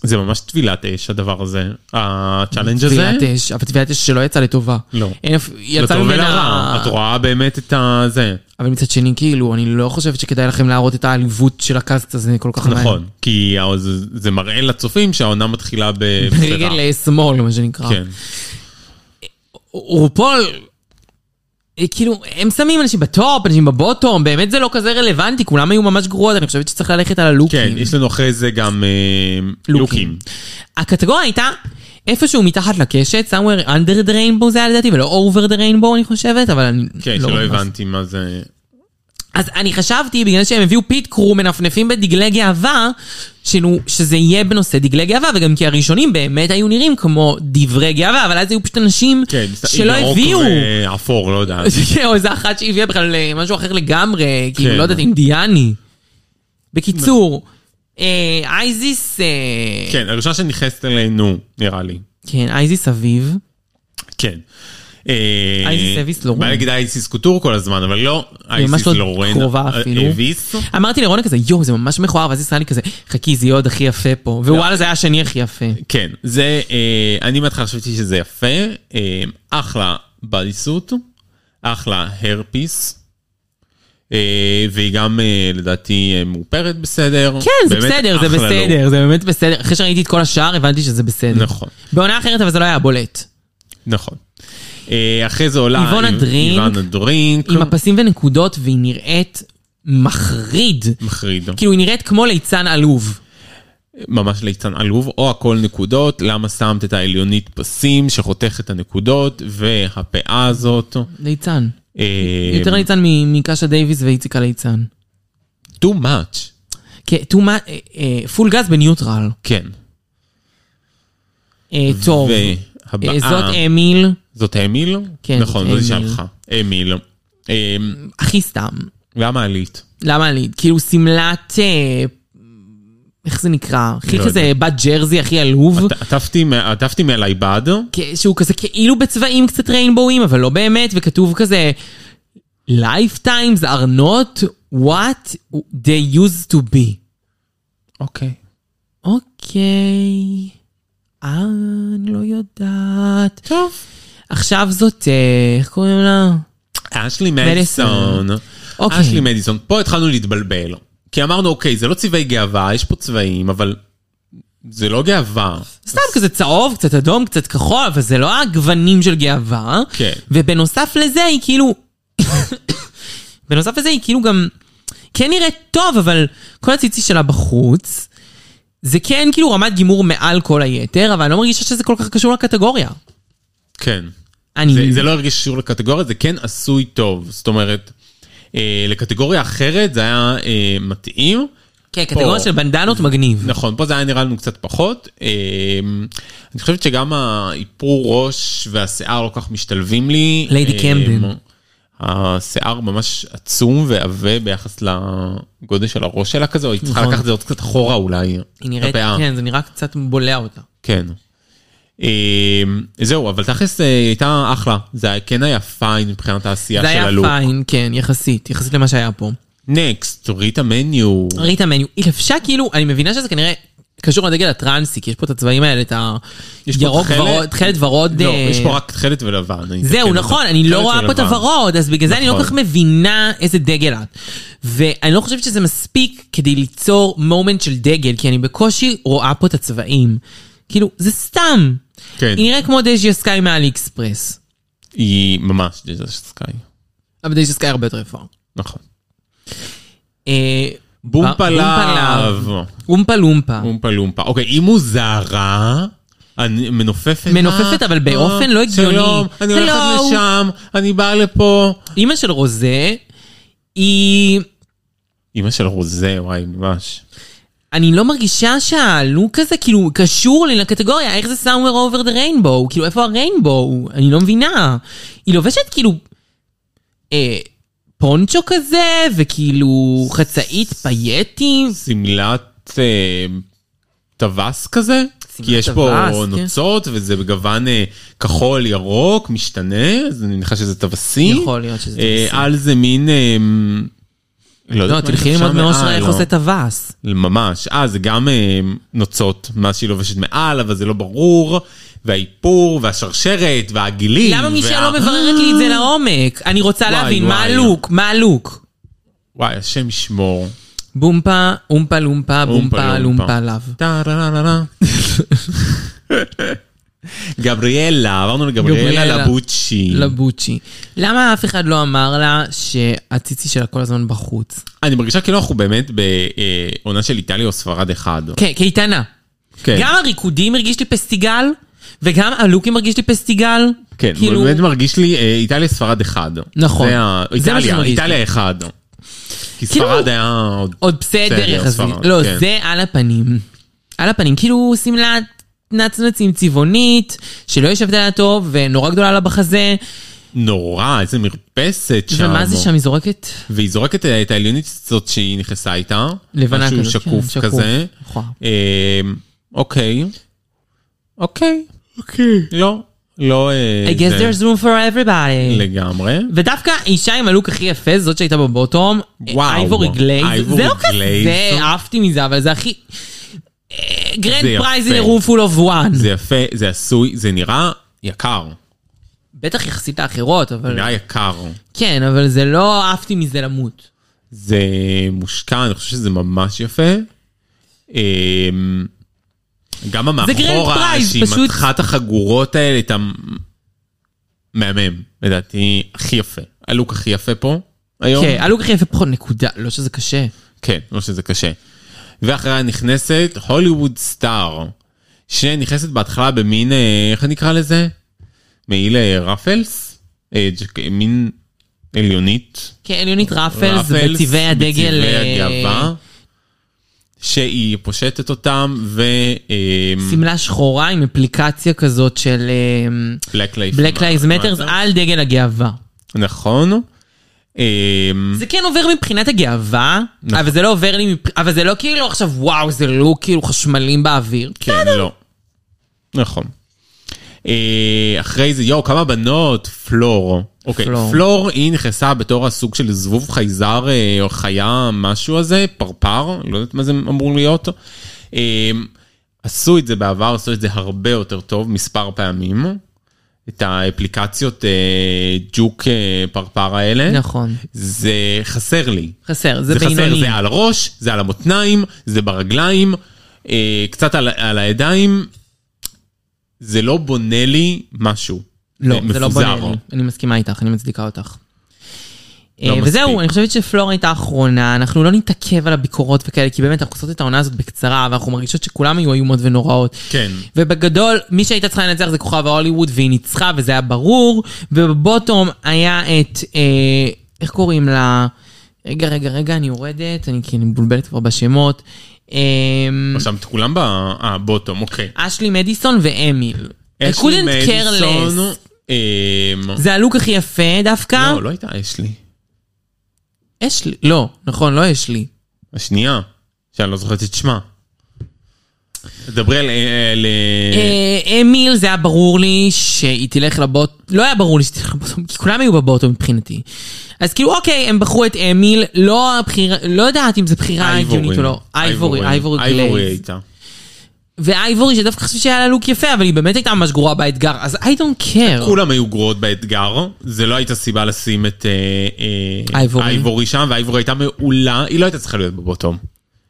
[SPEAKER 3] זה ממש טבילת אש הדבר הזה, הצ'אלנג' הזה.
[SPEAKER 2] טביעת אש, אבל טביעת אש שלא יצאה לטובה.
[SPEAKER 3] לא.
[SPEAKER 2] אין אף- יצא
[SPEAKER 3] לטוב
[SPEAKER 2] ממנה...
[SPEAKER 3] ולרע, את רואה באמת את הזה.
[SPEAKER 2] אבל מצד שני, כאילו, אני לא חושבת שכדאי לכם להראות את העליבות של הקאסט הזה כל כך מהר.
[SPEAKER 3] נכון, כי ה- זה- זה מראה לצופים שהעונה מתחילה בפסרה.
[SPEAKER 2] רגל שמאל, מה שנקרא.
[SPEAKER 3] כן,
[SPEAKER 2] רופול, אה, כאילו, הם שמים אנשים בטופ, אנשים בבוטום, באמת זה לא כזה רלוונטי, כולם היו ממש גרועות, אני חושבת שצריך ללכת על
[SPEAKER 3] כן,
[SPEAKER 2] הלוקים.
[SPEAKER 3] יש לנו אחרי זה גם אה, לוקים.
[SPEAKER 2] הקטגוריה הייתה איפשהו מתחת לקשת, somewhere under the rainbow זה היה לדעתי, ולא over the rainbow אני חושבת, אבל אני
[SPEAKER 3] כן,
[SPEAKER 2] לא
[SPEAKER 3] שלא
[SPEAKER 2] ממש-
[SPEAKER 3] הבנתי מה זה.
[SPEAKER 2] אז אני חשבתי, בגלל שהם הביאו פיט קרו מנפנפים בדגלי גאווה, שנו, שזה יהיה בנושא דגלי גאווה, וגם כי הראשונים באמת היו נראים כמו דברי גאווה, אבל אז היו פשוט אנשים
[SPEAKER 3] כן,
[SPEAKER 2] שלא
[SPEAKER 3] ירוק
[SPEAKER 2] הביאו.
[SPEAKER 3] ואפור, לא יודע.
[SPEAKER 2] כן, או איזה אחת שהביאה בכלל אה, משהו אחר לגמרי, כאילו,
[SPEAKER 3] כן.
[SPEAKER 2] לא יודעת, אינדיאני. בקיצור, אה, אייזיס... אה,
[SPEAKER 3] כן, הראשונה שנכנסת אלינו, נראה לי.
[SPEAKER 2] כן, אייזיס אביב.
[SPEAKER 3] כן. אה,
[SPEAKER 2] אייסיס אביס לורן.
[SPEAKER 3] בא להגיד אייסיס קוטור כל הזמן, אבל לא אייסיס
[SPEAKER 2] לא
[SPEAKER 3] לורן.
[SPEAKER 2] קרובה
[SPEAKER 3] אה,
[SPEAKER 2] אפילו.
[SPEAKER 3] אביס.
[SPEAKER 2] אמרתי לרונה כזה, יואו, זה ממש מכוער, ואז ישראלי כזה, חכי, זה יהיה עוד הכי יפה פה. ווואלה, זה היה השני הכי יפה.
[SPEAKER 3] כן, זה, אה, אני מההתחלה חשבתי שזה יפה, אה, אחלה בדיסות, אחלה הרפיס, אה, והיא גם אה, לדעתי אה, מאופרת בסדר.
[SPEAKER 2] כן, זה
[SPEAKER 3] באמת
[SPEAKER 2] בסדר, זה
[SPEAKER 3] אחלה לוק.
[SPEAKER 2] בסדר, זה באמת בסדר. אחרי שראיתי את כל השאר, הבנתי שזה בסדר.
[SPEAKER 3] נכון,
[SPEAKER 2] בעונה אחרת, אבל זה לא היה בולט.
[SPEAKER 3] נכון. אה, אחרי זה עולה
[SPEAKER 2] איבונה
[SPEAKER 3] איב-
[SPEAKER 2] דרינק.
[SPEAKER 3] איבונה דרינק,
[SPEAKER 2] עם הפסים ונקודות, והיא נראית מחריד.
[SPEAKER 3] מחריד,
[SPEAKER 2] כאילו, היא נראית כמו ליצן עלוב.
[SPEAKER 3] ממש ליצן עלוב, או הכל נקודות, למה שמת את העליונית פסים שחותך את הנקודות, והפאה הזאת.
[SPEAKER 2] ליצן.
[SPEAKER 3] אה,
[SPEAKER 2] יותר ליצן מ- מקאשה דייוויס ואיציק הליצן.
[SPEAKER 3] too much.
[SPEAKER 2] כן, too much- אה, אה, פול גז בניוטרל.
[SPEAKER 3] כן.
[SPEAKER 2] אה, טוב.
[SPEAKER 3] והבאה-
[SPEAKER 2] אה, זאת אמיל,
[SPEAKER 3] זאת אמיל?
[SPEAKER 2] כן,
[SPEAKER 3] נכון,
[SPEAKER 2] זאת
[SPEAKER 3] זאת אישה
[SPEAKER 2] אמיל.
[SPEAKER 3] שלך. אמיל. אמ,
[SPEAKER 2] הכי סתם.
[SPEAKER 3] למה עלית?
[SPEAKER 2] למה לי? כאילו שמלת... אה, איך זה נקרא? הכי
[SPEAKER 3] לא
[SPEAKER 2] כזה בת ג'רזי, הכי עלוב.
[SPEAKER 3] עט- עטפתי מה- עטפתי מעלי בד,
[SPEAKER 2] כ- שהוא כזה כאילו בצבעים קצת ריינבואים, אבל לא באמת, וכתוב כזה Lifetimes are not what they used to be.
[SPEAKER 3] אוקיי.
[SPEAKER 2] אוקיי. אה, אני לא יודעת.
[SPEAKER 3] טוב.
[SPEAKER 2] עכשיו זאת, אה, איך קוראים לה?
[SPEAKER 3] אשלי מדיסון.
[SPEAKER 2] אוקיי.
[SPEAKER 3] אשלי מדיסון. פה התחלנו להתבלבל. כי אמרנו, אוקיי, זה לא צבעי גאווה, יש פה צבעים, אבל זה לא גאווה.
[SPEAKER 2] סתם כזה צהוב, קצת אדום, קצת כחול, אבל זה לא הגוונים של גאווה.
[SPEAKER 3] כן.
[SPEAKER 2] ובנוסף לזה היא כאילו... בנוסף לזה היא כאילו גם... כן נראית טוב, אבל כל הציצי שלה בחוץ. זה כן כאילו רמת גימור מעל כל היתר, אבל אני לא מרגישה שזה כל כך קשור לקטגוריה.
[SPEAKER 3] כן.
[SPEAKER 2] אני...
[SPEAKER 3] זה- זה לא הרגיש קשור לקטגוריה, זה כן עשוי טוב. זאת אומרת, אה, לקטגוריה אחרת זה היה אה, מתאים,
[SPEAKER 2] כן, קטגוריה של בנדנות מגניב.
[SPEAKER 3] נכון, פה זה היה נראה לנו קצת פחות. אמ, אני חושבת שגם האיפור ראש והשיער לא כל כך משתלבים לי.
[SPEAKER 2] Lady
[SPEAKER 3] אמ,
[SPEAKER 2] Camden.
[SPEAKER 3] השיער ממש עצום ועבה ביחס לגודל של הראש שלה כזה, או היא צריכה
[SPEAKER 2] נכון.
[SPEAKER 3] לקחת את זה עוד קצת אחורה אולי.
[SPEAKER 2] היא נראית,
[SPEAKER 3] לפאה.
[SPEAKER 2] כן, זה נראה קצת בולע אותה.
[SPEAKER 3] כן. אמ, זהו, אבל תכלס אה, היא הייתה אחלה. זה היה- כן היה פיין מבחינת העשייה
[SPEAKER 2] זה
[SPEAKER 3] של
[SPEAKER 2] היה
[SPEAKER 3] הלוק.
[SPEAKER 2] פיין, כן, יחסית, יחסית למה שהיה פה.
[SPEAKER 3] נקסט, ריטה מניו.
[SPEAKER 2] ראית מניו, היא לבשה כאילו, אני מבינה שזה כנראה קשור לדגל הטרנסי, כי יש פה את הצבעים האלה, את
[SPEAKER 3] יש פה
[SPEAKER 2] הירוק
[SPEAKER 3] תכלת?
[SPEAKER 2] ורוד, תכלת ורוד.
[SPEAKER 3] לא,
[SPEAKER 2] אה,
[SPEAKER 3] יש פה רק תכלת ולבן. אני
[SPEAKER 2] זהו,
[SPEAKER 3] אתקן
[SPEAKER 2] נכון,
[SPEAKER 3] אותך.
[SPEAKER 2] אני לא
[SPEAKER 3] תכלת
[SPEAKER 2] רואה פה את
[SPEAKER 3] ולבן.
[SPEAKER 2] הוורוד, אז בגלל זה אני לא
[SPEAKER 3] נכון.
[SPEAKER 2] כל כך מבינה איזה דגל את. ואני לא חושבת שזה מספיק כדי ליצור מומנט של דגל, כי אני בקושי רואה פה את הצבעים. כאילו, זה סתם.
[SPEAKER 3] כן.
[SPEAKER 2] היא נראית כמו דז'יה סקאי מאלי אקספרס.
[SPEAKER 3] היא ממש ג'יזוס סקאי.
[SPEAKER 2] אבל דז'יה סקאי הרבה יותר יפה.
[SPEAKER 3] נכון.
[SPEAKER 2] אה,
[SPEAKER 3] בומפה
[SPEAKER 2] ב-
[SPEAKER 3] לאב.
[SPEAKER 2] אומפה לומפה.
[SPEAKER 3] בומפה לומפה. אוקיי, אם הוא זרה, אני מנופפת.
[SPEAKER 2] מנופפת,
[SPEAKER 3] אה,
[SPEAKER 2] אבל באופן
[SPEAKER 3] אה,
[SPEAKER 2] לא הגיוני.
[SPEAKER 3] שלום, אני הולכת
[SPEAKER 2] Hello.
[SPEAKER 3] לשם, אני באה לפה.
[SPEAKER 2] אימא של רוזה, היא...
[SPEAKER 3] אמא של רוזה, וואי, ממש.
[SPEAKER 2] אני לא מרגישה שהלוק הזה כאילו קשור לי לקטגוריה, איך זה somewhere over the rainbow? כאילו, איפה הריינבו? אני לא מבינה. היא לובשת כאילו אה, פונצ'ו כזה, וכאילו חצאית פייטים.
[SPEAKER 3] שמלת אה, טווס כזה, כי יש פה
[SPEAKER 2] טווס, כן.
[SPEAKER 3] נוצות וזה בגוון אה, כחול ירוק, משתנה, אז אני מניחה שזה טווסי.
[SPEAKER 2] יכול להיות שזה
[SPEAKER 3] אה,
[SPEAKER 2] טווסי.
[SPEAKER 3] על זה מין... אה, יודעת
[SPEAKER 2] לא,
[SPEAKER 3] מה
[SPEAKER 2] תלכי
[SPEAKER 3] היא
[SPEAKER 2] ללמוד
[SPEAKER 3] לבשה
[SPEAKER 2] מאושרה
[SPEAKER 3] מעל,
[SPEAKER 2] איך
[SPEAKER 3] לא.
[SPEAKER 2] עושה את הווס.
[SPEAKER 3] ממש. אה, זה גם אה, נוצות, מה שהיא לובשת מעל, אבל זה לא ברור, והאיפור, והשרשרת, והגילים.
[SPEAKER 2] למה מישל
[SPEAKER 3] וה-
[SPEAKER 2] לא מבררת לי את זה לעומק? אני רוצה
[SPEAKER 3] וואי,
[SPEAKER 2] להבין, מה
[SPEAKER 3] וואי.
[SPEAKER 2] הלוק? מה הלוק?
[SPEAKER 3] וואי, השם ישמור.
[SPEAKER 2] בומפה, אומפה לומפה, בומפה
[SPEAKER 3] אומפה,
[SPEAKER 2] לומפה
[SPEAKER 3] לומפה. Mm.
[SPEAKER 2] לאו.
[SPEAKER 3] טה-רה-רה-רה-רה. גבריאלה, עברנו
[SPEAKER 2] גבריאלה.
[SPEAKER 3] לגבריאלה לבוצ'י.
[SPEAKER 2] לבוצ'י. למה אף אחד לא אמר לה שהציצי שלה כל הזמן בחוץ?
[SPEAKER 3] אני מרגישה כאילו אנחנו באמת בעונה של איטליה או ספרד אחד.
[SPEAKER 2] כן, קייטנה.
[SPEAKER 3] כן,
[SPEAKER 2] גם הריקודים הרגיש לי פסטיגל, וגם הלוקים הרגיש לי פסטיגל.
[SPEAKER 3] כן,
[SPEAKER 2] כאילו,
[SPEAKER 3] באמת מרגיש לי אה, איטליה ספרד אחד.
[SPEAKER 2] נכון.
[SPEAKER 3] זה ה-
[SPEAKER 2] זה מה שזה
[SPEAKER 3] איטליה,
[SPEAKER 2] מרגיש לי.
[SPEAKER 3] איטליה אחד. כי
[SPEAKER 2] כאילו-
[SPEAKER 3] ספרד היה עוד...
[SPEAKER 2] עוד בסדר
[SPEAKER 3] בסדר,
[SPEAKER 2] יחסית.
[SPEAKER 3] ספרד,
[SPEAKER 2] לא,
[SPEAKER 3] כן.
[SPEAKER 2] זה על הפנים. על הפנים, כאילו שמלת נצנצים צבעונית, שלא יושבת עליה טוב, ונורא גדולה לה בחזה,
[SPEAKER 3] נורא, איזה מרפסת שם.
[SPEAKER 2] ומה זה שם, היא זורקת?
[SPEAKER 3] והיא זורקת את העליונית הזאת שהיא נכנסה איתה.
[SPEAKER 2] לבנה כזאת,
[SPEAKER 3] משהו שקוף
[SPEAKER 2] כן, שקוף.
[SPEAKER 3] כזה.
[SPEAKER 2] נכון.
[SPEAKER 3] אה, אוקיי. אוקיי. אוקיי. לא, לא... אה,
[SPEAKER 2] I guess
[SPEAKER 3] זה-
[SPEAKER 2] there's room for everybody.
[SPEAKER 3] לגמרי.
[SPEAKER 2] ודווקא אישה עם הלוק הכי יפה, זאת שהייתה בבוטום,
[SPEAKER 3] וואו.
[SPEAKER 2] אייבורי גלייז,
[SPEAKER 3] אייבורי
[SPEAKER 2] זה לא כזה,
[SPEAKER 3] גלייז.
[SPEAKER 2] עפתי מזה, אבל זה הכי... אה,
[SPEAKER 3] זה
[SPEAKER 2] גרנד
[SPEAKER 3] יפה.
[SPEAKER 2] פרייז אין רום פול אוף וואן.
[SPEAKER 3] זה יפה, זה עשוי, זה נראה יקר.
[SPEAKER 2] בטח יחסית לאחרות,
[SPEAKER 3] זה
[SPEAKER 2] אבל...
[SPEAKER 3] נראה יקר.
[SPEAKER 2] כן, אבל זה לא עפתי מזה למות.
[SPEAKER 3] זה מושקע, אני חושב שזה ממש יפה. אמ, גם
[SPEAKER 2] גרנד
[SPEAKER 3] המאחורה,
[SPEAKER 2] פרייז,
[SPEAKER 3] שהיא
[SPEAKER 2] פשוט-
[SPEAKER 3] מתחה את החגורות האלה, את המהמם, לדעתי, הכי יפה. הלוק הכי יפה פה היום.
[SPEAKER 2] כן, הלוק הכי יפה פחות נקודה, לא שזה קשה.
[SPEAKER 3] כן, לא שזה קשה. ואחריה נכנסת הוליווד סטאר, שנכנסת בהתחלה במין, אה, איך נקרא לזה? מעיל אה, רפלס? אה, ג'ק- מין עליונית.
[SPEAKER 2] כן, עליונית ראפלס
[SPEAKER 3] רפלס,
[SPEAKER 2] בצבעי הדגל...
[SPEAKER 3] בצבעי
[SPEAKER 2] אה,
[SPEAKER 3] הגאווה, שהיא פושטת אותם, ו... אה,
[SPEAKER 2] שמלה שחורה עם אפליקציה כזאת של אה,
[SPEAKER 3] בלק לייב
[SPEAKER 2] בלק לייז מטרס על דגל הגאווה.
[SPEAKER 3] נכון. אמ,
[SPEAKER 2] זה כן עובר מבחינת הגאווה,
[SPEAKER 3] נכון.
[SPEAKER 2] אבל זה לא עובר לי, מבח- אבל זה לא כאילו עכשיו וואו, זה לא כאילו חשמלים באוויר.
[SPEAKER 3] כן, לא. נכון. אה, אחרי זה, יואו, כמה בנות, פלור. אוקיי,
[SPEAKER 2] פלור.
[SPEAKER 3] פלור, היא נכנסה בתור הסוג של זבוב חייזר אה, או חיה, משהו הזה, פרפר, לא יודעת מה זה אמור להיות. אה, עשו את זה בעבר, עשו את זה הרבה יותר טוב, מספר פעמים. את האפליקציות אה, ג'וק אה, פרפר האלה.
[SPEAKER 2] נכון.
[SPEAKER 3] זה חסר לי.
[SPEAKER 2] חסר, זה
[SPEAKER 3] זה חסר,
[SPEAKER 2] בינוני.
[SPEAKER 3] זה על הראש, זה על המותניים, זה ברגליים, אה, קצת על, על הידיים. זה לא בונה לי משהו.
[SPEAKER 2] לא, זה לא
[SPEAKER 3] מפוזר. לא
[SPEAKER 2] בונה לי. אני מסכימה איתך, אני מצדיקה אותך. אה,
[SPEAKER 3] מספיק.
[SPEAKER 2] וזהו, אני חושבת שפלור הייתה האחרונה, אנחנו לא נתעכב על הביקורות וכאלה, כי באמת אנחנו עושות את העונה הזאת בקצרה, ואנחנו מרגישות שכולם היו איומות ונוראות.
[SPEAKER 3] כן.
[SPEAKER 2] ובגדול, מי שהייתה צריכה לנצח זה כוכב ההוליווד, והיא ניצחה, וזה היה ברור. ובבוטום היה את, אה, איך קוראים לה? רגע, רגע, רגע, אני יורדת, אני כי אני מבולבלת כבר בשמות. אמ,
[SPEAKER 3] עכשיו, את כולם ב... אה, בוטום, אוקיי.
[SPEAKER 2] אשלי מדיסון ואמיל. I
[SPEAKER 3] אשלי
[SPEAKER 2] couldn't care
[SPEAKER 3] מדיסון,
[SPEAKER 2] less.
[SPEAKER 3] אמ,
[SPEAKER 2] זה הלוק הכי יפה דווקא.
[SPEAKER 3] לא, לא הייתה אשלי.
[SPEAKER 2] אשלי, לא, נכון, לא אשלי.
[SPEAKER 3] השנייה, שאני לא זוכרת את שמה. דברי על... אה, על-
[SPEAKER 2] אה, אמיל, זה היה ברור לי שהיא תלך לבוט... לא היה ברור לי שהיא תלך לבוטום, כי כולם היו בבוטום מבחינתי. אז כאילו, אוקיי, הם בחרו את אמיל, לא הבחירה, לא יודעת אם זו בחירה הגיונית או לא. אייבורי, אייבורי
[SPEAKER 3] אייבורי
[SPEAKER 2] גלייז.
[SPEAKER 3] הייתה.
[SPEAKER 2] ואייבורי, שדווקא חשבתי שהיה לה לוק יפה, אבל היא באמת הייתה ממש גרועה באתגר, אז I don't care.
[SPEAKER 3] כולם היו גרועות באתגר, זה לא הייתה סיבה לשים את אה, אה,
[SPEAKER 2] אייבורי.
[SPEAKER 3] אייבורי שם, ואייבורי הייתה מעולה, היא לא הייתה צריכה להיות בבוטום.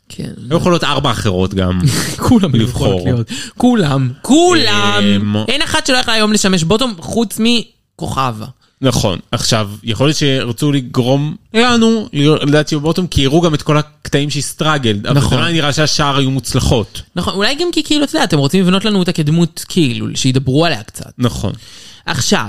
[SPEAKER 2] כן.
[SPEAKER 3] היו יכולות ארבע אחרות גם.
[SPEAKER 2] כולם
[SPEAKER 3] לבחור.
[SPEAKER 2] לבחור. כולם, כולם.
[SPEAKER 3] אמ,
[SPEAKER 2] אין אחת שלא יכלה היום לשמש בוטום חוץ מכוכבה.
[SPEAKER 3] נכון, עכשיו, יכול להיות שרצו לגרום לנו ל- לדעת שהיא בבוטום, כי הראו גם את כל הקטעים שהיא סטראגלד. נכון. אבל
[SPEAKER 2] נכון.
[SPEAKER 3] זה לא היה נראה שהשאר היו מוצלחות.
[SPEAKER 2] נכון, אולי גם כי כאילו, אתה יודע, אתם רוצים לבנות לנו אותה כדמות כאילו, שידברו עליה קצת.
[SPEAKER 3] נכון.
[SPEAKER 2] עכשיו,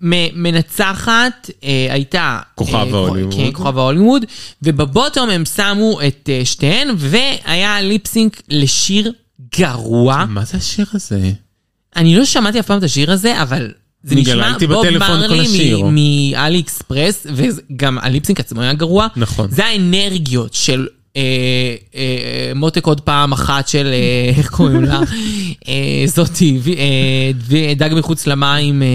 [SPEAKER 2] מ- מנצחת אה, הייתה...
[SPEAKER 3] כוכב
[SPEAKER 2] אה, כ-
[SPEAKER 3] ההוליווד.
[SPEAKER 2] כן, כוכב ההוליווד, ובבוטום הם שמו את אה, שתיהן, והיה ליפסינק לשיר גרוע.
[SPEAKER 3] מה זה השיר הזה?
[SPEAKER 2] אני לא שמעתי אף פעם את השיר הזה, אבל... זה
[SPEAKER 3] אני
[SPEAKER 2] נשמע
[SPEAKER 3] גללתי
[SPEAKER 2] בוב
[SPEAKER 3] בטלפון כל
[SPEAKER 2] מרלי
[SPEAKER 3] השיר.
[SPEAKER 2] מאלי אקספרס, וגם הליפסינק עצמו היה גרוע.
[SPEAKER 3] נכון.
[SPEAKER 2] זה האנרגיות של אה, אה, מותק עוד פעם אחת של, אה, איך קוראים לה? אה, זאתי, ו- אה, ו- דג מחוץ למים, אה,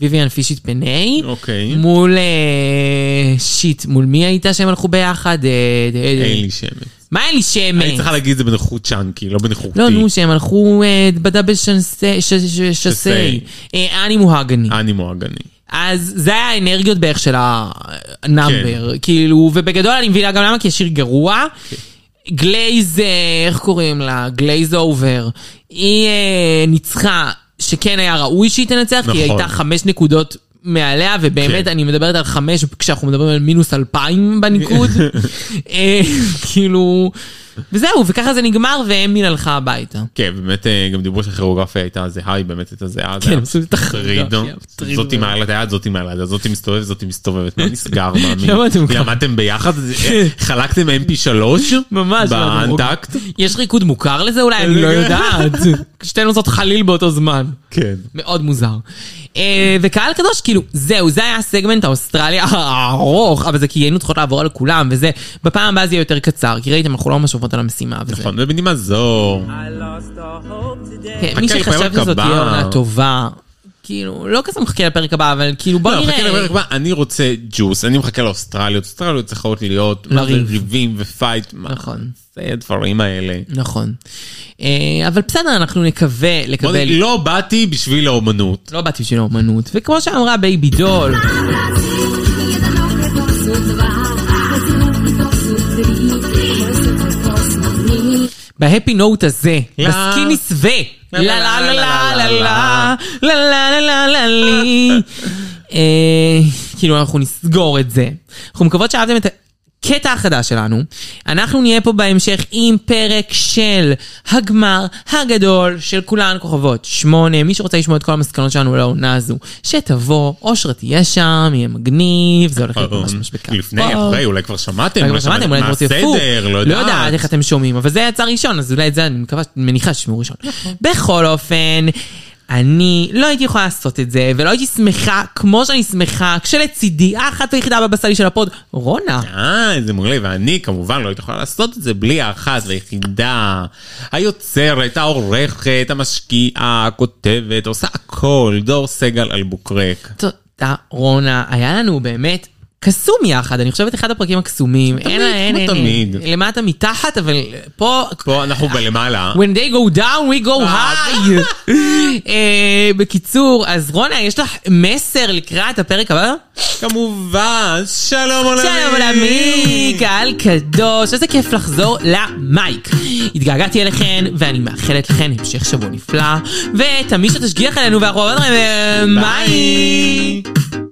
[SPEAKER 2] ויויאן פישית פני.
[SPEAKER 3] אוקיי.
[SPEAKER 2] מול אה, שיט, מול מי הייתה שהם הלכו ביחד? אה, אה, אה,
[SPEAKER 3] אין לי שמץ.
[SPEAKER 2] מה אין לי שמץ?
[SPEAKER 3] אני צריכה להגיד את זה בנוכחות צ'אנקי, לא בנוכחותי.
[SPEAKER 2] לא, נו, שהם הלכו אה, בדאבל שנסי- ש- ש-
[SPEAKER 3] שסי.
[SPEAKER 2] שסי, אה, אני מוהגני.
[SPEAKER 3] אני מואגני.
[SPEAKER 2] אז זה היה האנרגיות בערך של
[SPEAKER 3] כן.
[SPEAKER 2] הנאמבר, כאילו, ובגדול אני מבינה גם למה, כי השיר גרוע. גלייז, אה, איך קוראים לה? גלייז אובר. היא אה, ניצחה, שכן היה ראוי שהיא תנצח, כי היא
[SPEAKER 3] נכון.
[SPEAKER 2] הייתה חמש נקודות מעליה, ובאמת
[SPEAKER 3] כן.
[SPEAKER 2] אני מדברת על חמש, כשאנחנו מדברים על מינוס אלפיים בניקוד. אה, כאילו, וזהו, וככה זה נגמר, ואמין הלכה הביתה.
[SPEAKER 3] כן, באמת, אה, גם דיברו שהכירוגרפיה הייתה זהה, היא באמת הייתה זהה. זה
[SPEAKER 2] כן,
[SPEAKER 3] היה
[SPEAKER 2] הם עשו את כן,
[SPEAKER 3] מטריד.
[SPEAKER 2] הכירוגרפיה, מטריד
[SPEAKER 3] זאתי
[SPEAKER 2] מאוד.
[SPEAKER 3] מעלה את היד, זאתי מעלה את היד, זאתי מסתובבת, זאתי מסתובבת. מה נסגר, מאמי?
[SPEAKER 2] למה אתם ככה?
[SPEAKER 3] למדתם ביחד? זה- חלקתם MP3?
[SPEAKER 2] ממש, מה, אתם
[SPEAKER 3] באנטקט?
[SPEAKER 2] יש ריקוד מוכר לזה אולי? אני לא יודעת. שתיהן עושות חליל באותו זמן.
[SPEAKER 3] כן.
[SPEAKER 2] מאוד מוזר. אה, וקהל קדוש, כאילו, זהו, זה היה הסגמנט האוסטרלי הארוך, אבל זה כי היינו צריכות לעבור על כולם, וזה, בפעם הבאה זה יהיה יותר קצר, כי ראיתם, אנחנו לא ממש עוברות על המשימה וזה.
[SPEAKER 3] נכון, ובנימה זו.
[SPEAKER 2] כן, מי
[SPEAKER 3] חכה לפרק
[SPEAKER 2] שחשב שזאת
[SPEAKER 3] הבא.
[SPEAKER 2] תהיה עונה טובה, כאילו, לא כזה מחכה לפרק הבא, אבל כאילו, בוא
[SPEAKER 3] לא, חכה
[SPEAKER 2] נראה.
[SPEAKER 3] לפרק הבא, אני רוצה ג'וס, אני מחכה לאוסטרליות, אוסטרליות צריכות להיות מה זה,
[SPEAKER 2] לריב.
[SPEAKER 3] ריבים ופייט, מה
[SPEAKER 2] נכון,
[SPEAKER 3] זה הדברים האלה.
[SPEAKER 2] נכון. אה, אבל בסדר, אנחנו נקווה
[SPEAKER 3] בוא
[SPEAKER 2] לקבל...
[SPEAKER 3] נגיד, לא באתי בשביל האומנות.
[SPEAKER 2] לא באתי בשביל האומנות, וכמו שאמרה בייבי דול, בהפי נוט הזה,
[SPEAKER 3] לא.
[SPEAKER 2] בסקי נסווה, לה לה לה לה לה לה לה לה לה לה לה לי. אה, כאילו אנחנו נסגור את זה. אנחנו מקוות שאהבתם את הקטע החדש שלנו. אנחנו נהיה פה בהמשך עם פרק של הגמר הגדול של כולן כוכבות שמונה. מי שרוצה לשמוע את כל המסקנות שלנו לעונה הזו, שתבוא, אושרה תהיה שם, יהיה מגניב, זה הולך להיות כן, ממש ממש בקרוב.
[SPEAKER 3] אה, לפני, אחרי, אולי כבר שמעתם,
[SPEAKER 2] אולי כבר לא שמעתם, אולי כבר תפו.
[SPEAKER 3] מהסדר, לא
[SPEAKER 2] לא יודעת
[SPEAKER 3] יודעת.
[SPEAKER 2] איך אתם שומעים, אבל זה יצא ראשון, אז אולי את זה אני מקווה, מניחה שתשמעו ראשון. בכל אופן, אני לא הייתי יכולה לעשות את זה, ולא הייתי שמחה כמו שאני שמחה, כשלצידי האחת היחידה בבסלי של הפוד, רונה.
[SPEAKER 3] אה, איזה מעולה, ואני כמובן לא הייתי יכולה לעשות את זה בלי האחת והיחידה, היוצרת, העורכת, המשקיעה, הכותבת, עושה הכל, דור סגל על בוקרק.
[SPEAKER 2] תודה, רונה. היה לנו באמת... קסום יחד, אני חושבת אחד הפרקים הקסומים. אין, אין,
[SPEAKER 3] כמו
[SPEAKER 2] אין,
[SPEAKER 3] תמיד.
[SPEAKER 2] אין. למטה מתחת, אבל פה...
[SPEAKER 3] פה אנחנו בלמעלה.
[SPEAKER 2] When they go down, we go
[SPEAKER 3] אה,
[SPEAKER 2] high. אה, בקיצור, אז רונה, יש לך מסר לקראת הפרק הבא?
[SPEAKER 3] כמובן, שלום עולמי.
[SPEAKER 2] שלום עולמי, קהל קדוש, איזה כיף לחזור למייק. התגעגעתי אליכן, ואני מאחלת לכן המשך אה, שבוע נפלא, ותמיד שתשגיח עלינו ואנחנו אוהבים אתכם, ביי.